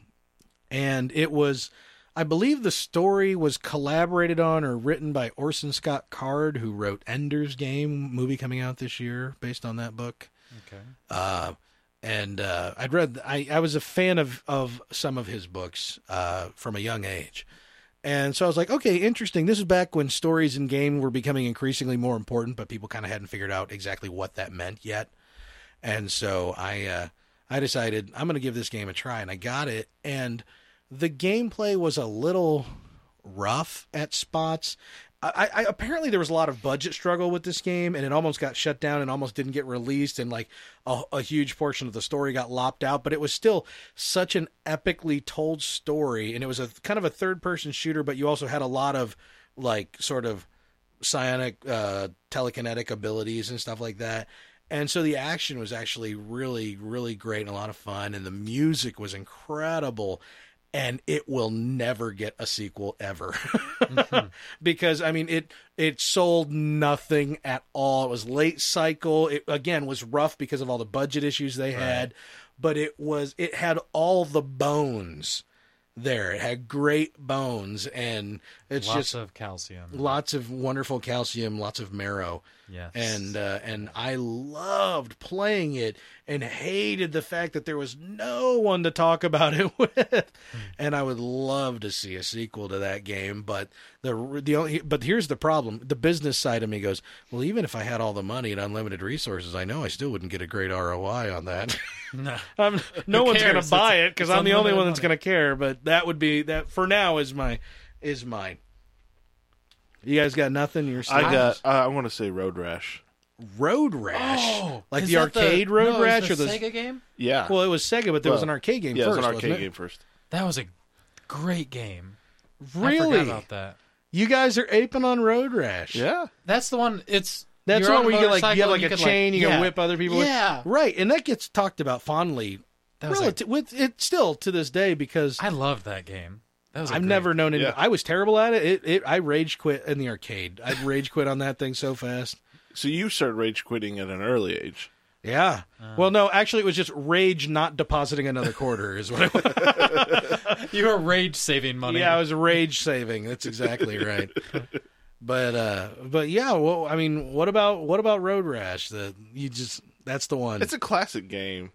Speaker 3: and it was, I believe, the story was collaborated on or written by Orson Scott Card, who wrote Ender's Game movie coming out this year based on that book.
Speaker 2: Okay.
Speaker 3: Uh, and uh, I'd read. I, I was a fan of of some of his books uh, from a young age, and so I was like, okay, interesting. This is back when stories in game were becoming increasingly more important, but people kind of hadn't figured out exactly what that meant yet. And so I uh, I decided I'm going to give this game a try, and I got it. And the gameplay was a little rough at spots. I, I apparently there was a lot of budget struggle with this game, and it almost got shut down and almost didn't get released, and like a, a huge portion of the story got lopped out. But it was still such an epically told story, and it was a kind of a third person shooter, but you also had a lot of like sort of psionic uh, telekinetic abilities and stuff like that. And so the action was actually really, really great and a lot of fun, and the music was incredible. And it will never get a sequel ever,
Speaker 2: Mm-hmm.
Speaker 3: because I mean it. It sold nothing at all. It was late cycle. It again was rough because of all the budget issues they had, but it was it had all the bones there. It had great bones, and It's
Speaker 2: Lots
Speaker 3: just
Speaker 2: of calcium.
Speaker 3: lots of wonderful calcium, lots of marrow,
Speaker 2: Yes.
Speaker 3: and uh, and I loved playing it and hated the fact that there was no one to talk about it with, and I would love to see a sequel to that game. But the the only but here's the problem: the business side of me goes, well, even if I had all the money and unlimited resources, I know I still wouldn't get a great ROI on that.
Speaker 2: No.
Speaker 3: I'm, no
Speaker 2: Who
Speaker 3: one's
Speaker 2: cares?
Speaker 3: gonna buy
Speaker 2: It's-
Speaker 3: it because
Speaker 2: it's
Speaker 3: I'm the only
Speaker 2: unlimited
Speaker 3: one that's
Speaker 2: money.
Speaker 3: gonna care. But that would be that for now is my is mine. You guys got nothing? You're
Speaker 4: I
Speaker 3: saying?
Speaker 4: got. uh, I want to say Road Rash.
Speaker 3: Road Rash, like
Speaker 2: Oh, Is
Speaker 3: the
Speaker 2: that
Speaker 3: arcade Road
Speaker 2: no, it was
Speaker 3: Rash, or the
Speaker 2: the Sega game?
Speaker 4: Yeah.
Speaker 3: well, it was Sega, but there was an
Speaker 4: Well,
Speaker 3: arcade game
Speaker 4: yeah,
Speaker 3: first.
Speaker 4: it's an arcade
Speaker 3: wasn't
Speaker 4: game first.
Speaker 2: That was a great game.
Speaker 3: it?
Speaker 2: I
Speaker 3: Really?
Speaker 2: forgot about that.
Speaker 3: You guys are aping on Road Rash.
Speaker 4: Yeah.
Speaker 2: That's the one. It's
Speaker 3: That's
Speaker 2: you're
Speaker 3: the
Speaker 2: on
Speaker 3: one where you get like you
Speaker 2: motorcycle
Speaker 3: have like
Speaker 2: and
Speaker 3: a
Speaker 2: could,
Speaker 3: chain, you
Speaker 2: yeah.
Speaker 3: can whip other people. with.
Speaker 2: Yeah.
Speaker 3: right. And that gets talked about fondly,
Speaker 2: That was like,
Speaker 3: relative with it still to this day because
Speaker 2: I loved that game. That was. a
Speaker 3: I've
Speaker 2: great-
Speaker 3: never known it.
Speaker 4: Yeah.
Speaker 3: I was terrible at it. It, it. I rage quit in the arcade. I rage quit on that thing so fast.
Speaker 4: So you started rage quitting at an early age.
Speaker 3: Yeah.
Speaker 2: Uh.
Speaker 3: well, no, actually, it was just rage not depositing another quarter is what it was.
Speaker 2: You were rage saving money.
Speaker 3: yeah, I was rage saving. That's exactly right. but uh, but yeah, well, I mean, what about what about Road Rash? The you just that's the one.
Speaker 4: It's a classic game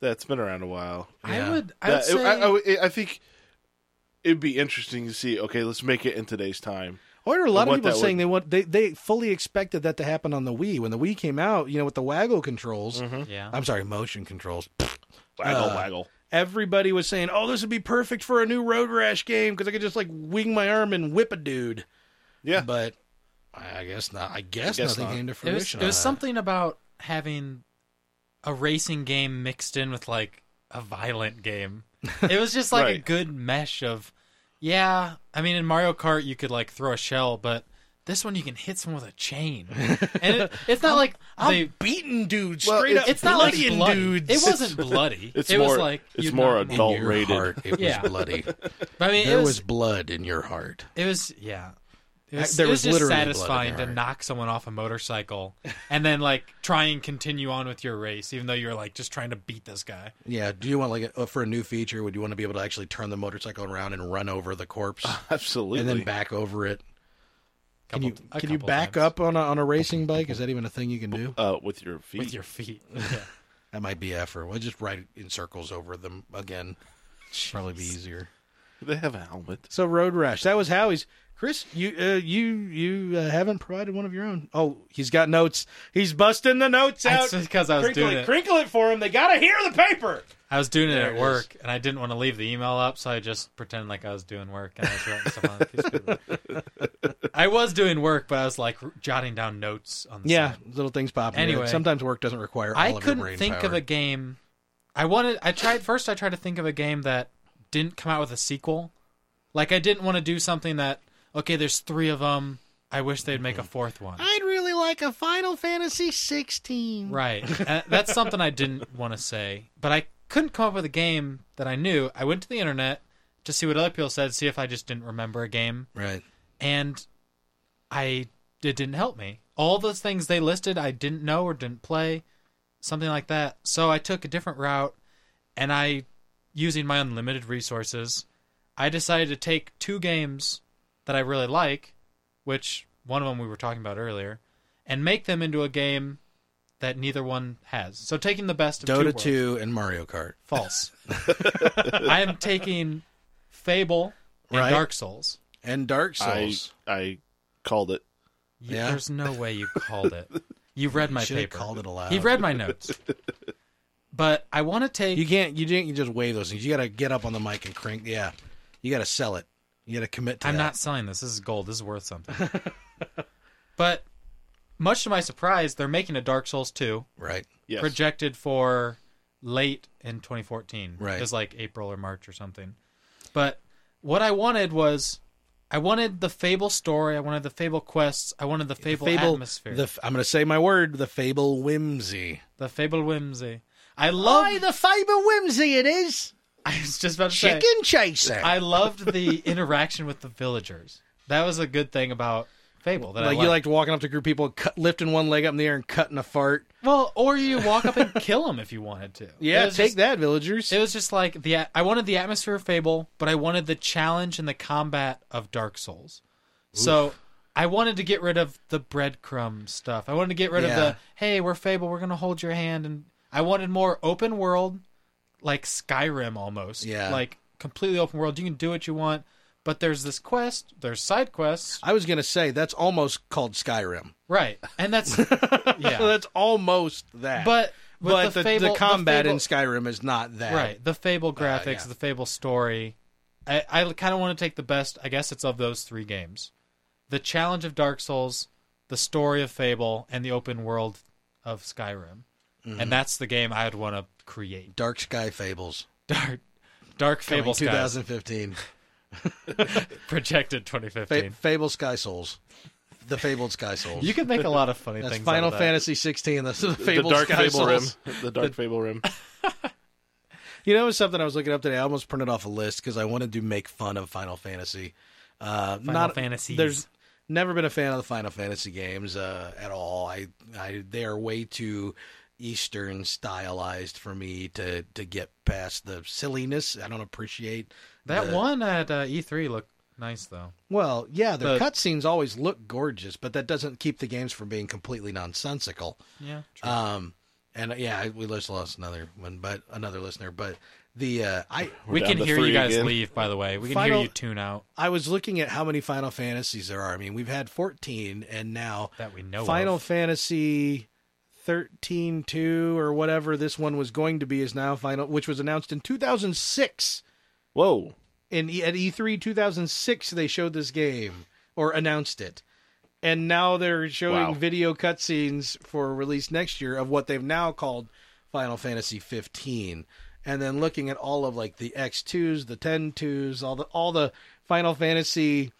Speaker 4: that's been around a while.
Speaker 2: I
Speaker 3: yeah.
Speaker 2: would. I would
Speaker 4: That-
Speaker 2: say.
Speaker 4: I, I- I think it'd be interesting to see. Okay, let's make it in today's time.
Speaker 3: I heard a lot of
Speaker 4: what
Speaker 3: people
Speaker 4: that
Speaker 3: saying
Speaker 4: would-
Speaker 3: they want they they fully expected that to happen on the Wii when the Wii came out. You know, with the waggle controls.
Speaker 4: Mm-hmm.
Speaker 2: yeah.
Speaker 3: I'm sorry, motion controls.
Speaker 4: Waggle,
Speaker 3: Uh,
Speaker 4: waggle.
Speaker 3: everybody was saying, "Oh, this would be perfect for a new Road Rash game because I could just like wing my arm and whip a dude."
Speaker 4: Yeah.
Speaker 3: but I I guess not. I guess,
Speaker 4: guess
Speaker 3: nothing
Speaker 4: not.
Speaker 3: came to
Speaker 2: It was,
Speaker 3: fruition.
Speaker 2: it was
Speaker 3: on that.
Speaker 2: something about having a racing game mixed in with like a violent game. It was just like a
Speaker 4: Right.
Speaker 2: good mesh of, yeah. I mean, in Mario Kart, you could like throw a shell, but this one you can hit someone with a chain, and it, it's not like
Speaker 3: I'm
Speaker 2: they.
Speaker 3: beating dudes
Speaker 4: Well,
Speaker 3: straight
Speaker 4: it's-
Speaker 3: up.
Speaker 2: It's not like
Speaker 3: bloodying
Speaker 2: bloody.
Speaker 3: dudes.
Speaker 2: It wasn't bloody.
Speaker 4: It's
Speaker 2: it was
Speaker 4: more-
Speaker 2: like
Speaker 4: it's
Speaker 2: you'd
Speaker 4: more
Speaker 2: knock 'em
Speaker 4: adult.
Speaker 2: off.
Speaker 3: in your
Speaker 4: rated.
Speaker 3: heart. It was
Speaker 2: Yeah.
Speaker 3: bloody.
Speaker 2: But I mean,
Speaker 3: There
Speaker 2: it
Speaker 3: was
Speaker 2: was.
Speaker 3: blood in your heart.
Speaker 2: It was yeah. It
Speaker 3: I-
Speaker 2: was,
Speaker 3: there
Speaker 2: it
Speaker 3: was
Speaker 2: was, just
Speaker 3: literally blood in
Speaker 2: satisfying
Speaker 3: her
Speaker 2: to
Speaker 3: eye.
Speaker 2: knock someone off a motorcycle and then like try and continue on with your race, even though you're like just trying to beat this guy.
Speaker 3: Yeah. Do you want like a, for a new feature? Would you want to be able to actually turn the motorcycle around and run over the corpse
Speaker 2: Ah,
Speaker 4: Absolutely.
Speaker 3: and then back over it? Can
Speaker 2: Couple-
Speaker 3: you
Speaker 2: a
Speaker 3: can you
Speaker 2: couple
Speaker 3: back
Speaker 2: times.
Speaker 3: up on a, on a racing bike? Is that even a thing you can do?
Speaker 4: uh, with your feet.
Speaker 2: with your feet? Yeah.
Speaker 3: That might be effort. We'll just ride in circles over them again. Probably be easier.
Speaker 4: They have a helmet.
Speaker 3: So Road Rash. That was Howie's. Chris, you uh, you you uh, haven't provided one of your own. Oh, he's got notes. He's busting the notes out.
Speaker 2: That's because I was
Speaker 3: crinkle
Speaker 2: doing
Speaker 3: it,
Speaker 2: it.
Speaker 3: crinkle it for him. They gotta hear the paper.
Speaker 2: I was doing it at
Speaker 3: it is.
Speaker 2: work, and I didn't want to leave the email up, so I just pretended like I was doing work and I was writing stuff on the computer. I was doing work, but I was like jotting down notes on the
Speaker 3: Yeah,
Speaker 2: side.
Speaker 3: little things popping. in.
Speaker 2: Anyway.
Speaker 3: sometimes work doesn't require. All
Speaker 2: I
Speaker 3: of your brain
Speaker 2: couldn't think
Speaker 3: power.
Speaker 2: of a game. I wanted. I tried first. I tried to think of a game that didn't come out with a sequel. Like I didn't want to do something that. Okay, there's three of them. I wish they'd make a
Speaker 3: Mm-hmm.
Speaker 2: fourth one.
Speaker 3: I'd really like a Final Fantasy 16.
Speaker 2: Right. Uh, that's something I didn't want to say, but I couldn't come up with a game that I knew. I went to the internet to see what other people said, see if I just didn't remember a game,
Speaker 3: Right.
Speaker 2: and I it didn't help me. All those things they listed, I didn't know or didn't play, something like that. So I took a different route, and I, using my unlimited resources, I decided to take two games that I really like, which one of them we were talking about earlier, and make them into a game that neither one has. So taking the best of two
Speaker 3: Dota
Speaker 2: worlds.
Speaker 3: 2 and Mario Kart.
Speaker 2: false. I am taking Fable and
Speaker 3: Right.
Speaker 2: Dark Souls.
Speaker 3: And Dark
Speaker 4: I
Speaker 3: Souls.
Speaker 4: I called it.
Speaker 2: You,
Speaker 3: Yeah?
Speaker 2: There's no way you called it. You read my
Speaker 3: Should have
Speaker 2: paper.
Speaker 3: called it aloud.
Speaker 2: He read my notes. But I want to take.
Speaker 3: You can't. You didn't. You just weigh those things. You got to get up on the mic and crank. Yeah, you got to sell it. You got to commit to
Speaker 2: I'm
Speaker 3: that.
Speaker 2: not selling this. This is gold. This is worth something. but much to my surprise, they're making a Dark Souls 2
Speaker 3: right.
Speaker 4: Yes.
Speaker 2: projected for late in 2014.
Speaker 3: Right.
Speaker 2: It was like April or March or something. But what I wanted was. I wanted the Fable story. I wanted the Fable quests. I wanted the Fable, atmosphere.
Speaker 3: The, f- I'm going to say my word. The fable whimsy.
Speaker 2: The Fable Whimsy. I love.
Speaker 3: the fable whimsy. It is
Speaker 2: I was just about to say.
Speaker 3: chaser.
Speaker 2: I loved the interaction with the villagers. That was a good thing about Fable. That
Speaker 3: like
Speaker 2: I liked.
Speaker 3: Uh, you liked walking up to a group of people, cut, lifting one leg up in the air and cutting a fart.
Speaker 2: Well, or you walk up and kill them if you wanted to. It
Speaker 3: Yeah,
Speaker 2: was
Speaker 3: take
Speaker 2: just-
Speaker 3: that, villagers.
Speaker 2: It was just like the. I wanted the atmosphere of Fable, but I wanted the challenge and the combat of Dark Souls. So I wanted to get rid of the breadcrumb stuff. I wanted to get rid of
Speaker 3: Yeah.
Speaker 2: the hey, we're Fable, we're gonna hold your hand, and I wanted more open world, like Skyrim almost.
Speaker 3: Yeah.
Speaker 2: like completely open world. You can do what you want, but there's this quest, there's side quests,
Speaker 3: I was gonna say that's almost called Skyrim.
Speaker 2: right? And that's yeah,
Speaker 3: That's almost that.
Speaker 2: but with
Speaker 3: but the, the
Speaker 2: Fable,
Speaker 3: combat
Speaker 2: Fable-
Speaker 3: in Skyrim is not that.
Speaker 2: Right. The Fable graphics,
Speaker 3: yeah.
Speaker 2: the Fable story. I, I kind of want to take the best, I guess it's of those three games. The challenge of Dark Souls, the story of Fable, and the open world of Skyrim.
Speaker 3: Mm-hmm.
Speaker 2: And that's the game I'd want to create.
Speaker 3: Dark Sky Fables.
Speaker 2: Dark Dark
Speaker 3: Fable
Speaker 2: Fable Sky
Speaker 3: 2015.
Speaker 2: projected 2015.
Speaker 3: Fa- Fable Sky Souls. The Fabled Sky Souls.
Speaker 2: you could make a lot of funny
Speaker 3: that's
Speaker 2: things.
Speaker 3: Final
Speaker 2: out of that.
Speaker 3: Fantasy 16. That's the Fabled
Speaker 4: the Dark
Speaker 3: Sky
Speaker 4: Fable
Speaker 3: Souls.
Speaker 4: Rim. The Dark Fable Rim.
Speaker 3: You know, it was something I was looking up today. I almost printed off a list because I wanted to make fun of Final Fantasy. Uh,
Speaker 2: Final
Speaker 3: not
Speaker 2: Fantasies.
Speaker 3: There's never been a fan of the Final Fantasy games uh, at all. I, I they are way too Eastern stylized for me to to get past the silliness. I don't appreciate
Speaker 2: That
Speaker 3: the-
Speaker 2: one at uh, E3 looked nice though.
Speaker 3: Well, yeah, their
Speaker 2: The-
Speaker 3: cutscenes always look gorgeous, but that doesn't keep the games from being completely nonsensical.
Speaker 2: Yeah. True.
Speaker 3: Um, and yeah, I- we just lost another one, but another listener. But the uh, I
Speaker 2: we
Speaker 4: down
Speaker 2: can
Speaker 4: to
Speaker 2: hear you
Speaker 4: three
Speaker 2: guys
Speaker 4: again.
Speaker 2: leave by the way. We can
Speaker 3: Final-
Speaker 2: hear you tune out
Speaker 3: I was looking at how many Final Fantasies there are. I mean, we've had fourteen, and now
Speaker 2: that we know
Speaker 3: Final
Speaker 2: of.
Speaker 3: Fantasy thirteen two or whatever this one was going to be is now final, which was announced in two thousand six.
Speaker 4: Whoa.
Speaker 3: in E- at E3 2006 they showed this game or announced it. And now they're showing
Speaker 4: Wow.
Speaker 3: video cutscenes for release next year of what they've now called Final Fantasy 15. And then looking at all of like the X2s, the 10-2s, all the all the Final Fantasy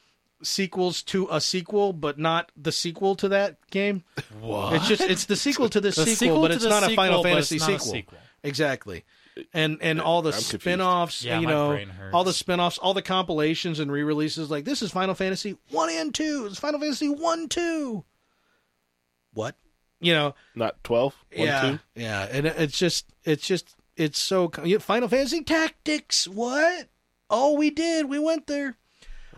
Speaker 3: sequels to a sequel but not the sequel to that game. It's just it's the sequel to this
Speaker 2: The
Speaker 3: sequel,
Speaker 2: sequel
Speaker 3: but
Speaker 2: to
Speaker 3: it's
Speaker 2: the
Speaker 3: not a
Speaker 2: sequel,
Speaker 3: Final
Speaker 2: but
Speaker 3: Fantasy
Speaker 2: it's not a
Speaker 3: sequel.
Speaker 2: sequel.
Speaker 3: Exactly. And and all the
Speaker 4: I'm confused.
Speaker 3: spin-offs,
Speaker 2: Yeah,
Speaker 3: you
Speaker 2: my
Speaker 3: know,
Speaker 2: brain hurts.
Speaker 3: all the spin-offs, all the compilations and re-releases like this is Final Fantasy 1 and 2. It's Final Fantasy 1 2. What? You know,
Speaker 4: Not 12? One,
Speaker 3: yeah.
Speaker 4: two?
Speaker 3: Yeah, and it- it's just it's just it's so co- yeah, Final Fantasy Tactics. What? Oh, we did. We went there.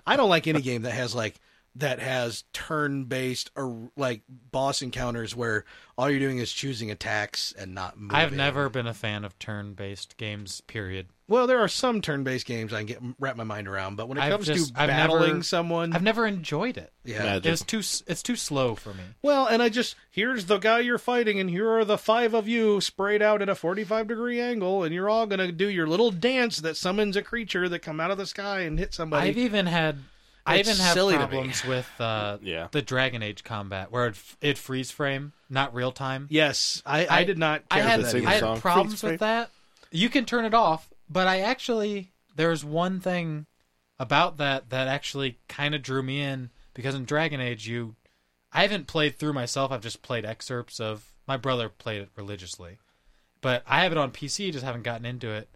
Speaker 3: I don't like any game that has like that has turn-based or like boss encounters where all you're doing is choosing attacks and not moving.
Speaker 2: I've never been a fan of turn-based games. Period.
Speaker 3: Well, there are some turn-based games I can get wrap my mind around, but when it
Speaker 2: I've
Speaker 3: comes
Speaker 2: just-
Speaker 3: to
Speaker 2: I've never-
Speaker 3: battling someone,
Speaker 2: I've never enjoyed it.
Speaker 3: yeah.
Speaker 4: Magic.
Speaker 2: It's too s- it's too slow for me.
Speaker 3: Well, and I just here's the guy you're fighting, and here are the five of you sprayed out at a 45 degree angle, and you're all gonna do your little dance that summons a creature that come out of the sky and hit somebody.
Speaker 2: I've e-, even had I
Speaker 3: It's
Speaker 2: even have
Speaker 3: silly to me.
Speaker 2: problems with uh,
Speaker 4: Yeah.
Speaker 2: the Dragon Age combat where it, f- it freeze frame, not real time.
Speaker 3: yes, I, I, did not.
Speaker 2: I
Speaker 3: Care
Speaker 2: had
Speaker 3: for that
Speaker 4: Sing
Speaker 2: I
Speaker 3: either.
Speaker 4: song.
Speaker 2: had
Speaker 4: Freeze
Speaker 2: problems
Speaker 4: frame.
Speaker 2: with that. You can turn it off, but I actually there's one thing about that that actually kind of drew me in because in Dragon Age you I haven't played through myself. I've just played excerpts of my brother played it religiously. But I have it on PC, just haven't gotten into it.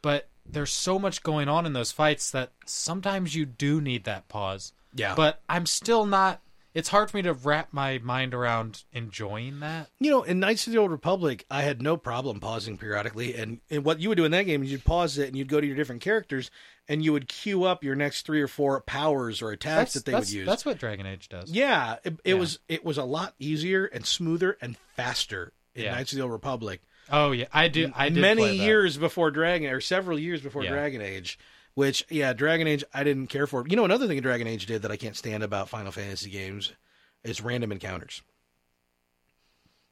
Speaker 2: But there's so much going on in those fights that sometimes you do need that pause.
Speaker 3: Yeah.
Speaker 2: But I'm still not it's hard for me to wrap my mind around enjoying that.
Speaker 3: You know, in Knights of the Old Republic, I had no problem pausing periodically. And, and what you would do in that game is you'd pause it and you'd go to your different characters and you would queue up your next three or four powers or attacks that they would use.
Speaker 2: That's what Dragon Age does.
Speaker 3: Yeah, it, it
Speaker 2: Yeah.
Speaker 3: was it was a lot easier and smoother and faster in
Speaker 2: Yeah.
Speaker 3: Knights of the Old Republic.
Speaker 2: Oh yeah, I do. I did
Speaker 3: Many
Speaker 2: play that.
Speaker 3: years before Dragon or several years before
Speaker 2: Yeah.
Speaker 3: Dragon Age, which yeah, Dragon Age I didn't care for. You know another thing Dragon Age did that I can't stand about Final Fantasy games is random encounters.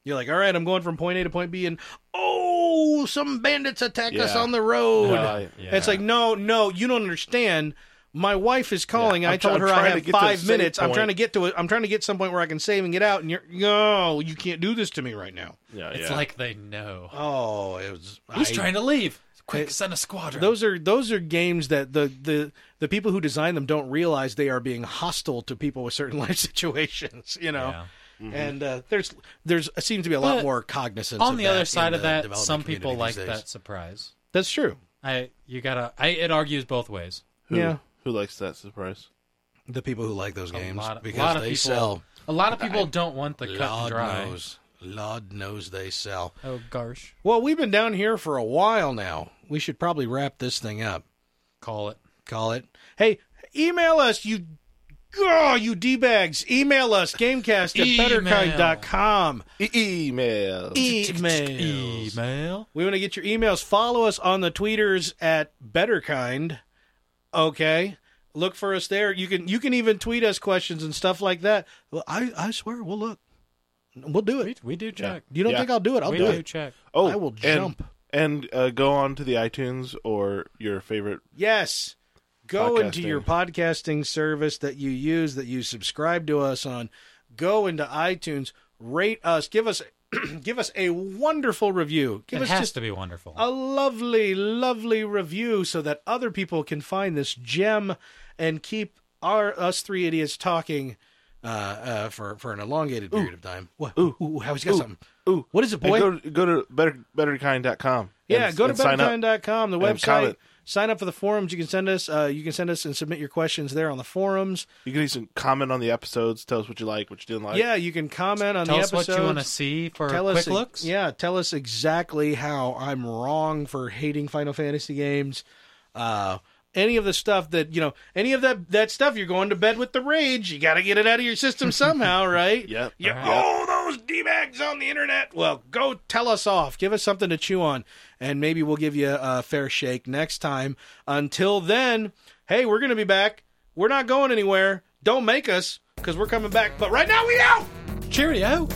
Speaker 3: You're like, all right, I'm going from point A to point B, and oh, some bandits attack us
Speaker 4: Yeah.
Speaker 3: on the road.
Speaker 4: No, I-
Speaker 2: Yeah.
Speaker 3: It's like, no, no, you don't understand. My wife is calling.
Speaker 4: Yeah,
Speaker 3: I
Speaker 4: I'm tr-
Speaker 3: told
Speaker 4: I'm
Speaker 3: her I
Speaker 4: trying
Speaker 3: have
Speaker 4: to get to
Speaker 3: five
Speaker 4: the save
Speaker 3: minutes. I'm
Speaker 4: point.
Speaker 3: trying to get to it. I'm trying to get some point where I can save and get out. And you're no, you can't do this to me right now.
Speaker 4: Yeah,
Speaker 2: It's
Speaker 4: yeah.
Speaker 2: like they know
Speaker 3: Oh, it was.
Speaker 2: he's
Speaker 3: I-
Speaker 2: trying to leave. Quick,
Speaker 3: It-
Speaker 2: send a squadron.
Speaker 3: Those are those are games that the the the people who design them don't realize they are being hostile to people with certain life situations. You know.
Speaker 2: Yeah.
Speaker 3: And uh, there's there's seems to be a lot
Speaker 2: But
Speaker 3: more cognizance
Speaker 2: on
Speaker 3: of
Speaker 2: the
Speaker 3: that
Speaker 2: other
Speaker 3: in
Speaker 2: side of
Speaker 3: the
Speaker 2: that,
Speaker 3: development
Speaker 2: some people like
Speaker 3: community these days.
Speaker 2: that surprise.
Speaker 3: That's true.
Speaker 2: I you gotta. I it argues both ways.
Speaker 4: who,
Speaker 3: yeah.
Speaker 4: Who likes that surprise?
Speaker 3: The people who like those
Speaker 2: A
Speaker 3: games
Speaker 2: lot,
Speaker 3: because
Speaker 2: a lot of
Speaker 3: they
Speaker 2: people.
Speaker 3: sell.
Speaker 2: A lot of people don't want the cut and
Speaker 3: Lord
Speaker 2: dry.
Speaker 3: knows. Lord knows they sell.
Speaker 2: Oh gosh,
Speaker 3: Well, we've been down here for a while now. We should probably wrap this thing up.
Speaker 2: call it.
Speaker 3: Call it. Hey, email us, you Oh, you D bags. Email us, gamecast at
Speaker 2: Email.
Speaker 3: betterkind.com.
Speaker 4: E- email.
Speaker 3: Email.
Speaker 2: Email.
Speaker 3: We want to get your emails. Follow us on the tweeters at betterkind. Okay. Look for us there. You can you can even tweet us questions and stuff like that. Well, I, I swear we'll look. We'll do
Speaker 2: We,
Speaker 3: it.
Speaker 2: we do check.
Speaker 3: You don't
Speaker 4: Yeah.
Speaker 3: think I'll do it? I'll
Speaker 2: we
Speaker 3: do
Speaker 2: do
Speaker 3: it.
Speaker 2: check.
Speaker 4: oh,
Speaker 3: I will
Speaker 4: and-
Speaker 3: jump.
Speaker 4: And, uh, go on to the iTunes or your favorite.
Speaker 3: Yes. Go into
Speaker 4: Podcasting.
Speaker 3: your podcasting service that you use, that you subscribe to us on. Go into iTunes, rate us, give us give us a wonderful review. Give
Speaker 2: it
Speaker 3: us
Speaker 2: has
Speaker 3: just
Speaker 2: to be wonderful.
Speaker 3: a lovely, lovely review so that other people can find this gem and keep our us three idiots talking uh, uh, for for an elongated period of time. What? Ooh, ooh, how he's got something.
Speaker 4: Ooh.
Speaker 3: What is it,
Speaker 4: And
Speaker 3: boy?
Speaker 4: go, to- go to better, betterkind.com.
Speaker 3: Yeah,
Speaker 4: and,
Speaker 3: go to
Speaker 4: and sign up.
Speaker 3: betterkind.com, the
Speaker 4: and
Speaker 3: website.
Speaker 4: comment.
Speaker 3: Sign up for the forums. You can send us. Uh, you can send us and submit your questions there on the forums.
Speaker 4: You can even comment on the episodes. Tell us what you like, what you didn't like.
Speaker 3: yeah, you can comment on
Speaker 2: Tell
Speaker 3: the
Speaker 2: us
Speaker 3: episodes.
Speaker 2: what you want to see for
Speaker 3: tell
Speaker 2: quick
Speaker 3: us,
Speaker 2: looks.
Speaker 3: yeah, tell us exactly how I'm wrong for hating Final Fantasy games. Uh, any of the stuff that you know, any of that that stuff you're going to bed with the rage. You got to get it out of your system somehow, right?
Speaker 4: Yep.
Speaker 3: Yeah.
Speaker 2: Right.
Speaker 3: Oh, those d bags on the internet. Well, go tell us off. Give us something to chew on, and maybe we'll give you a fair shake next time. Until then, hey, we're gonna be back. We're not going anywhere. Don't make us, because we're coming back. But right now, we out.
Speaker 2: Cheerio.